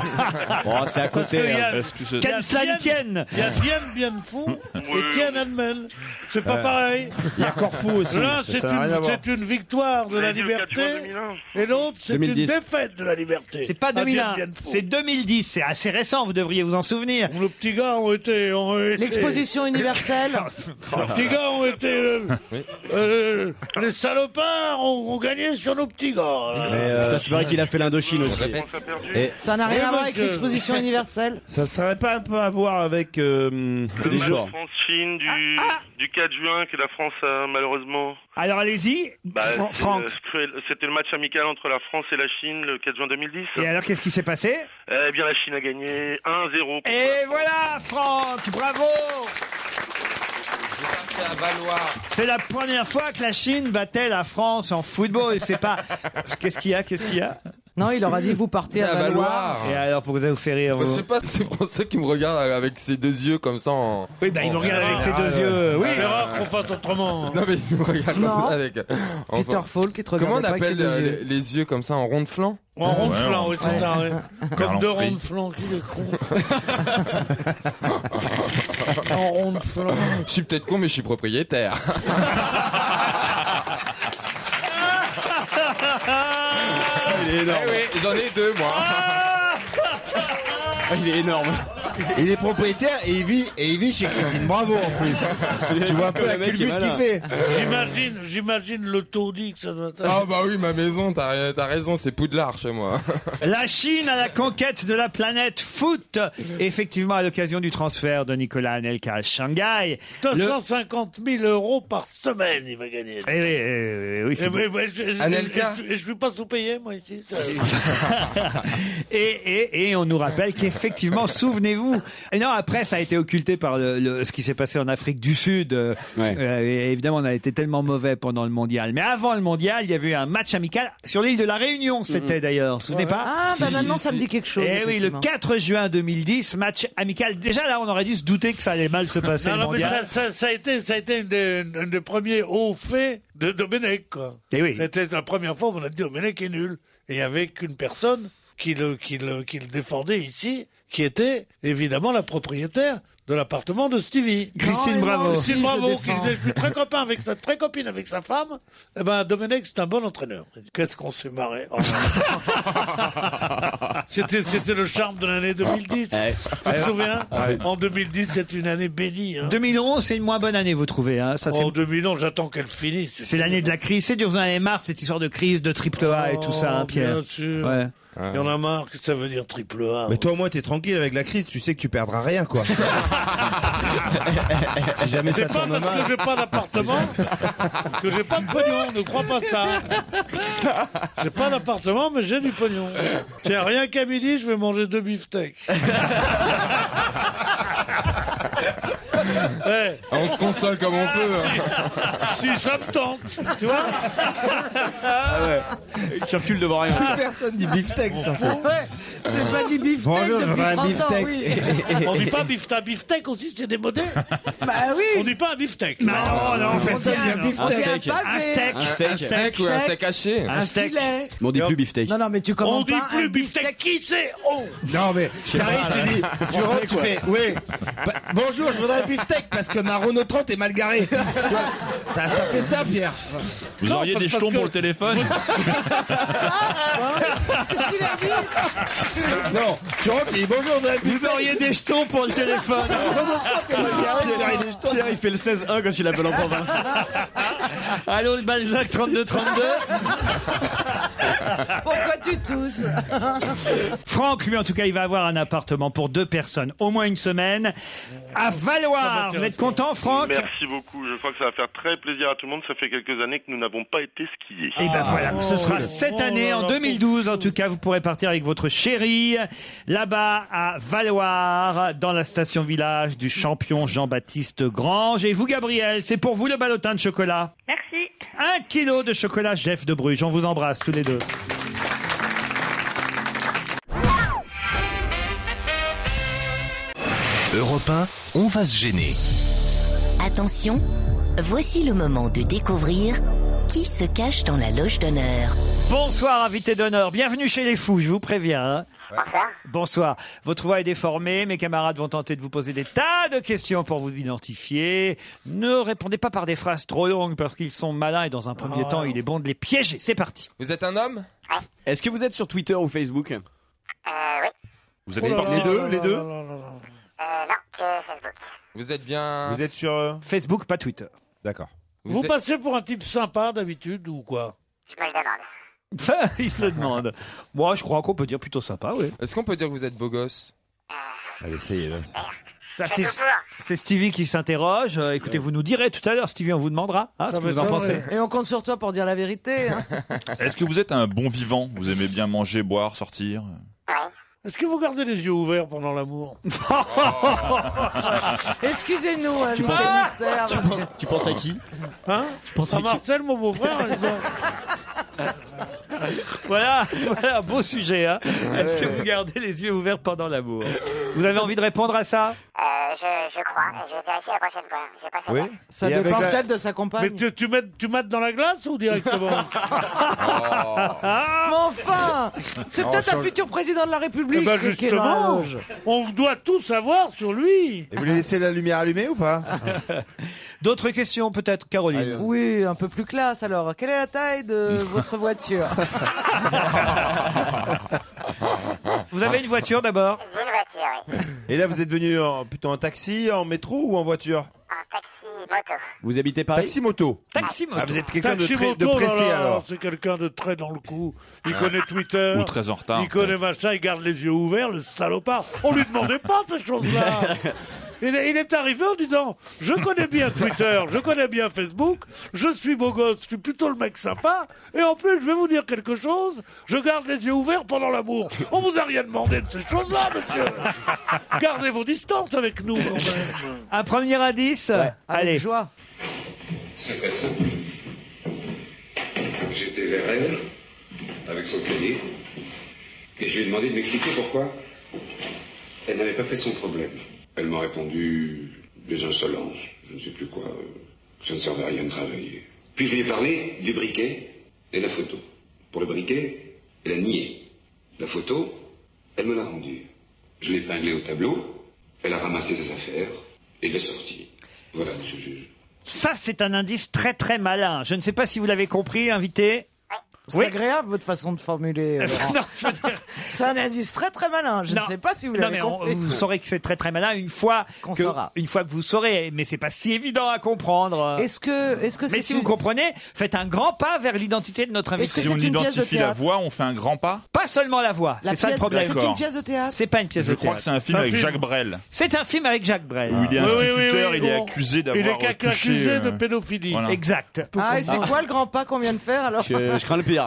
[SPEAKER 8] Bon, Oh, c'est à
[SPEAKER 6] Parce
[SPEAKER 8] côté.
[SPEAKER 6] qu'il y a-
[SPEAKER 8] hein. Est-ce que c'est-
[SPEAKER 6] il y a Tien- Il y a Dien Bien Phu et Tiananmen. C'est pas
[SPEAKER 8] Ouais.
[SPEAKER 6] pareil.
[SPEAKER 8] Euh, Il y a Corfou aussi,
[SPEAKER 6] L'un,
[SPEAKER 8] ça,
[SPEAKER 6] c'est
[SPEAKER 8] ça a rien à
[SPEAKER 6] une,
[SPEAKER 8] voir.
[SPEAKER 6] c'est une victoire de
[SPEAKER 8] Vous
[SPEAKER 6] la
[SPEAKER 8] avez dit le
[SPEAKER 6] liberté
[SPEAKER 8] 4
[SPEAKER 6] et l'autre, c'est une
[SPEAKER 3] 2010.
[SPEAKER 6] défaite de la liberté.
[SPEAKER 3] C'est pas
[SPEAKER 6] À Dien
[SPEAKER 3] 2001,
[SPEAKER 6] Bien Phu.
[SPEAKER 3] c'est 2010, c'est assez récent, vous devriez vous en souvenir.
[SPEAKER 6] Le petit gars ont été...
[SPEAKER 12] L'exposition universelle.
[SPEAKER 6] Les petits gars ont été... euh, euh, les salopards ont, ont gagné sur nos petits gars.
[SPEAKER 8] Mais, euh, Putain, c'est vrai qu'il a fait l'Indochine aussi.
[SPEAKER 7] Et-
[SPEAKER 12] Ça n'a rien à voir avec
[SPEAKER 6] monsieur.
[SPEAKER 12] l'exposition universelle.
[SPEAKER 7] Ça serait pas un peu à voir avec euh,
[SPEAKER 14] Le match France-Chine du,
[SPEAKER 3] Ah,
[SPEAKER 14] du 4 juin que la France a malheureusement.
[SPEAKER 3] Alors allez-y,
[SPEAKER 14] Bah,
[SPEAKER 3] Fran-
[SPEAKER 14] c'est,
[SPEAKER 3] Franck.
[SPEAKER 14] euh, C'était le match amical entre la France et la Chine le 4 juin 2010.
[SPEAKER 12] euh,
[SPEAKER 3] Et alors qu'est-ce qui s'est passé
[SPEAKER 14] Eh bien, la Chine a gagné 1-0.
[SPEAKER 3] Et voilà Franck, bravo C'est la première fois que la Chine battait la France en football. Et c'est pas. Qu'est-ce qu'il y a Qu'est-ce qu'il y a
[SPEAKER 12] Non, il leur a dit vous partez
[SPEAKER 4] Ah, bah,
[SPEAKER 12] à Valois.
[SPEAKER 3] Et alors pourquoi ça vous fait rire
[SPEAKER 4] Je
[SPEAKER 3] vous
[SPEAKER 4] sais pas, c'est pour ça qu'il me regarde avec ses deux yeux comme ça. En...
[SPEAKER 3] Oui, bah, il
[SPEAKER 4] en-
[SPEAKER 3] nous regarde avec
[SPEAKER 4] Ah,
[SPEAKER 3] ses deux
[SPEAKER 4] ouais.
[SPEAKER 3] yeux. Oui.
[SPEAKER 4] Ah,
[SPEAKER 6] verra qu'on fasse autrement. hein.
[SPEAKER 4] Non mais il me regarde comme
[SPEAKER 12] Non.
[SPEAKER 4] ça avec.
[SPEAKER 12] Peter Falk qui te
[SPEAKER 4] Comment on
[SPEAKER 12] regardait pas avec
[SPEAKER 4] appelle
[SPEAKER 12] ses deux
[SPEAKER 4] euh,
[SPEAKER 12] yeux.
[SPEAKER 4] les, les yeux comme ça en rond de flanc
[SPEAKER 6] En rond de flanc, oui, c'est ça. ouais. Comme
[SPEAKER 4] Berlan
[SPEAKER 6] deux
[SPEAKER 4] Free.
[SPEAKER 6] ronds de flanc, qu'il est con. en rond de flanc.
[SPEAKER 4] Je suis peut-être con mais je suis propriétaire.
[SPEAKER 8] Il est énorme.
[SPEAKER 4] Eh oui, j'en ai deux moi.
[SPEAKER 8] Il est énorme.
[SPEAKER 7] Ah Il est propriétaire et il vit, et il vit chez Christine Bravo en plus. tu vois un peu la
[SPEAKER 8] Le mec
[SPEAKER 7] culbute
[SPEAKER 8] est
[SPEAKER 7] qu'il
[SPEAKER 8] malin.
[SPEAKER 7] fait.
[SPEAKER 6] J'imagine, j'imagine le taudis que ça doit être.
[SPEAKER 4] Ah bah oui, ma maison, t'as t'as raison, c'est Poudlard chez moi.
[SPEAKER 3] La Chine à la conquête de la planète foot. Effectivement, à l'occasion du transfert de Nicolas Anelka à Shanghai. Le-
[SPEAKER 6] 250 000 euros par semaine, il va gagner.
[SPEAKER 3] Eh oui, eh oui, eh oui,
[SPEAKER 6] Eh
[SPEAKER 3] c'est
[SPEAKER 6] oui, ouais, je, je-
[SPEAKER 3] Anelka.
[SPEAKER 6] je- je- je suis pas sous-payé, moi, ici. ça-
[SPEAKER 3] et, et, et on nous rappelle qu'effectivement, souvenez-vous, et non, après, ça a été occulté par le, le- ce qui s'est passé en Afrique du Sud. euh,
[SPEAKER 8] Ouais.
[SPEAKER 3] euh, et évidemment, on a été tellement mauvais pendant le mondial. Mais avant le mondial, il y avait eu un match amical sur l'île de la Réunion, c'était d'ailleurs. Vous vous souvenez pas
[SPEAKER 12] Ah, bah maintenant ça me dit quelque chose.
[SPEAKER 3] Eh oui, le
[SPEAKER 12] effectivement.
[SPEAKER 3] 4 juin 2010, match amical. Déjà là, on aurait dû se douter que ça allait mal se passer
[SPEAKER 6] Non,
[SPEAKER 3] le
[SPEAKER 6] non, mais
[SPEAKER 3] mondial.
[SPEAKER 6] ça, ça, ça a été, ça a été une des, une des premiers hauts faits de Domenech, quoi.
[SPEAKER 3] Eh oui.
[SPEAKER 6] C'était la première fois où on a dit Domenech est nul. Et il n'y avait qu'une personne qui le, qui, le, qui le défendait ici, qui était évidemment la propriétaire de l'appartement de Stevie.
[SPEAKER 3] Christine Bravo.
[SPEAKER 6] Christine
[SPEAKER 3] Si, je
[SPEAKER 6] Bravo, qui
[SPEAKER 3] défends.
[SPEAKER 6] disait, je suis très copain avec sa, très copine avec sa femme. Eh ben, Domenech, c'est un bon entraîneur. Qu'est-ce qu'on s'est marré. Oh. c'était, c'était le charme de l'année 2010. Tu
[SPEAKER 3] Ah.
[SPEAKER 6] te souviens?
[SPEAKER 3] Ouais.
[SPEAKER 6] En 2010, c'est une année bénie, hein. Oh,
[SPEAKER 3] 2011, c'est une moins bonne année, vous trouvez. Hein ça, c'est-
[SPEAKER 6] En 2000 ans, j'attends qu'elle finisse.
[SPEAKER 3] c'est l'année de la crise. C'est dur, vous en avez marre, cette histoire de crise, de triple A et tout ça, hein,
[SPEAKER 6] Oh,
[SPEAKER 3] Pierre.
[SPEAKER 6] Bien sûr.
[SPEAKER 3] Ouais.
[SPEAKER 6] Il y en a marre que ça veut dire triple A.
[SPEAKER 7] Mais toi, au moins, t'es tranquille avec la crise, tu sais que tu perdras rien, quoi. si jamais ça
[SPEAKER 6] C'est pas
[SPEAKER 7] tourne
[SPEAKER 6] parce
[SPEAKER 7] mal.
[SPEAKER 6] que j'ai pas d'appartement que j'ai pas de pognon, ne crois pas ça. J'ai pas d'appartement, mais j'ai du pognon. Tiens, rien qu'à midi, je vais manger deux beefsteaks. Eh,
[SPEAKER 4] Ah, On se console comme on peut. hein.
[SPEAKER 6] si ça me tente, tu vois
[SPEAKER 8] Ah ouais. Tu recules devant rien.
[SPEAKER 7] Plus personne dit beefsteak sur ça.
[SPEAKER 1] J'ai pas dit beefsteak
[SPEAKER 7] Bonjour, je
[SPEAKER 1] depuis
[SPEAKER 7] voudrais un
[SPEAKER 1] 30 ans,
[SPEAKER 7] beefsteak.
[SPEAKER 1] oui.
[SPEAKER 6] On dit pas beefsteak, beefsteak aussi, c'est démodé.
[SPEAKER 1] Bah oui.
[SPEAKER 6] On dit pas un beefsteak.
[SPEAKER 3] non, non, c'est
[SPEAKER 6] On dit
[SPEAKER 3] ça,
[SPEAKER 6] un
[SPEAKER 3] non.
[SPEAKER 6] beefsteak.
[SPEAKER 1] On dit un
[SPEAKER 4] Un
[SPEAKER 1] pavé.
[SPEAKER 4] steak. Un steak ou un steak haché.
[SPEAKER 1] Un filet.
[SPEAKER 8] Mais on dit plus beefsteak.
[SPEAKER 1] Non, non, mais tu
[SPEAKER 6] On
[SPEAKER 1] commandes
[SPEAKER 6] dit
[SPEAKER 1] pas un
[SPEAKER 6] plus beefsteak, qui c'est Oh. On
[SPEAKER 7] Non, mais t'arrives,
[SPEAKER 8] pas,
[SPEAKER 7] tu dis,
[SPEAKER 8] là.
[SPEAKER 7] tu rentres, tu
[SPEAKER 8] quoi.
[SPEAKER 7] fais, oui, bah, bonjour, je voudrais un beefsteak parce que ma Renault 30 est mal garée. Tu vois, ça, ça fait ça, Pierre.
[SPEAKER 5] Vous
[SPEAKER 6] Non,
[SPEAKER 5] auriez
[SPEAKER 6] parce-
[SPEAKER 5] des
[SPEAKER 6] parce
[SPEAKER 5] jetons
[SPEAKER 6] que-
[SPEAKER 5] pour le téléphone
[SPEAKER 7] Non, tu rentres, tu dis, bonjour, je voudrais un
[SPEAKER 8] Vous
[SPEAKER 7] beefsteak.
[SPEAKER 8] auriez des jetons pour le téléphone.
[SPEAKER 7] Renault 30 est mal garée, j'aurais des jetons.
[SPEAKER 8] Pierre, il fait le 16-1 quand il appelle en province.
[SPEAKER 3] Allô, le Balzac 32-32.
[SPEAKER 1] Pourquoi tu tousses
[SPEAKER 3] Franck, lui, en tout cas, il va avoir un appartement pour deux personnes, au moins une semaine, à Valoir. Vous êtes content, Franck
[SPEAKER 14] Merci beaucoup. Je crois que ça va faire très plaisir à tout le monde. Ça fait quelques années que nous n'avons pas été skiés.
[SPEAKER 3] Et ben voilà,
[SPEAKER 6] Ah.
[SPEAKER 3] ce
[SPEAKER 8] Oh,
[SPEAKER 3] sera
[SPEAKER 6] Oh
[SPEAKER 3] cette année, en 2012 en tout cas, vous pourrez partir avec votre chérie, là-bas à Valoir, dans la station village du champion Jean-Baptiste Grange. Et vous, Gabriel, c'est pour vous le ballotin de chocolat.
[SPEAKER 15] Merci.
[SPEAKER 3] Un kilo de chocolat Jeff de Bruges. On vous embrasse tous les deux.
[SPEAKER 2] Europe 1, on va se gêner.
[SPEAKER 9] Attention, voici le moment de découvrir qui se cache dans la loge d'honneur.
[SPEAKER 3] Bonsoir, invité d'honneur. Bienvenue chez les fous, je vous préviens. hein. Bonsoir. Votre voix est déformée. Mes camarades vont tenter de vous poser des tas de questions pour vous identifier. Ne répondez pas par des phrases trop longues parce qu'ils sont malins et dans un
[SPEAKER 6] Ah.
[SPEAKER 3] premier temps, il est bon de les piéger. C'est parti.
[SPEAKER 4] Vous êtes un homme
[SPEAKER 8] Ah. Est-ce que vous êtes sur Twitter ou Facebook
[SPEAKER 5] Vous êtes
[SPEAKER 4] Oh
[SPEAKER 5] sportif
[SPEAKER 7] deux, les deux.
[SPEAKER 4] Vous êtes bien.
[SPEAKER 7] Vous êtes sur. euh,
[SPEAKER 3] Facebook, pas Twitter.
[SPEAKER 7] D'accord.
[SPEAKER 6] Vous
[SPEAKER 4] êtes-
[SPEAKER 6] passez pour un type sympa d'habitude ou quoi
[SPEAKER 3] il se le demande. Moi, je crois qu'on peut dire plutôt sympa, oui.
[SPEAKER 4] Est-ce qu'on peut dire que vous êtes beau gosse
[SPEAKER 7] Allez, ça y est. là.
[SPEAKER 3] Ça, c'est, c'est Stevie qui s'interroge. Euh, écoutez, vous nous direz tout à l'heure, Stevie, on vous demandera hein, ce que vous en pensez.
[SPEAKER 12] Et on compte sur toi pour dire la vérité. hein.
[SPEAKER 5] Est-ce que vous êtes un bon vivant Vous aimez bien manger, boire, sortir
[SPEAKER 6] Est-ce que vous gardez les yeux ouverts pendant l'amour
[SPEAKER 12] Excusez-nous,
[SPEAKER 1] euh,
[SPEAKER 12] hein,
[SPEAKER 8] penses-
[SPEAKER 12] Michel Mystère.
[SPEAKER 8] Tu penses à qui
[SPEAKER 6] Hein
[SPEAKER 8] Tu penses
[SPEAKER 6] Ah,
[SPEAKER 8] à qui
[SPEAKER 6] Marcel, mon beau-frère il doit-
[SPEAKER 3] Voilà, voilà un beau sujet. hein. Est-ce que vous gardez les yeux ouverts pendant l'amour Vous avez envie de répondre à ça
[SPEAKER 11] Euh, je, je crois. Je vais vérifier la prochaine fois. J'ai pas fait
[SPEAKER 7] Oui.
[SPEAKER 12] Ça
[SPEAKER 7] Et avec
[SPEAKER 12] dépend
[SPEAKER 7] la-
[SPEAKER 12] peut-être de sa compagne.
[SPEAKER 6] Mais tu, tu, mets- tu mates dans la glace ou directement
[SPEAKER 12] Mais enfin C'est peut-être un futur président de la République
[SPEAKER 6] Ah, Eh ben,
[SPEAKER 12] qui est dans la
[SPEAKER 6] justement,
[SPEAKER 12] loge.
[SPEAKER 6] on doit tout savoir sur lui.
[SPEAKER 7] Et vous voulez laisser la lumière allumée ou pas
[SPEAKER 3] D'autres questions peut-être, Caroline
[SPEAKER 12] Oui, un peu plus classe alors. Quelle est la taille de votre voiture
[SPEAKER 3] Vous avez une voiture d'abord
[SPEAKER 11] J'ai une voiture, oui.
[SPEAKER 7] Et là, vous êtes venu en- plutôt en taxi, en métro ou en voiture
[SPEAKER 11] Un taxi moto.
[SPEAKER 8] Vous habitez Paris
[SPEAKER 7] Taxi moto.
[SPEAKER 3] Taxi moto.
[SPEAKER 7] Ah, vous êtes quelqu'un de,
[SPEAKER 6] Taxi
[SPEAKER 7] très- de
[SPEAKER 6] moto,
[SPEAKER 8] oh
[SPEAKER 7] pressé
[SPEAKER 6] là, là,
[SPEAKER 7] alors.
[SPEAKER 6] c'est quelqu'un de très dans le coup. Il connaît Twitter.
[SPEAKER 5] Ah. Ou très en retard
[SPEAKER 6] Il connaît machin, il garde les yeux ouverts, le salopard. On lui demandait pas ces choses-là. Il est, il est arrivé en disant Je connais bien Twitter, je connais bien Facebook, je suis beau gosse, je suis plutôt le mec sympa, et en plus, je vais vous dire quelque chose je garde les yeux ouverts pendant l'amour. On vous a rien demandé de ces choses-là, monsieur Gardez vos distances avec nous, quand même
[SPEAKER 3] Un premier indice
[SPEAKER 12] Avec
[SPEAKER 3] Allez.
[SPEAKER 12] joie.
[SPEAKER 16] C'est très simple. J'étais vers elle, avec son cahier, et je lui ai demandé de m'expliquer pourquoi elle n'avait pas fait son problème. Elle m'a répondu des insolences, je ne sais plus quoi, euh, que ça ne servait à rien de travailler. Puis je lui ai parlé du briquet et de la photo. Pour le briquet, elle a nié. La photo, elle me l'a rendue. Je l'ai pinglée au tableau, Elle a ramassé ses affaires et il est sorti. Voilà, monsieur le juge.
[SPEAKER 3] Ça, c'est un indice très très malin. Je ne sais pas si vous l'avez compris, invité.
[SPEAKER 12] C'est agréable votre façon de formuler. euh, Laurent. C'est un indice très très malin. Je
[SPEAKER 3] Non.
[SPEAKER 12] ne sais pas si vous
[SPEAKER 3] Non,
[SPEAKER 12] l'avez
[SPEAKER 3] mais on-
[SPEAKER 12] compris.
[SPEAKER 3] vous saurez que c'est très très malin une fois
[SPEAKER 12] Qu'on
[SPEAKER 3] que
[SPEAKER 12] saura.
[SPEAKER 3] une fois que vous saurez, mais c'est pas si évident à comprendre.
[SPEAKER 12] Est-ce que est-ce que
[SPEAKER 3] mais
[SPEAKER 12] c'est
[SPEAKER 3] si
[SPEAKER 12] une-
[SPEAKER 3] vous comprenez, faites un grand pas vers l'identité de notre invité.
[SPEAKER 5] Si on identifie la voix, on fait un grand pas
[SPEAKER 3] Pas seulement la voix,
[SPEAKER 5] La
[SPEAKER 3] c'est ça le
[SPEAKER 5] pièce-
[SPEAKER 3] problème.
[SPEAKER 5] c'est une pièce
[SPEAKER 12] de théâtre
[SPEAKER 3] C'est pas une pièce
[SPEAKER 5] Je
[SPEAKER 3] de
[SPEAKER 5] crois
[SPEAKER 3] théâtre.
[SPEAKER 5] que c'est un film avec Jacques Brel.
[SPEAKER 3] C'est un film avec Jacques Brel.
[SPEAKER 5] Où il est
[SPEAKER 3] Ah.
[SPEAKER 5] instituteur, Oh. il est
[SPEAKER 3] on-
[SPEAKER 5] accusé d'avoir. touché, euh,
[SPEAKER 6] pédophilie.
[SPEAKER 5] voilà.
[SPEAKER 3] Exact.
[SPEAKER 12] Ah, et c'est quoi le grand pas qu'on vient de faire alors
[SPEAKER 8] Je, je crains le pire.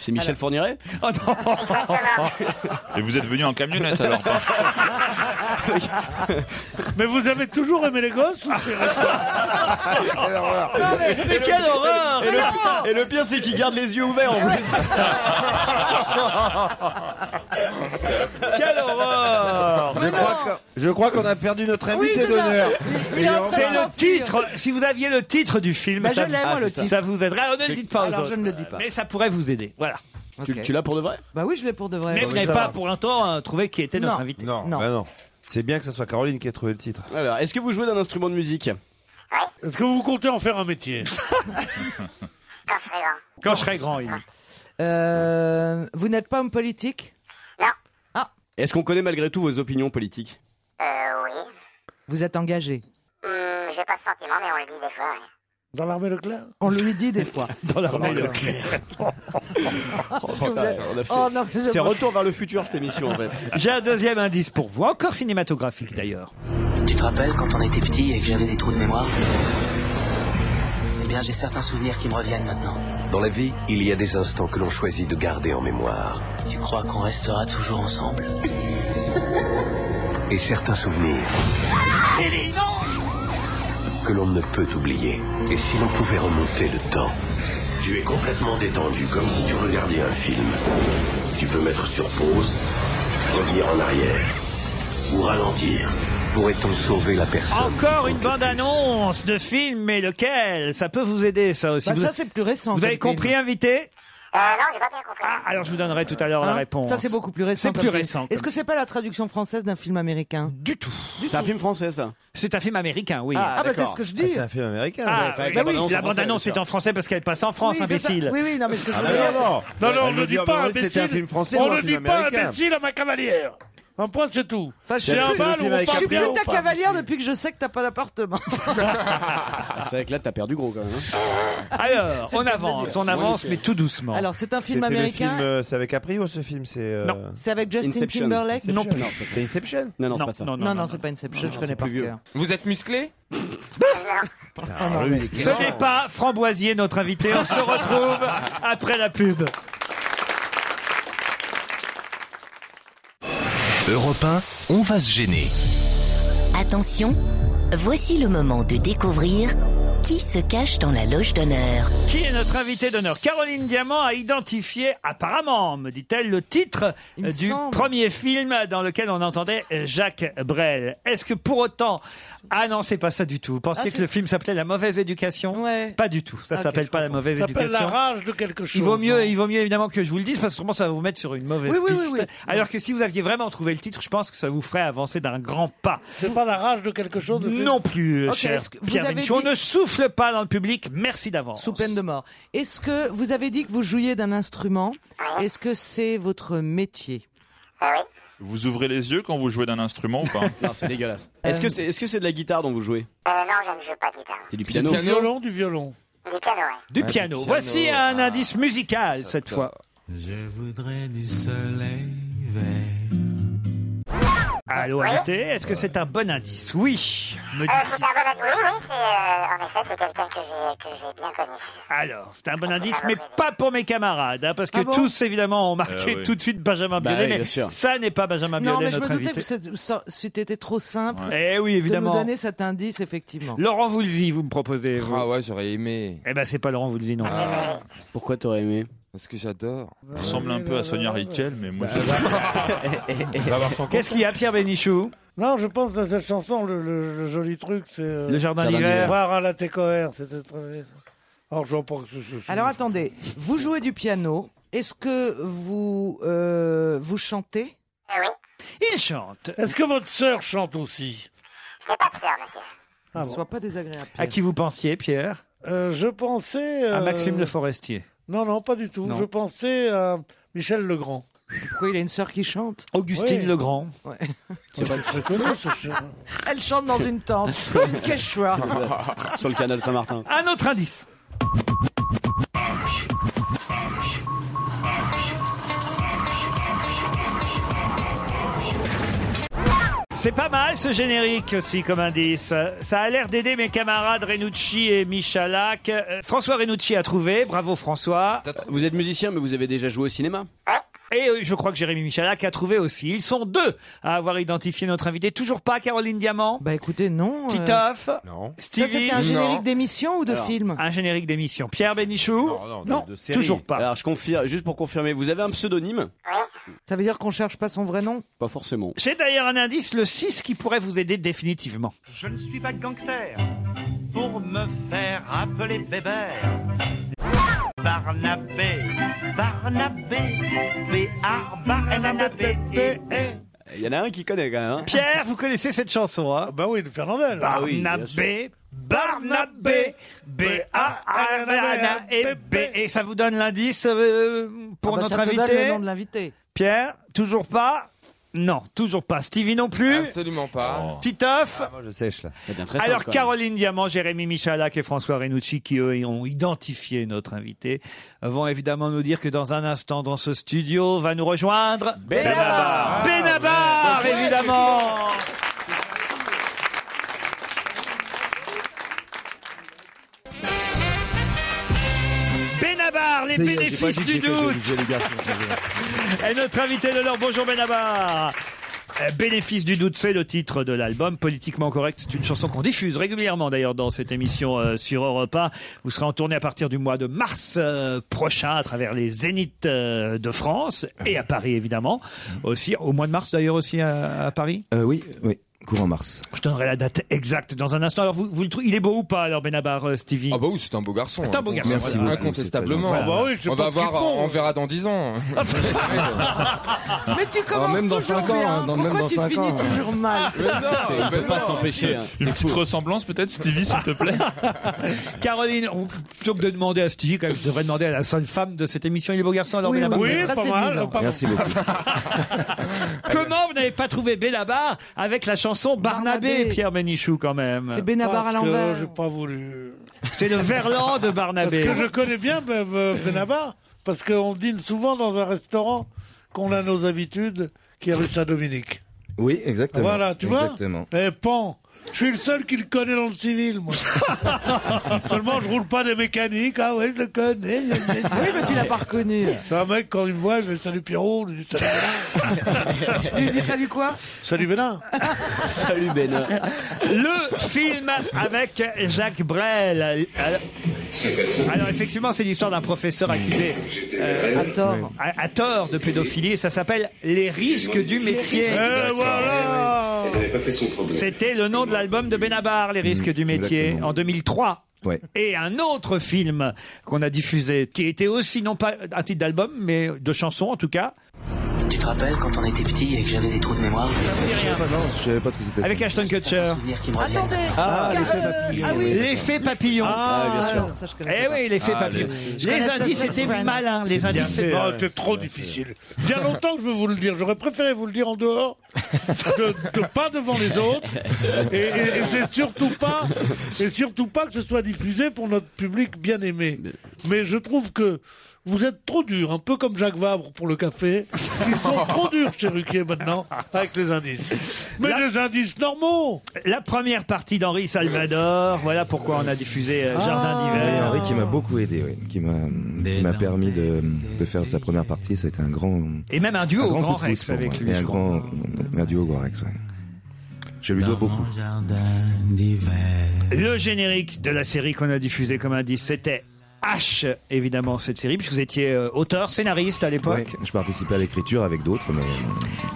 [SPEAKER 8] C'est Michel Fourniret
[SPEAKER 3] Oh non
[SPEAKER 5] Et vous êtes venu en camionnette alors pas
[SPEAKER 6] Mais vous avez toujours aimé les gosses ou c'est
[SPEAKER 8] Non, mais-
[SPEAKER 6] Mais quelle horreur
[SPEAKER 8] Et
[SPEAKER 6] Non
[SPEAKER 8] le, et le pire, c'est qu'il garde les yeux ouverts en plus.
[SPEAKER 3] Quelle horreur
[SPEAKER 7] Je crois que- je crois qu'on a perdu notre invité d'honneur. Et on-
[SPEAKER 3] C'est le titre. Si vous aviez le titre du film,
[SPEAKER 7] Bah,
[SPEAKER 3] ça, Ah,
[SPEAKER 7] je l'ai, moi,
[SPEAKER 3] ça-
[SPEAKER 7] le titre.
[SPEAKER 3] ça vous aiderait. Alors, ne le
[SPEAKER 8] C'est-
[SPEAKER 3] dites pas aux
[SPEAKER 8] Alors,
[SPEAKER 3] autres.
[SPEAKER 8] je ne le dis pas.
[SPEAKER 3] Mais ça pourrait vous aider. Voilà.
[SPEAKER 8] Tu, tu l'as pour de vrai
[SPEAKER 12] Bah oui, je l'ai pour de vrai.
[SPEAKER 3] Mais vous n'avez pas pour l'instant euh, trouvé qui était notre
[SPEAKER 8] Non.
[SPEAKER 3] invité.
[SPEAKER 8] Non. Non.
[SPEAKER 7] Bah non. C'est bien que ce soit Caroline qui ait trouvé le titre.
[SPEAKER 8] Alors, est-ce que vous jouez d'un instrument de musique
[SPEAKER 6] Est-ce que vous comptez en faire un métier
[SPEAKER 3] Quand je serai grand, il.
[SPEAKER 12] Euh, vous n'êtes pas homme politique
[SPEAKER 8] Est-ce qu'on connaît malgré tout vos opinions politiques
[SPEAKER 12] Euh, oui. Vous êtes engagé
[SPEAKER 11] Hmm, J'ai pas ce sentiment, mais on le dit des fois.
[SPEAKER 6] Dans l'armée Leclerc
[SPEAKER 12] On lui dit des fois.
[SPEAKER 3] Dans
[SPEAKER 8] l'armée
[SPEAKER 3] Leclerc.
[SPEAKER 12] Oh, non, mais je-
[SPEAKER 8] C'est retour vers le futur cette émission en fait.
[SPEAKER 3] J'ai un deuxième indice pour vous, encore cinématographique d'ailleurs.
[SPEAKER 17] Tu te rappelles quand on était petit et que j'avais des trous de mémoire Eh bien, j'ai certains souvenirs qui me reviennent maintenant.
[SPEAKER 18] Dans la vie, il y a des instants que l'on choisit de garder en mémoire.
[SPEAKER 17] Tu crois qu'on restera toujours ensemble
[SPEAKER 18] Et certains souvenirs que l'on ne peut oublier. Et si l'on pouvait remonter le temps Tu es complètement détendu, comme si tu regardais un film. Tu peux mettre sur pause, revenir en arrière, ou ralentir. Pourrait-on sauver la personne
[SPEAKER 3] Encore une bande-annonce de film, mais lequel Ça peut vous aider, ça aussi.
[SPEAKER 12] Bah,
[SPEAKER 3] Vous-
[SPEAKER 12] ça, c'est plus récent,
[SPEAKER 3] Vous
[SPEAKER 12] comme
[SPEAKER 3] avez
[SPEAKER 12] film.
[SPEAKER 3] compris, hein, invité
[SPEAKER 11] Euh, non, j'ai pas bien compris.
[SPEAKER 3] Ah, Alors je vous donnerai tout à l'heure la
[SPEAKER 12] Hein
[SPEAKER 3] réponse.
[SPEAKER 12] Ça, c'est beaucoup plus récent.
[SPEAKER 3] C'est
[SPEAKER 12] comme
[SPEAKER 3] plus
[SPEAKER 12] film.
[SPEAKER 3] récent.
[SPEAKER 12] Est-ce que c'est pas la traduction française d'un film américain Bah,
[SPEAKER 3] Du tout.
[SPEAKER 8] C'est un film français ça
[SPEAKER 3] C'est un film américain, oui.
[SPEAKER 12] Ah, ah, bah, c'est ce que je dis. Ah, c'est un
[SPEAKER 7] film américain.
[SPEAKER 3] Ah,
[SPEAKER 8] ouais. Enfin, avec
[SPEAKER 3] bah
[SPEAKER 8] la
[SPEAKER 3] oui,
[SPEAKER 8] bande-annonce
[SPEAKER 3] la
[SPEAKER 8] en français,
[SPEAKER 3] bande-annonce
[SPEAKER 8] bien
[SPEAKER 3] est en français parce qu'elle passe en France,
[SPEAKER 12] Oui, c'est ça.
[SPEAKER 3] imbécile.
[SPEAKER 12] Oui, oui, non, mais ce que je
[SPEAKER 3] Ah,
[SPEAKER 12] veux
[SPEAKER 3] bah,
[SPEAKER 12] dire,
[SPEAKER 3] alors.
[SPEAKER 6] Non, non, on
[SPEAKER 3] Elle
[SPEAKER 6] ne
[SPEAKER 3] veut
[SPEAKER 6] dit
[SPEAKER 3] dire,
[SPEAKER 12] bah,
[SPEAKER 6] pas
[SPEAKER 3] mais oui,
[SPEAKER 6] imbécile.
[SPEAKER 3] c'était un film français
[SPEAKER 6] on
[SPEAKER 3] ou un
[SPEAKER 6] ne
[SPEAKER 3] film
[SPEAKER 6] dit pas
[SPEAKER 3] américain
[SPEAKER 6] imbécile à ma cavalière. Un point, c'est tout.
[SPEAKER 12] je
[SPEAKER 6] C'est un
[SPEAKER 12] suis-
[SPEAKER 6] bal où on
[SPEAKER 12] Je suis
[SPEAKER 6] part
[SPEAKER 12] plus
[SPEAKER 6] bien. ou
[SPEAKER 12] ta
[SPEAKER 6] pas
[SPEAKER 12] cavalière depuis que je sais que t'as pas d'appartement.
[SPEAKER 8] Ah, C'est vrai que là t'as perdu gros quand même. hein.
[SPEAKER 3] Alors, on avance, on avance, mais tout doucement.
[SPEAKER 12] Alors, c'est un film
[SPEAKER 7] C'était le
[SPEAKER 12] américain
[SPEAKER 7] film, euh, C'est avec Aprio ce film c'est. euh,
[SPEAKER 12] Non. C'est avec Justin Inception. Timberlake
[SPEAKER 7] Inception.
[SPEAKER 12] Non plus.
[SPEAKER 7] Non, C'est Inception Ah,
[SPEAKER 8] Non, non,
[SPEAKER 7] c'est pas ça.
[SPEAKER 12] Non, non, c'est pas Inception, je connais pas cœur.
[SPEAKER 4] Vous êtes musclé
[SPEAKER 3] Ah Ce n'est pas Framboisier, notre invité. On se retrouve après la pub.
[SPEAKER 2] Europe 1, on va se gêner.
[SPEAKER 9] Attention, voici le moment de découvrir qui se cache dans la loge d'honneur.
[SPEAKER 3] Qui est notre invité d'honneur Caroline Diamant a identifié, apparemment, me dit-elle, le titre
[SPEAKER 12] me
[SPEAKER 3] euh, du
[SPEAKER 12] semble.
[SPEAKER 3] premier film dans lequel on entendait euh, Jacques Brel. Est-ce que pour autant... Ah non, c'est pas ça du tout. Vous
[SPEAKER 6] Ah,
[SPEAKER 3] pensiez que
[SPEAKER 6] c'est-
[SPEAKER 3] le film s'appelait La mauvaise éducation Pas du tout. Ça
[SPEAKER 6] Ok,
[SPEAKER 3] s'appelle
[SPEAKER 6] je
[SPEAKER 3] pas La
[SPEAKER 6] comprends.
[SPEAKER 3] mauvaise
[SPEAKER 6] Ça s'appelle
[SPEAKER 3] éducation.
[SPEAKER 6] La rage de quelque chose.
[SPEAKER 3] Il vaut mieux, il vaut mieux évidemment que je vous le dise parce que sûrement ça va vous mettre sur une mauvaise
[SPEAKER 6] Oui, oui,
[SPEAKER 3] piste.
[SPEAKER 6] oui, oui.
[SPEAKER 3] Alors que si vous aviez vraiment trouvé le titre, je pense que ça vous ferait avancer d'un grand pas.
[SPEAKER 6] C'est pas la rage de quelque chose de
[SPEAKER 3] Non plus,
[SPEAKER 12] Ok,
[SPEAKER 3] cher
[SPEAKER 12] est-ce que vous
[SPEAKER 3] Pierre
[SPEAKER 12] avez
[SPEAKER 3] Bénichou.
[SPEAKER 12] dit-
[SPEAKER 3] On ne souffle pas dans le public. Merci d'avance.
[SPEAKER 12] Sous peine de mort. Est-ce que vous avez dit que vous jouiez d'un instrument Est-ce que c'est votre métier
[SPEAKER 5] Vous ouvrez les yeux quand vous jouez d'un instrument ou pas
[SPEAKER 8] Non, c'est dégueulasse.
[SPEAKER 3] Euh.
[SPEAKER 8] Est-ce que c'est est -ce c'est de la guitare dont vous jouez
[SPEAKER 11] Euh, non, je ne joue pas de guitare.
[SPEAKER 8] C'est du
[SPEAKER 6] Du
[SPEAKER 8] piano.
[SPEAKER 6] violon, du violon.
[SPEAKER 11] Du piano, ouais.
[SPEAKER 3] Ah, Du
[SPEAKER 8] Ouais,
[SPEAKER 3] piano.
[SPEAKER 8] du piano.
[SPEAKER 3] Voici un indice musical cette fois.
[SPEAKER 2] Je voudrais du soleil vert.
[SPEAKER 3] Allô, invité, est-ce que c'est un bon indice Oui, me
[SPEAKER 11] Euh,
[SPEAKER 3] dit
[SPEAKER 11] c'est un bon ami. Oui, oui, c'est, euh, en effet, c'est quelqu'un que j'ai, que j'ai bien connu.
[SPEAKER 3] Alors, c'est un bon indice, mais pas pour mes camarades, hein, parce que
[SPEAKER 12] Ah bon
[SPEAKER 3] tous, évidemment, ont marqué
[SPEAKER 8] Euh, oui.
[SPEAKER 3] tout de suite Benjamin
[SPEAKER 8] Bah
[SPEAKER 3] Biolay,
[SPEAKER 8] oui,
[SPEAKER 3] mais
[SPEAKER 8] bien sûr.
[SPEAKER 3] ça n'est pas Benjamin
[SPEAKER 12] Non,
[SPEAKER 3] Biolay,
[SPEAKER 12] mais je me
[SPEAKER 3] notre
[SPEAKER 12] doutais
[SPEAKER 3] invité.
[SPEAKER 12] que c'est- ça- c'était trop simple.
[SPEAKER 3] Eh oui, évidemment.
[SPEAKER 12] De nous donner cet indice, effectivement.
[SPEAKER 3] Laurent Voulzy, vous me proposez. vous.
[SPEAKER 4] Ah ouais, j'aurais aimé.
[SPEAKER 3] Eh ben, c'est pas Laurent Voulzy, non.
[SPEAKER 8] Pourquoi t'aurais aimé
[SPEAKER 4] Ah. Parce que j'adore.
[SPEAKER 5] Il ressemble un peu à Sonia
[SPEAKER 3] Euh,
[SPEAKER 5] Rykiel, mais
[SPEAKER 3] bah,
[SPEAKER 5] moi.
[SPEAKER 3] Eh,
[SPEAKER 19] Bah,
[SPEAKER 3] Qu'est-ce qu'il y a, Pierre Bénichou
[SPEAKER 6] Non, je pense à cette chanson, le, le- le joli truc, c'est. euh,
[SPEAKER 3] Le jardin Jardin d'hiver. d'hiver.
[SPEAKER 6] Voir à la TCOR, c'était très bien. ça. Alors, je pense que c'est.
[SPEAKER 12] Alors attendez, vous jouez du piano. Est-ce que vous euh, vous chantez
[SPEAKER 3] Il chante.
[SPEAKER 6] Est-ce que votre sœur chante aussi
[SPEAKER 20] Je n'ai pas de sœur, monsieur.
[SPEAKER 12] ne sois pas désagréable.
[SPEAKER 3] À qui vous pensiez, Pierre
[SPEAKER 6] Ah Euh, je pensais.
[SPEAKER 3] À
[SPEAKER 6] euh,
[SPEAKER 3] Maxime Le Forestier.
[SPEAKER 6] Non, non, pas du tout.
[SPEAKER 3] Non.
[SPEAKER 6] Je pensais à Michel Legrand.
[SPEAKER 12] Pourquoi il a une sœur qui chante
[SPEAKER 3] Augustine
[SPEAKER 6] Ouais.
[SPEAKER 3] Legrand.
[SPEAKER 12] Ouais.
[SPEAKER 6] C'est pas très connu, ce chien.
[SPEAKER 12] Elle chante dans une tente, comme une quechua.
[SPEAKER 8] Sur le canal Saint-Martin.
[SPEAKER 3] Un autre indice. C'est pas mal ce générique aussi comme indice. Ça a l'air d'aider mes camarades Renucci et Michalak. Euh, François Renucci a trouvé, bravo François.
[SPEAKER 8] Vous êtes musicien, mais vous avez déjà joué au cinéma
[SPEAKER 3] Et euh, je crois que Jérémy Michalak a trouvé aussi. Ils sont deux à avoir identifié notre invité. Toujours pas Caroline Diamant
[SPEAKER 12] Bah écoutez, non.
[SPEAKER 3] Titoff
[SPEAKER 19] Non.
[SPEAKER 3] Stevie Euh,
[SPEAKER 12] Ça, c'était un générique d'émission ou de
[SPEAKER 8] Alors.
[SPEAKER 12] film
[SPEAKER 3] Un générique d'émission. Pierre Bénichou
[SPEAKER 8] Non,
[SPEAKER 3] série. toujours pas.
[SPEAKER 8] Alors je confirme, juste pour confirmer, vous avez un pseudonyme
[SPEAKER 12] Ça veut dire qu'on cherche pas son vrai nom
[SPEAKER 8] Pas forcément.
[SPEAKER 3] J'ai d'ailleurs un indice, le 6, qui pourrait vous aider définitivement.
[SPEAKER 21] Je ne suis pas gangster pour me faire appeler Bébert. Barnabé, Barnabé, B.A. Barnabé.
[SPEAKER 8] Il y en a un qui connaît quand même. hein.
[SPEAKER 3] Pierre, vous connaissez cette chanson, hein
[SPEAKER 6] Bah oui, de Fernandel.
[SPEAKER 8] Ah oui, bien
[SPEAKER 3] Barnabé, Barnabé, B-A-R-N-A-B. Et ça vous donne l'indice euh, pour
[SPEAKER 12] Ah bah,
[SPEAKER 3] notre
[SPEAKER 12] ça te donne le
[SPEAKER 3] invité
[SPEAKER 12] nom de l'invité.
[SPEAKER 3] Pierre, toujours pas Non, toujours pas. Stevie non plus
[SPEAKER 4] Absolument pas.
[SPEAKER 3] Titoff
[SPEAKER 19] Je sèche là.
[SPEAKER 3] Alors Caroline Diamant, Jérémy Michalak et François Renucci qui eux ont identifié notre invité vont évidemment nous dire que dans un instant dans ce studio va nous rejoindre
[SPEAKER 8] Benabar.
[SPEAKER 3] Benabar
[SPEAKER 8] ouais.
[SPEAKER 3] évidemment Benabar, les
[SPEAKER 19] Ça y est, j'ai pas
[SPEAKER 3] bénéfices du
[SPEAKER 19] dit que j'ai fait joli,
[SPEAKER 3] doute
[SPEAKER 19] joli garçon, c'est
[SPEAKER 3] et notre invité de l'heure, bonjour Benabar Euh, Bénéfice du doute, c'est le titre de l'album Politiquement Correct. C'est une chanson qu'on diffuse régulièrement d'ailleurs dans cette émission euh, sur Europa. Vous serez en tournée à partir du mois de mars euh, prochain à travers les Zéniths euh, de France et à Paris évidemment. Aussi au mois de mars d'ailleurs aussi à, à Paris.
[SPEAKER 19] bien. Euh, oui, oui, courant mars.
[SPEAKER 3] Je donnerai la date exacte dans un instant. Alors vous, vous le trouvez, il est beau ou pas alors Benabar euh, Stevie
[SPEAKER 4] Ah bah oui, c'est un beau garçon.
[SPEAKER 3] C'est un
[SPEAKER 4] hein.
[SPEAKER 3] beau garçon.
[SPEAKER 4] Merci
[SPEAKER 3] Voilà.
[SPEAKER 4] Incontestablement.
[SPEAKER 3] Voilà. Ah bah oui, je sais
[SPEAKER 4] on
[SPEAKER 3] pas
[SPEAKER 4] va
[SPEAKER 3] ce qu'ils
[SPEAKER 4] voir,
[SPEAKER 3] font.
[SPEAKER 4] on verra dans 10 ans. Ah,
[SPEAKER 12] Mais tu commences
[SPEAKER 4] même dans
[SPEAKER 12] toujours
[SPEAKER 4] cinq ans,
[SPEAKER 12] bien.
[SPEAKER 4] hein, dans- même
[SPEAKER 12] Pourquoi
[SPEAKER 4] dans
[SPEAKER 12] tu
[SPEAKER 4] cinq
[SPEAKER 12] finis
[SPEAKER 4] ans, hein.
[SPEAKER 12] toujours mal
[SPEAKER 4] C'est- on peut pas s'empêcher, hein.
[SPEAKER 5] Une petite ressemblance peut-être, Stevie, s'il te plaît
[SPEAKER 3] Caroline, on- plutôt que de demander à Stevie, quand même, je devrais demander à la seule femme de cette émission, il est beau garçon alors
[SPEAKER 12] Oui,
[SPEAKER 3] Benabar.
[SPEAKER 12] oui, Oui, très pas mal, séduisant. pas mal.
[SPEAKER 19] Merci beaucoup.
[SPEAKER 3] Comment vous n'avez pas trouvé Benabar avec la chanson Barnabé,
[SPEAKER 12] Barnabé.
[SPEAKER 3] Pierre Bénichou quand même
[SPEAKER 12] C'est Benabar à
[SPEAKER 6] Parce que
[SPEAKER 12] l'envers.
[SPEAKER 6] J'ai pas voulu.
[SPEAKER 3] C'est le verlan de Barnabé.
[SPEAKER 6] Parce que je connais bien Ben- Ben- Benabar, parce qu'on dîne souvent dans un restaurant qu'on a nos habitudes, qui est rue Saint-Dominique.
[SPEAKER 19] Oui, exactement.
[SPEAKER 6] Voilà, tu
[SPEAKER 19] Exactement.
[SPEAKER 6] vois Eh, pan je suis le seul qui le connaît dans le civil, moi. Seulement, je roule pas des mécaniques. Ah ouais, je le connais.
[SPEAKER 12] Oui, mais tu l'as pas reconnu.
[SPEAKER 6] C'est un mec, quand il me voit, il me dit Salut Pierrot, je lui dis Salut Bénin.
[SPEAKER 12] Tu lui dis salut quoi
[SPEAKER 6] Salut Bénin.
[SPEAKER 3] Ah,
[SPEAKER 8] Salut Benoît.
[SPEAKER 3] Ben. Le film avec Jacques Brel. Alors, alors effectivement, c'est l'histoire d'un professeur accusé euh,
[SPEAKER 12] À tort.
[SPEAKER 3] à, à tort de pédophilie et ça s'appelle Les risques du métier. Euh,
[SPEAKER 6] Eh voilà
[SPEAKER 3] oh
[SPEAKER 16] Elle n'avait pas fait son problème.
[SPEAKER 3] C'était le nom de l'album de Benabar, Les risques du métier, en 2003.
[SPEAKER 19] Ouais.
[SPEAKER 3] Et un autre film qu'on a diffusé, qui était aussi non pas un titre d'album, mais de chanson en tout cas,
[SPEAKER 17] Tu te rappelles quand on était petit et que j'avais des trous de mémoire
[SPEAKER 19] Je savais pas ce que c'était.
[SPEAKER 3] avec Ashton Kutcher.
[SPEAKER 17] Souvenirs qui me reviennent.
[SPEAKER 12] Attendez.
[SPEAKER 19] Ah,
[SPEAKER 12] car-
[SPEAKER 19] l'effet papillon.
[SPEAKER 12] euh, ah oui.
[SPEAKER 3] L'effet papillon.
[SPEAKER 19] Ah, bien sûr.
[SPEAKER 12] Ça, je connais
[SPEAKER 3] Eh oui, l'effet
[SPEAKER 19] Ah,
[SPEAKER 3] papillon.
[SPEAKER 19] les-
[SPEAKER 3] Les
[SPEAKER 12] connais ça,
[SPEAKER 3] indices
[SPEAKER 12] ça,
[SPEAKER 3] étaient
[SPEAKER 12] Friends.
[SPEAKER 3] malins. Les indices.
[SPEAKER 19] bien
[SPEAKER 3] étaient-
[SPEAKER 6] Non, c'était trop difficile. Il y a longtemps que je veux vous le dire. J'aurais préféré vous le dire en dehors, que, que pas devant les autres. Et, et- et c'est surtout pas, et surtout pas que ce soit diffusé pour notre public bien aimé. Mais je trouve que vous êtes trop dur, un peu comme Jacques Vabre pour le café. Ils sont trop durs chez Ruquier maintenant avec les indices. Mais
[SPEAKER 3] Là-
[SPEAKER 6] des indices normaux.
[SPEAKER 3] La première partie d'Henri Salvador. Voilà pourquoi on a diffusé euh,
[SPEAKER 6] Ah.
[SPEAKER 3] Jardin
[SPEAKER 19] Et
[SPEAKER 3] d'hiver.
[SPEAKER 19] Henri qui m'a beaucoup aidé, oui, qui m'a qui m'a permis de, de faire sa première partie. Ça a été un grand,
[SPEAKER 3] Et même un duo
[SPEAKER 19] un
[SPEAKER 3] au
[SPEAKER 19] grand,
[SPEAKER 3] Grand
[SPEAKER 19] coup de pouce
[SPEAKER 3] Rex
[SPEAKER 19] pour
[SPEAKER 3] avec
[SPEAKER 19] moi.
[SPEAKER 3] lui.
[SPEAKER 19] Et un
[SPEAKER 3] je crois.
[SPEAKER 19] grand, un duo au Grand Rex. ouais. Je lui dois beaucoup.
[SPEAKER 2] Jardin d'hiver.
[SPEAKER 3] Le générique de la série qu'on a diffusé comme indice, c'était H, évidemment, cette série, puisque vous étiez euh, auteur, scénariste à
[SPEAKER 19] Ouais,
[SPEAKER 3] l'époque.
[SPEAKER 19] je participais à l'écriture avec d'autres, mais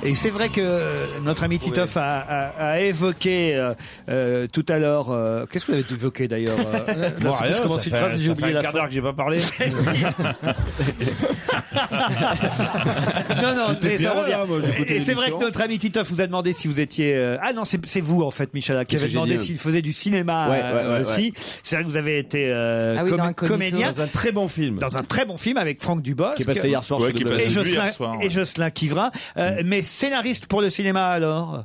[SPEAKER 3] Et c'est vrai que euh, notre ami Titoff a, a- a évoqué euh, euh, tout à l'heure. euh, Qu'est-ce que vous avez évoqué d'ailleurs euh, d'un seul coup, Je commence une phrase et j'ai oublié la phrase.
[SPEAKER 22] que j'ai pas parlé.
[SPEAKER 3] Non, non,
[SPEAKER 8] T'es
[SPEAKER 3] c'est- ça
[SPEAKER 8] bien
[SPEAKER 3] revient.
[SPEAKER 8] là, moi, j'écoutais
[SPEAKER 3] Et c'est vrai que
[SPEAKER 8] l'émission.
[SPEAKER 3] notre ami Titoff vous a demandé si vous étiez. euh, Ah non, c'est c'est vous en fait, Michel, hein, qui
[SPEAKER 8] Qu'est-ce
[SPEAKER 3] avait
[SPEAKER 8] que j'ai
[SPEAKER 3] demandé
[SPEAKER 8] dit,
[SPEAKER 3] s'il faisait du cinéma
[SPEAKER 8] Ouais, ouais,
[SPEAKER 3] euh,
[SPEAKER 8] ouais,
[SPEAKER 3] aussi.
[SPEAKER 8] ouais.
[SPEAKER 3] C'est vrai que vous avez été euh,
[SPEAKER 8] Ah oui,
[SPEAKER 3] com-
[SPEAKER 8] dans Incognito,
[SPEAKER 3] comédien
[SPEAKER 8] dans un très bon film.
[SPEAKER 3] dans un très bon film avec Franck Dubosc
[SPEAKER 8] Qui est passé hier soir Ouais, sur Mm. qui est W9.
[SPEAKER 3] et
[SPEAKER 8] passé
[SPEAKER 3] Jocelyn,
[SPEAKER 8] hier soir, ouais.
[SPEAKER 3] et Jocelyn Quivrin. Euh, Mais scénariste pour le cinéma alors.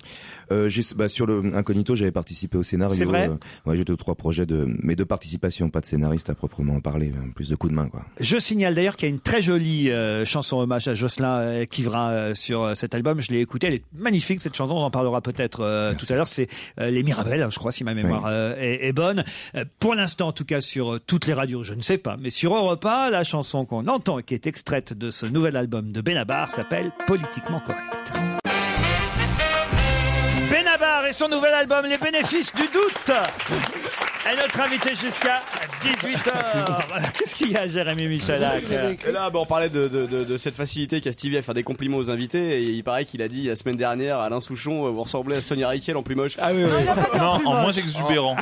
[SPEAKER 19] Euh, j'ai- bah, sur le Incognito, j'avais participé au scénario.
[SPEAKER 3] C'est vrai
[SPEAKER 19] euh, ouais, j'étais aux trois projets de, mais de participation, pas de scénariste à proprement parler, euh, plus de coups de main, quoi.
[SPEAKER 3] Je signale d'ailleurs qu'il y a une très jolie euh, chanson hommage à Jocelyn euh, Quivrin euh, sur euh, cet album. Je l'ai écoutée, elle est magnifique cette chanson. On en parlera peut-être euh, tout à l'heure. C'est euh, Les Mirabelles, hein, je crois, si ma mémoire euh, est, est bonne. Euh, pour l'instant, en tout cas, sur euh, toutes les radios, je ne sais pas, mais sur Europe 1, la chanson qu'on entend et qui est extraite de ce nouvel album de Benabar s'appelle Politiquement correct. Benabar et son nouvel album Les bénéfices du doute. Et notre invité jusqu'à 18h. Qu'est-ce qu'il y a, Jérémy Michalak
[SPEAKER 8] Et là, bon, on parlait de, de- de- de cette facilité qu'a Stevie à faire des compliments aux invités. Et il paraît qu'il a dit la semaine dernière à Alain Souchon, euh, vous ressemblez à Sonia Riquel en plus moche. Ah oui,
[SPEAKER 5] Non, en moins exubérant.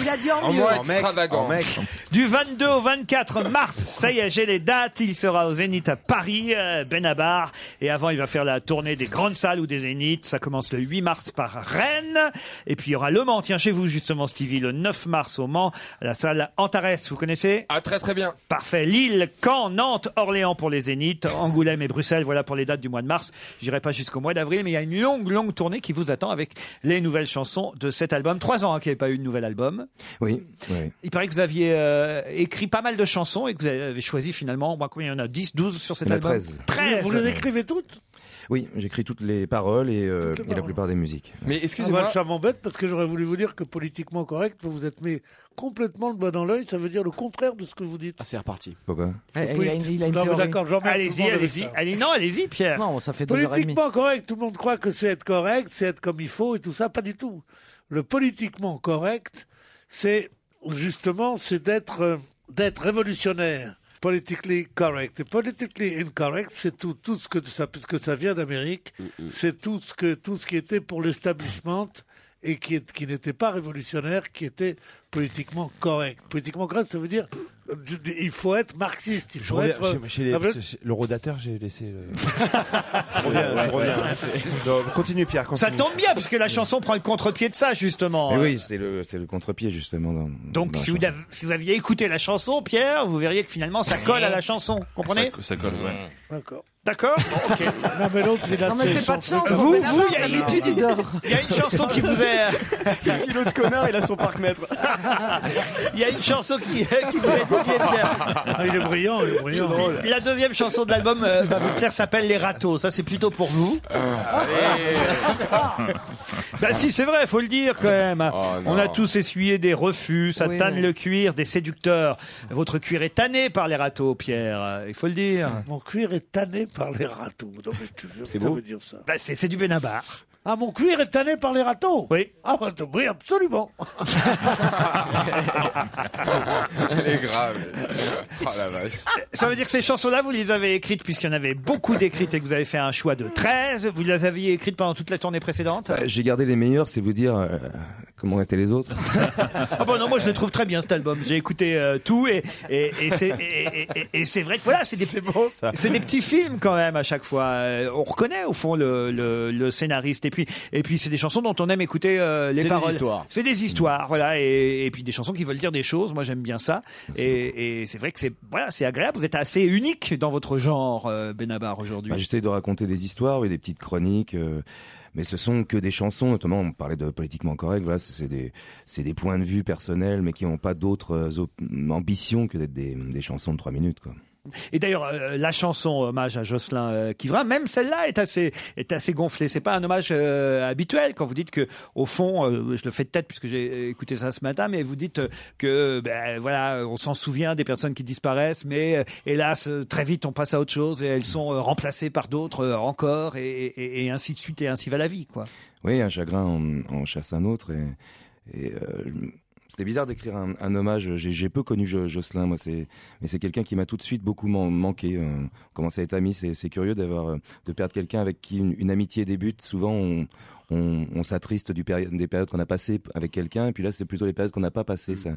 [SPEAKER 3] Du 22 au 24 mars, ça y est, j'ai les dates. Il sera au Zénith à Paris, euh, Benabar. Et avant, il va faire la tournée des grandes salles ou des Zéniths. Ça commence le 8 mars par Rennes. Et puis, il y aura Le Mans. Tiens, chez vous, justement, Stevie, le 9 mars au Mans, à la salle Antares. Vous connaissez
[SPEAKER 4] Ah, très très bien.
[SPEAKER 3] Parfait. Lille, Caen, Nantes, Orléans pour les Zéniths, Angoulême et Bruxelles. Voilà pour les dates du mois de mars. J'irai pas jusqu'au mois d'avril, mais il y a une longue, longue tournée qui vous attend avec les nouvelles chansons de cet album. Trois ans hein, qu'il n'y avait pas eu de nouvel album.
[SPEAKER 19] Oui, oui.
[SPEAKER 3] Il paraît que vous aviez euh, écrit pas mal de chansons et que vous avez choisi finalement, moi combien il y en a 10, 12 sur cet
[SPEAKER 19] Il y en a
[SPEAKER 3] album
[SPEAKER 19] 13.
[SPEAKER 6] Vous les écrivez toutes
[SPEAKER 19] Oui, j'écris toutes les paroles et, euh, et la
[SPEAKER 6] paroles.
[SPEAKER 19] plupart des musiques.
[SPEAKER 4] Mais
[SPEAKER 6] Ah bah, ça m'embête parce que j'aurais voulu vous dire que politiquement correct, vous vous êtes mis complètement le doigt dans l'œil. Ça veut dire le contraire de ce que vous dites.
[SPEAKER 8] Ah, c'est reparti.
[SPEAKER 19] Pourquoi
[SPEAKER 6] Eh, il a une- il a une Non, mais théorie. d'accord, j'emmerde tout
[SPEAKER 3] Allez-y,
[SPEAKER 6] le monde avec
[SPEAKER 3] allez-y.
[SPEAKER 6] ça.
[SPEAKER 3] Allez, non, allez-y, Pierre. Non,
[SPEAKER 12] ça fait
[SPEAKER 6] Politiquement correct, tout le monde croit que c'est être correct, c'est être comme il faut et tout ça, pas du tout. Le politiquement correct, c'est justement c'est d'être euh, d'être révolutionnaire. Politically correct. Et politically incorrect, c'est tout, tout ce que ça, puisque ça vient d'Amérique, c'est tout ce que, tout ce qui était pour l'establishment et qui, est- qui n'était pas révolutionnaire, qui était politiquement correct. Politiquement correct, ça veut dire, euh, du- du- il faut être marxiste, il
[SPEAKER 20] Je
[SPEAKER 6] faut
[SPEAKER 20] reviens,
[SPEAKER 6] être.
[SPEAKER 20] chez- chez les-
[SPEAKER 6] Ah, vous-
[SPEAKER 20] chez- le rodateur, j'ai laissé. Le... je reviens, je reviens. Non, continue, Pierre. Continue.
[SPEAKER 3] Ça tombe bien parce que la chanson prend le contre-pied de ça justement.
[SPEAKER 19] Mais oui, c'est le, c'est le contre-pied, justement. dans-
[SPEAKER 3] Oh, Donc
[SPEAKER 19] dans la
[SPEAKER 3] si vous,
[SPEAKER 19] chanson.
[SPEAKER 3] av- si vous aviez écouté la chanson, Pierre, vous verriez que finalement ça colle à la chanson. Comprenez
[SPEAKER 5] Ça colle, ouais.
[SPEAKER 6] D'accord.
[SPEAKER 3] D'accord Bon, ok.
[SPEAKER 6] Non, mais l'autre, il a
[SPEAKER 3] Non, mais
[SPEAKER 6] ses-
[SPEAKER 3] c'est pas de
[SPEAKER 6] son
[SPEAKER 3] chance,
[SPEAKER 6] truc.
[SPEAKER 3] Vous, vous, il y a l'habitude, il dort. Il y a une chanson qui vous est.
[SPEAKER 8] Si l'autre connard, il a son parc-mètre.
[SPEAKER 3] Il y a une chanson qui, qui vous est dédiée, Pierre.
[SPEAKER 6] Ah, il est brillant, il est brillant.
[SPEAKER 3] La deuxième chanson de l'album euh, va vous plaire, s'appelle Les Râteaux. Ça, c'est plutôt pour vous. Bah si, c'est vrai, faut le dire quand même.
[SPEAKER 8] non.
[SPEAKER 3] On a tous essuyé des refus, ça
[SPEAKER 8] Oui,
[SPEAKER 3] tanne
[SPEAKER 8] oui.
[SPEAKER 3] le cuir, des séducteurs. Votre cuir est tanné par les râteaux, Pierre. euh, Il faut le dire.
[SPEAKER 6] Mon cuir est tanné par les râteaux. Non, mais je te jure,
[SPEAKER 3] C'est
[SPEAKER 6] ça
[SPEAKER 3] beau.
[SPEAKER 6] veut dire ça.
[SPEAKER 3] Bah, c'est c'est du Benabar.
[SPEAKER 6] Ah, mon cuir est tanné par les râteaux
[SPEAKER 3] Oui.
[SPEAKER 6] Ah, bah, t- oui, absolument.
[SPEAKER 4] Elle est grave. Oh la vache.
[SPEAKER 3] Ça veut dire que ces chansons-là, vous les avez écrites puisqu'il y en avait beaucoup d'écrites et que vous avez fait un choix de 13. Vous les aviez écrites pendant toute la tournée précédente
[SPEAKER 19] Euh, J'ai gardé les meilleurs, c'est vous dire euh, comment étaient les autres.
[SPEAKER 3] Ah bon non, moi je le trouve très bien cet album. J'ai écouté euh, tout et, et, et c'est et- et- et c'est vrai que voilà, c'est des, c'est des petits films quand même à chaque fois. Euh, On reconnaît au fond le, le, le scénariste et puis et puis c'est des chansons dont on aime écouter euh, les
[SPEAKER 8] C'est des
[SPEAKER 3] paroles.
[SPEAKER 8] histoires.
[SPEAKER 3] C'est des histoires, voilà et, et puis des chansons qui veulent dire des choses. Moi j'aime bien ça et, et c'est vrai que c'est voilà c'est agréable. Vous êtes assez unique dans votre genre euh, Benabar aujourd'hui.
[SPEAKER 19] Bah, J'essaie de raconter des histoires, oui, des petites chroniques. euh, mais ce sont que des chansons, notamment on parlait de politiquement correct, voilà, c'est c'est des, c'est des points de vue personnels, mais qui n'ont pas d'autres euh, op- ambitions que d'être des, des chansons de trois minutes. Quoi.
[SPEAKER 3] Et d'ailleurs, euh, la chanson hommage à Jocelyn euh, Quivrin, même celle-là est assez, est assez gonflée. C'est pas un hommage euh, habituel quand vous dites que, au fond, euh, je le fais de tête puisque j'ai euh, écouté ça ce matin, mais vous dites euh, que, euh, ben, voilà, euh, on s'en souvient des personnes qui disparaissent, mais euh, hélas, euh, très vite, on passe à autre chose et elles sont euh, remplacées par d'autres euh, encore et, et- et ainsi de suite et ainsi va la vie, quoi.
[SPEAKER 19] Oui, un chagrin en, en chasse un autre. Et, et, euh, je- c'était bizarre d'écrire un, un hommage. J'ai j'ai peu connu Jo- Jocelyn, moi, c'est, mais c'est quelqu'un qui m'a tout de suite beaucoup man- manqué. Euh, On commence à être amis, c'est c'est curieux d'avoir euh, de perdre quelqu'un avec qui une, une amitié débute. Souvent, on, on, on s'attriste du péri- des périodes qu'on a passées p- avec quelqu'un, et puis là, c'est plutôt les périodes qu'on n'a pas passées. Ça.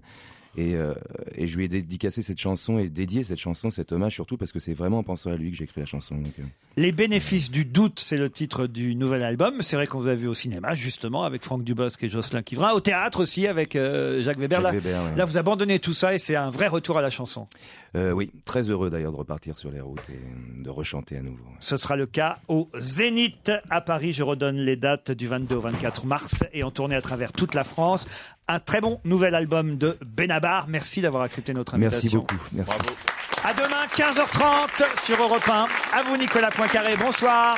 [SPEAKER 19] Et, euh, et je lui ai dédicacé cette chanson et dédié cette chanson, cet hommage surtout parce que c'est vraiment en pensant à lui que j'ai écrit la chanson. donc, euh.
[SPEAKER 3] Les bénéfices du doute, c'est le titre du nouvel album. C'est vrai qu'on vous a vu au cinéma, justement, avec Franck Dubosc et Jocelyn Kivrin. Au théâtre aussi, avec euh, Jacques Weber.
[SPEAKER 19] Jacques
[SPEAKER 3] là,
[SPEAKER 19] Weber, ouais.
[SPEAKER 3] là, vous abandonnez tout ça et c'est un vrai retour à la chanson.
[SPEAKER 19] Euh, oui, très heureux d'ailleurs de repartir sur les routes et de rechanter à nouveau.
[SPEAKER 3] Ce sera le cas au Zénith à Paris. Je redonne les dates du 22 au 24 mars et en tournée à travers toute la France. Un très bon nouvel album de Benabar. Merci d'avoir accepté notre invitation.
[SPEAKER 19] Merci beaucoup. Merci.
[SPEAKER 3] À demain, 15h30 sur Europe 1. À vous, Nicolas Poincaré. Bonsoir.